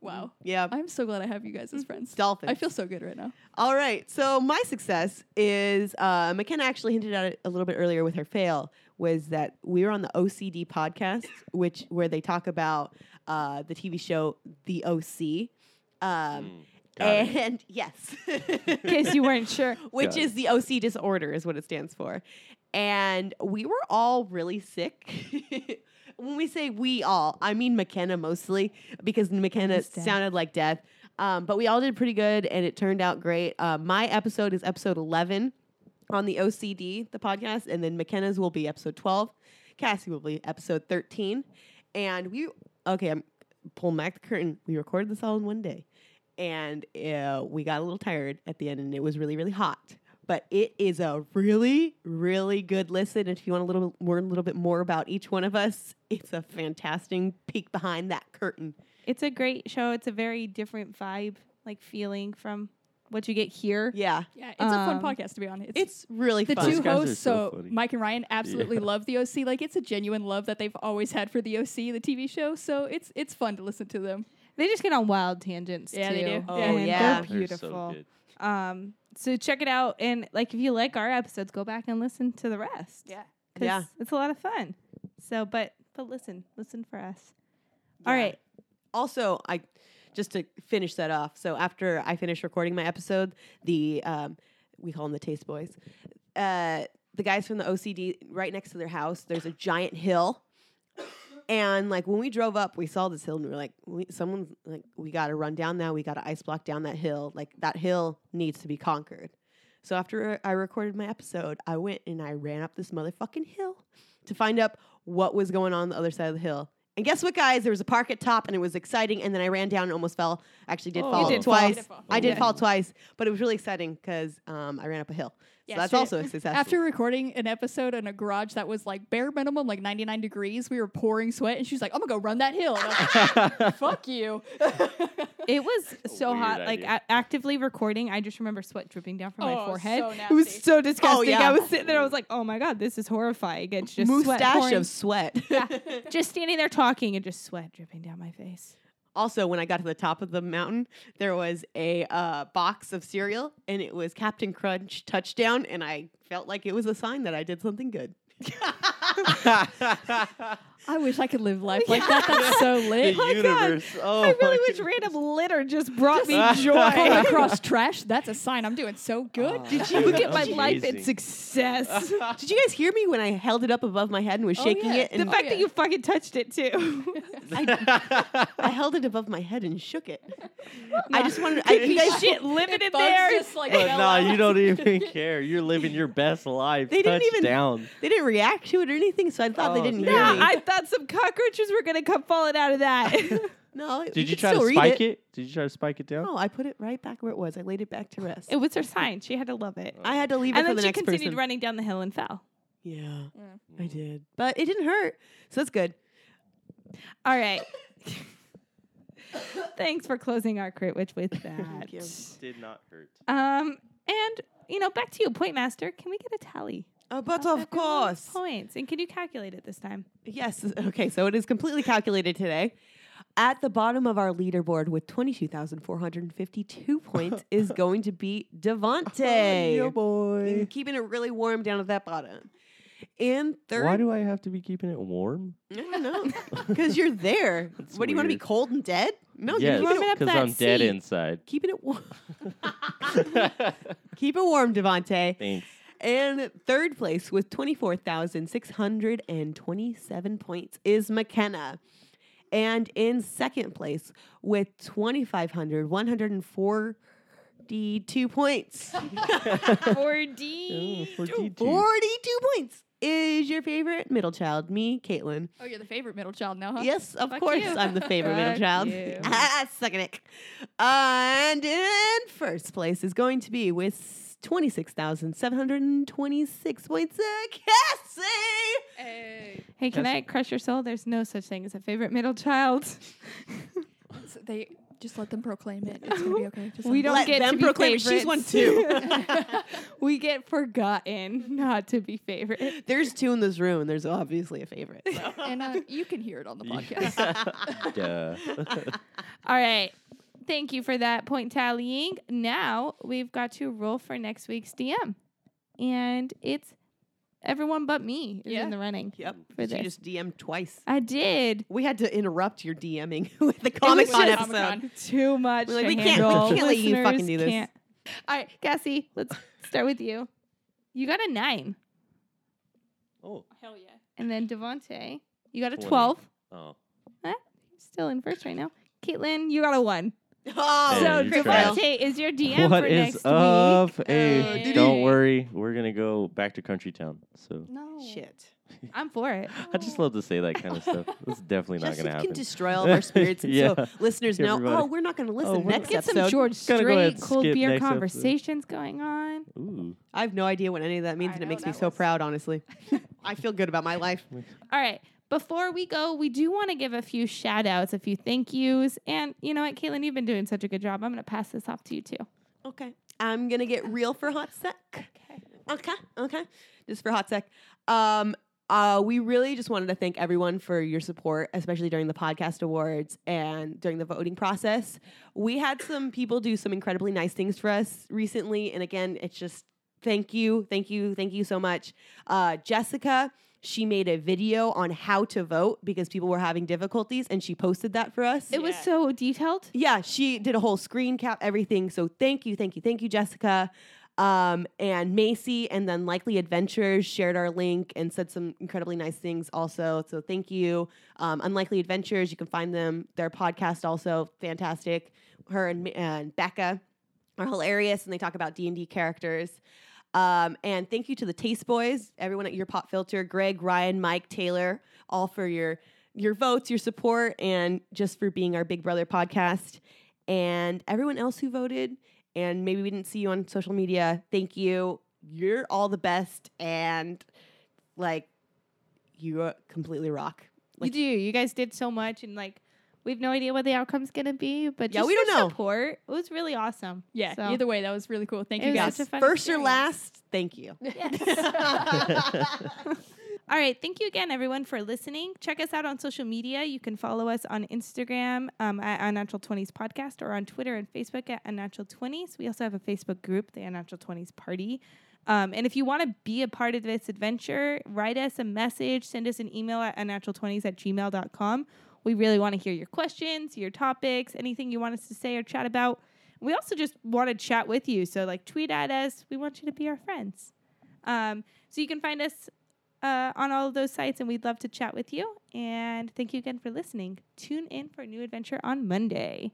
[SPEAKER 2] Wow.
[SPEAKER 4] yeah,
[SPEAKER 2] I'm so glad I have you guys as friends.
[SPEAKER 4] dolphins.
[SPEAKER 2] I feel so good right now.
[SPEAKER 4] All right. So my success is uh, McKenna actually hinted at it a little bit earlier with her fail was that we were on the OCD podcast, which where they talk about uh, the TV show The OC, um,
[SPEAKER 3] Mm, got it.
[SPEAKER 4] <laughs> and
[SPEAKER 2] <laughs>
[SPEAKER 4] yes,
[SPEAKER 1] In case you weren't sure.
[SPEAKER 4] <laughs> which
[SPEAKER 3] Got it.
[SPEAKER 4] is the OC disorder, is what it stands for. And we were all really sick. <laughs> when we say we all, I mean McKenna mostly, because McKenna
[SPEAKER 1] Miss Death.
[SPEAKER 4] sounded like death. Um, but we all did pretty good, and it turned out great. Uh, my episode is episode 11 on the OCD, the podcast, and then McKenna's will be episode 12. Cassie will be episode 13. And we, okay, I'm pulling back the curtain. We recorded this all in one day and uh, we got a little tired at the end and it was really really hot but it is a really really good listen if you want a little bit- learn a little bit more about each one of us it's a fantastic peek behind that curtain
[SPEAKER 1] It's a great show. It's a very different vibe, like feeling from what you get here.
[SPEAKER 4] yeah
[SPEAKER 2] Yeah. It's a fun
[SPEAKER 1] Um,
[SPEAKER 2] podcast to be on. It's,
[SPEAKER 4] it's really
[SPEAKER 2] the
[SPEAKER 4] fun
[SPEAKER 3] Those
[SPEAKER 2] two
[SPEAKER 3] guys are
[SPEAKER 2] hosts,
[SPEAKER 3] so
[SPEAKER 2] so,
[SPEAKER 3] funny.
[SPEAKER 2] Mike and Ryan, absolutely love the OC. Like it's a genuine love that they've always had for the OC, the TV show. So it's it's fun to listen to them.
[SPEAKER 1] They just get on wild tangents
[SPEAKER 2] Yeah,
[SPEAKER 1] too.
[SPEAKER 2] they do.
[SPEAKER 4] Oh,
[SPEAKER 1] and
[SPEAKER 4] yeah.
[SPEAKER 1] They're
[SPEAKER 3] They're so
[SPEAKER 1] beautiful. <laughs>
[SPEAKER 3] good.
[SPEAKER 1] Um, so check it out, and like if you like our episodes, go back and listen to the rest. because
[SPEAKER 4] Yeah.
[SPEAKER 1] it's a lot of fun. So, but but listen, listen for us. All
[SPEAKER 4] Yeah.
[SPEAKER 1] right,
[SPEAKER 4] also i just to finish that off so after i finished recording my episode the um, we call them the taste boys uh, the guys from the ocd right next to their house there's a giant hill and like when we drove up we saw this hill and we were like we, someone's like we gotta run down now we gotta ice block down that hill like that hill needs to be conquered so after i recorded my episode i went and i ran up this motherfucking hill to find out what was going on the other side of the hill and guess what, guys? There was a park at top, and it was exciting. And then I ran down and almost fell. I actually did
[SPEAKER 3] Oh.
[SPEAKER 4] fall
[SPEAKER 1] You did fall.
[SPEAKER 4] twice.
[SPEAKER 2] You did fall.
[SPEAKER 4] I did
[SPEAKER 1] Yeah.
[SPEAKER 4] fall twice, but it was really exciting because um, I ran up a hill.
[SPEAKER 2] Yeah,
[SPEAKER 4] so that's
[SPEAKER 2] straight-
[SPEAKER 4] also a success.
[SPEAKER 2] After recording an episode in a garage that was like bare minimum, like 99 degrees, we were pouring sweat, and she's like, "I'm gonna go run that hill." And I was like, Fuck you.
[SPEAKER 1] it was so
[SPEAKER 3] weird
[SPEAKER 1] hot. Like
[SPEAKER 3] idea.
[SPEAKER 1] a- actively recording, I just remember sweat dripping down from my
[SPEAKER 2] Oh,
[SPEAKER 1] forehead.
[SPEAKER 2] so
[SPEAKER 1] It was
[SPEAKER 2] nasty.
[SPEAKER 1] so disgusting.
[SPEAKER 4] yeah.
[SPEAKER 1] I was sitting there. I was like, oh my god, this is horrifying. It's just sweat
[SPEAKER 4] mustache
[SPEAKER 1] pouring-
[SPEAKER 4] of sweat. <laughs>
[SPEAKER 1] just standing there talking and just sweat dripping down my face.
[SPEAKER 4] also, when I got to the top of the mountain, there was a uh, box of cereal, and it was Captain Crunch touchdown, and I felt like it was a sign that I did
[SPEAKER 1] <laughs>
[SPEAKER 4] something good.
[SPEAKER 2] I wish I could live life like that. That's so <laughs> lit.
[SPEAKER 3] <laughs> the universe. Oh,
[SPEAKER 1] I
[SPEAKER 3] my
[SPEAKER 1] really wish
[SPEAKER 3] goodness. <laughs>
[SPEAKER 1] random litter just brought me
[SPEAKER 3] Just-
[SPEAKER 1] joy.
[SPEAKER 2] Coming <laughs> across trash, that's a sign I'm doing so good.
[SPEAKER 1] Did you look at my life
[SPEAKER 3] Amazing.
[SPEAKER 1] and <laughs> success?
[SPEAKER 4] Did you guys hear me when I held it up above my head and was
[SPEAKER 2] Oh,
[SPEAKER 4] shaking
[SPEAKER 2] yeah.
[SPEAKER 4] it?
[SPEAKER 1] the
[SPEAKER 4] And
[SPEAKER 1] fact
[SPEAKER 2] yeah.
[SPEAKER 1] that you fucking touched it too.
[SPEAKER 2] <laughs>
[SPEAKER 4] I held it above my head and
[SPEAKER 1] <laughs>
[SPEAKER 4] shook it. I just wanted. I, you guys
[SPEAKER 1] shit living in
[SPEAKER 2] Bugs
[SPEAKER 1] there.
[SPEAKER 2] just, like,
[SPEAKER 3] But
[SPEAKER 2] fell
[SPEAKER 3] nah,
[SPEAKER 2] out.
[SPEAKER 3] you don't even <laughs> care. You're living your best life.
[SPEAKER 4] They didn't even-
[SPEAKER 3] Touchdown.
[SPEAKER 4] They didn't react to it or anything, so I thought they
[SPEAKER 3] Oh,
[SPEAKER 4] didn't
[SPEAKER 3] dude.
[SPEAKER 4] hear
[SPEAKER 1] Yeah,
[SPEAKER 4] me.
[SPEAKER 1] I thought some cockroaches were gonna come falling out of that. <laughs>
[SPEAKER 4] no,
[SPEAKER 3] Did you,
[SPEAKER 4] could
[SPEAKER 3] try
[SPEAKER 4] still
[SPEAKER 3] to
[SPEAKER 4] read Oh.
[SPEAKER 3] spike it? Did you try to spike it down?
[SPEAKER 4] No, I put it right back where it was. I laid it back to rest.
[SPEAKER 1] it was her sign. She had to love it.
[SPEAKER 4] I had to leave
[SPEAKER 1] and
[SPEAKER 4] it for
[SPEAKER 1] then
[SPEAKER 4] the
[SPEAKER 1] she
[SPEAKER 4] next
[SPEAKER 1] continued
[SPEAKER 4] person.
[SPEAKER 1] running down the hill and fell.
[SPEAKER 4] Yeah,
[SPEAKER 2] Yeah.
[SPEAKER 3] Mm.
[SPEAKER 4] I did, but it didn't hurt, so that's good.
[SPEAKER 1] All right. <laughs> Thanks for closing our crit witch with that.
[SPEAKER 5] you.
[SPEAKER 3] Did not hurt.
[SPEAKER 1] Um, and you know, back to you, point master. Can we get a tally?
[SPEAKER 5] Uh, but
[SPEAKER 1] of
[SPEAKER 5] of course.
[SPEAKER 1] Points, and can you calculate it this <laughs> time?
[SPEAKER 4] Yes. <laughs> Okay. So it is completely calculated today. At the bottom of our leaderboard with
[SPEAKER 3] <laughs>
[SPEAKER 4] 22,452 points is going to be Devante.
[SPEAKER 3] Oh, Yeah, boy.
[SPEAKER 5] Keeping it really warm down at that bottom.
[SPEAKER 4] In third.
[SPEAKER 3] Why do I have to be keeping it warm?
[SPEAKER 5] I don't know.
[SPEAKER 3] <laughs>
[SPEAKER 5] Because you're there.
[SPEAKER 3] That's
[SPEAKER 5] what do you want to be
[SPEAKER 3] weird.
[SPEAKER 5] cold and dead? No,
[SPEAKER 3] yes,
[SPEAKER 5] you
[SPEAKER 1] warming up
[SPEAKER 3] because
[SPEAKER 1] that
[SPEAKER 3] I'm dead
[SPEAKER 1] seat. <laughs>
[SPEAKER 3] inside. <laughs>
[SPEAKER 4] Keeping it warm. Keep it warm, Devante.
[SPEAKER 3] Thanks.
[SPEAKER 4] And third place with 24,627 points is McKenna. And in second place with
[SPEAKER 1] <laughs>
[SPEAKER 4] 2,542 points.
[SPEAKER 1] Four
[SPEAKER 3] Oh,
[SPEAKER 1] D.
[SPEAKER 3] 42. <laughs>
[SPEAKER 4] 42 points is your favorite middle child, me, Caitlin.
[SPEAKER 2] Oh, you're the favorite middle child now, huh?
[SPEAKER 4] Yes, of
[SPEAKER 1] Fuck
[SPEAKER 4] course,
[SPEAKER 1] you.
[SPEAKER 4] I'm the favorite middle
[SPEAKER 1] Fuck
[SPEAKER 4] child.
[SPEAKER 1] you.
[SPEAKER 4] <laughs> ah, suck a dick. And in first place is going to be with 26,726 points, uh, Cassie.
[SPEAKER 2] Hey.
[SPEAKER 1] Hey, can I crush your soul? There's no such thing as a favorite middle child. <laughs>
[SPEAKER 2] So they just let them proclaim it. It's <laughs> gonna be okay. Just
[SPEAKER 1] We
[SPEAKER 2] let
[SPEAKER 1] don't
[SPEAKER 4] Let
[SPEAKER 1] get
[SPEAKER 4] them
[SPEAKER 1] to be
[SPEAKER 4] proclaim she's one
[SPEAKER 1] favorites. <laughs> we get forgotten, <laughs> not to be favorite.
[SPEAKER 4] There's two in this room, and there's obviously a favorite. so.
[SPEAKER 2] them- And uh, you can hear it <laughs> on the podcast.
[SPEAKER 3] Duh.
[SPEAKER 1] All right. Thank you for that point tallying. Now we've got to roll for next week's DM. And it's everyone but me is
[SPEAKER 2] Yeah.
[SPEAKER 1] in the running.
[SPEAKER 4] <laughs> yep.
[SPEAKER 1] For
[SPEAKER 4] She
[SPEAKER 1] this.
[SPEAKER 4] just DM'd twice.
[SPEAKER 1] I did.
[SPEAKER 4] We had to interrupt your DMing <laughs> with the Comic Con
[SPEAKER 2] just-
[SPEAKER 4] episode.
[SPEAKER 2] Comic-Con.
[SPEAKER 1] Too much.
[SPEAKER 4] We're like,
[SPEAKER 1] to
[SPEAKER 4] we can't- we
[SPEAKER 1] handle.
[SPEAKER 4] can't let you fucking
[SPEAKER 1] Listeners
[SPEAKER 4] do this.
[SPEAKER 1] can't. All right, Cassie, let's start with you. You got a nine.
[SPEAKER 3] oh.
[SPEAKER 1] Hell yeah. And then Devonte, you got a
[SPEAKER 3] 20.
[SPEAKER 1] 12.
[SPEAKER 3] Oh.
[SPEAKER 1] Still in first right now. Caitlin, you got a one.
[SPEAKER 3] Yeah,
[SPEAKER 4] Oh,
[SPEAKER 1] so
[SPEAKER 3] you
[SPEAKER 1] Devonte is your DM
[SPEAKER 3] What
[SPEAKER 1] for
[SPEAKER 3] is
[SPEAKER 1] next week.
[SPEAKER 3] up?
[SPEAKER 1] Uh,
[SPEAKER 3] Hey,
[SPEAKER 1] did
[SPEAKER 3] don't
[SPEAKER 1] he-
[SPEAKER 3] worry. We're gonna go back to country town. So
[SPEAKER 2] no.
[SPEAKER 4] shit.
[SPEAKER 1] I'm for it.
[SPEAKER 3] I just love to say that kind of stuff. It's definitely not
[SPEAKER 4] Justin
[SPEAKER 3] gonna
[SPEAKER 4] can
[SPEAKER 3] happen.
[SPEAKER 4] destroy all of our
[SPEAKER 3] <laughs>
[SPEAKER 4] spirits. And
[SPEAKER 3] Yeah.
[SPEAKER 4] So listeners know,
[SPEAKER 3] Everybody.
[SPEAKER 4] oh, we're not going to listen
[SPEAKER 3] Oh, we're
[SPEAKER 4] next
[SPEAKER 1] Get some
[SPEAKER 4] episode.
[SPEAKER 1] George
[SPEAKER 3] Gotta go ahead
[SPEAKER 1] Strait
[SPEAKER 3] and
[SPEAKER 1] cold
[SPEAKER 3] skip
[SPEAKER 1] beer
[SPEAKER 3] next episode.
[SPEAKER 1] conversations going on.
[SPEAKER 3] Ooh.
[SPEAKER 4] I have no idea what any of that means,
[SPEAKER 2] I
[SPEAKER 4] and it
[SPEAKER 2] know,
[SPEAKER 4] makes me
[SPEAKER 2] that
[SPEAKER 4] so
[SPEAKER 2] was-
[SPEAKER 3] <laughs>
[SPEAKER 4] proud, honestly. I feel good about my life.
[SPEAKER 1] All right. Before we go, we do want to give a few shout outs, a few thank yous. And you know what, Caitlin, you've been doing such a good job. I'm going to pass this off to you too.
[SPEAKER 4] Okay. I'm going to get real for hot sec.
[SPEAKER 1] Okay.
[SPEAKER 4] Okay. Okay. Just for hot sec. Um, uh, we really just wanted to thank everyone for your support, especially during the podcast awards and during the voting process. We had some people do some incredibly nice things for us recently. And again, it's just thank you, thank you, thank you so much. Uh, Jessica, she made a video on how to vote because people were having difficulties and she posted that for us.
[SPEAKER 1] It was so detailed.
[SPEAKER 4] Yeah, she did a whole screen cap, everything. So thank you, thank you, thank you, Jessica. Um, and Macy and then Likely Adventures shared our link and said some incredibly nice things also. So thank you. Um, Unlikely Adventures, you can find them, their podcast also fantastic. Her and, Ma- and Becca are hilarious and they talk about D&D characters. Um, and thank you to the Taste Boys, everyone at Your Pop Filter, Greg, Ryan, Mike, Taylor, all for your your votes, your support, and just for being our Big Brother podcast. And everyone else who voted, and maybe we didn't see you on social media. Thank you. You're all the best, and like you uh, completely rock. Like-
[SPEAKER 1] you do. You guys did so much, and like, we have no idea what the outcome's going to be, but
[SPEAKER 4] Yeah,
[SPEAKER 1] just
[SPEAKER 4] we
[SPEAKER 1] your
[SPEAKER 4] don't know.
[SPEAKER 1] support. It was really awesome.
[SPEAKER 2] Yeah.
[SPEAKER 1] So,
[SPEAKER 2] Either way, that was really cool. Thank
[SPEAKER 1] It
[SPEAKER 2] you
[SPEAKER 1] was
[SPEAKER 2] guys.
[SPEAKER 1] such a fun
[SPEAKER 4] First or
[SPEAKER 1] experience.
[SPEAKER 4] last, thank you.
[SPEAKER 2] <laughs>
[SPEAKER 1] All right. Thank you again, everyone, for listening. Check us out on social media. You can follow us on Instagram um, at Unnatural 20s Podcast or on Twitter and Facebook at Unnatural 20s. We also have a Facebook group, the Unnatural 20s Party. Um, and if you want to be a part of this adventure, write us a message, send us an email at unnatural20s at gmail.com. We really want to hear your questions, your topics, anything you want us to say or chat about. We also just want to chat with you. So, like, tweet at us. We want you to be our friends. Um, so, you can find us uh, on all of those sites, and we'd love to chat with you. And thank you again for listening. Tune in for a new adventure on Monday.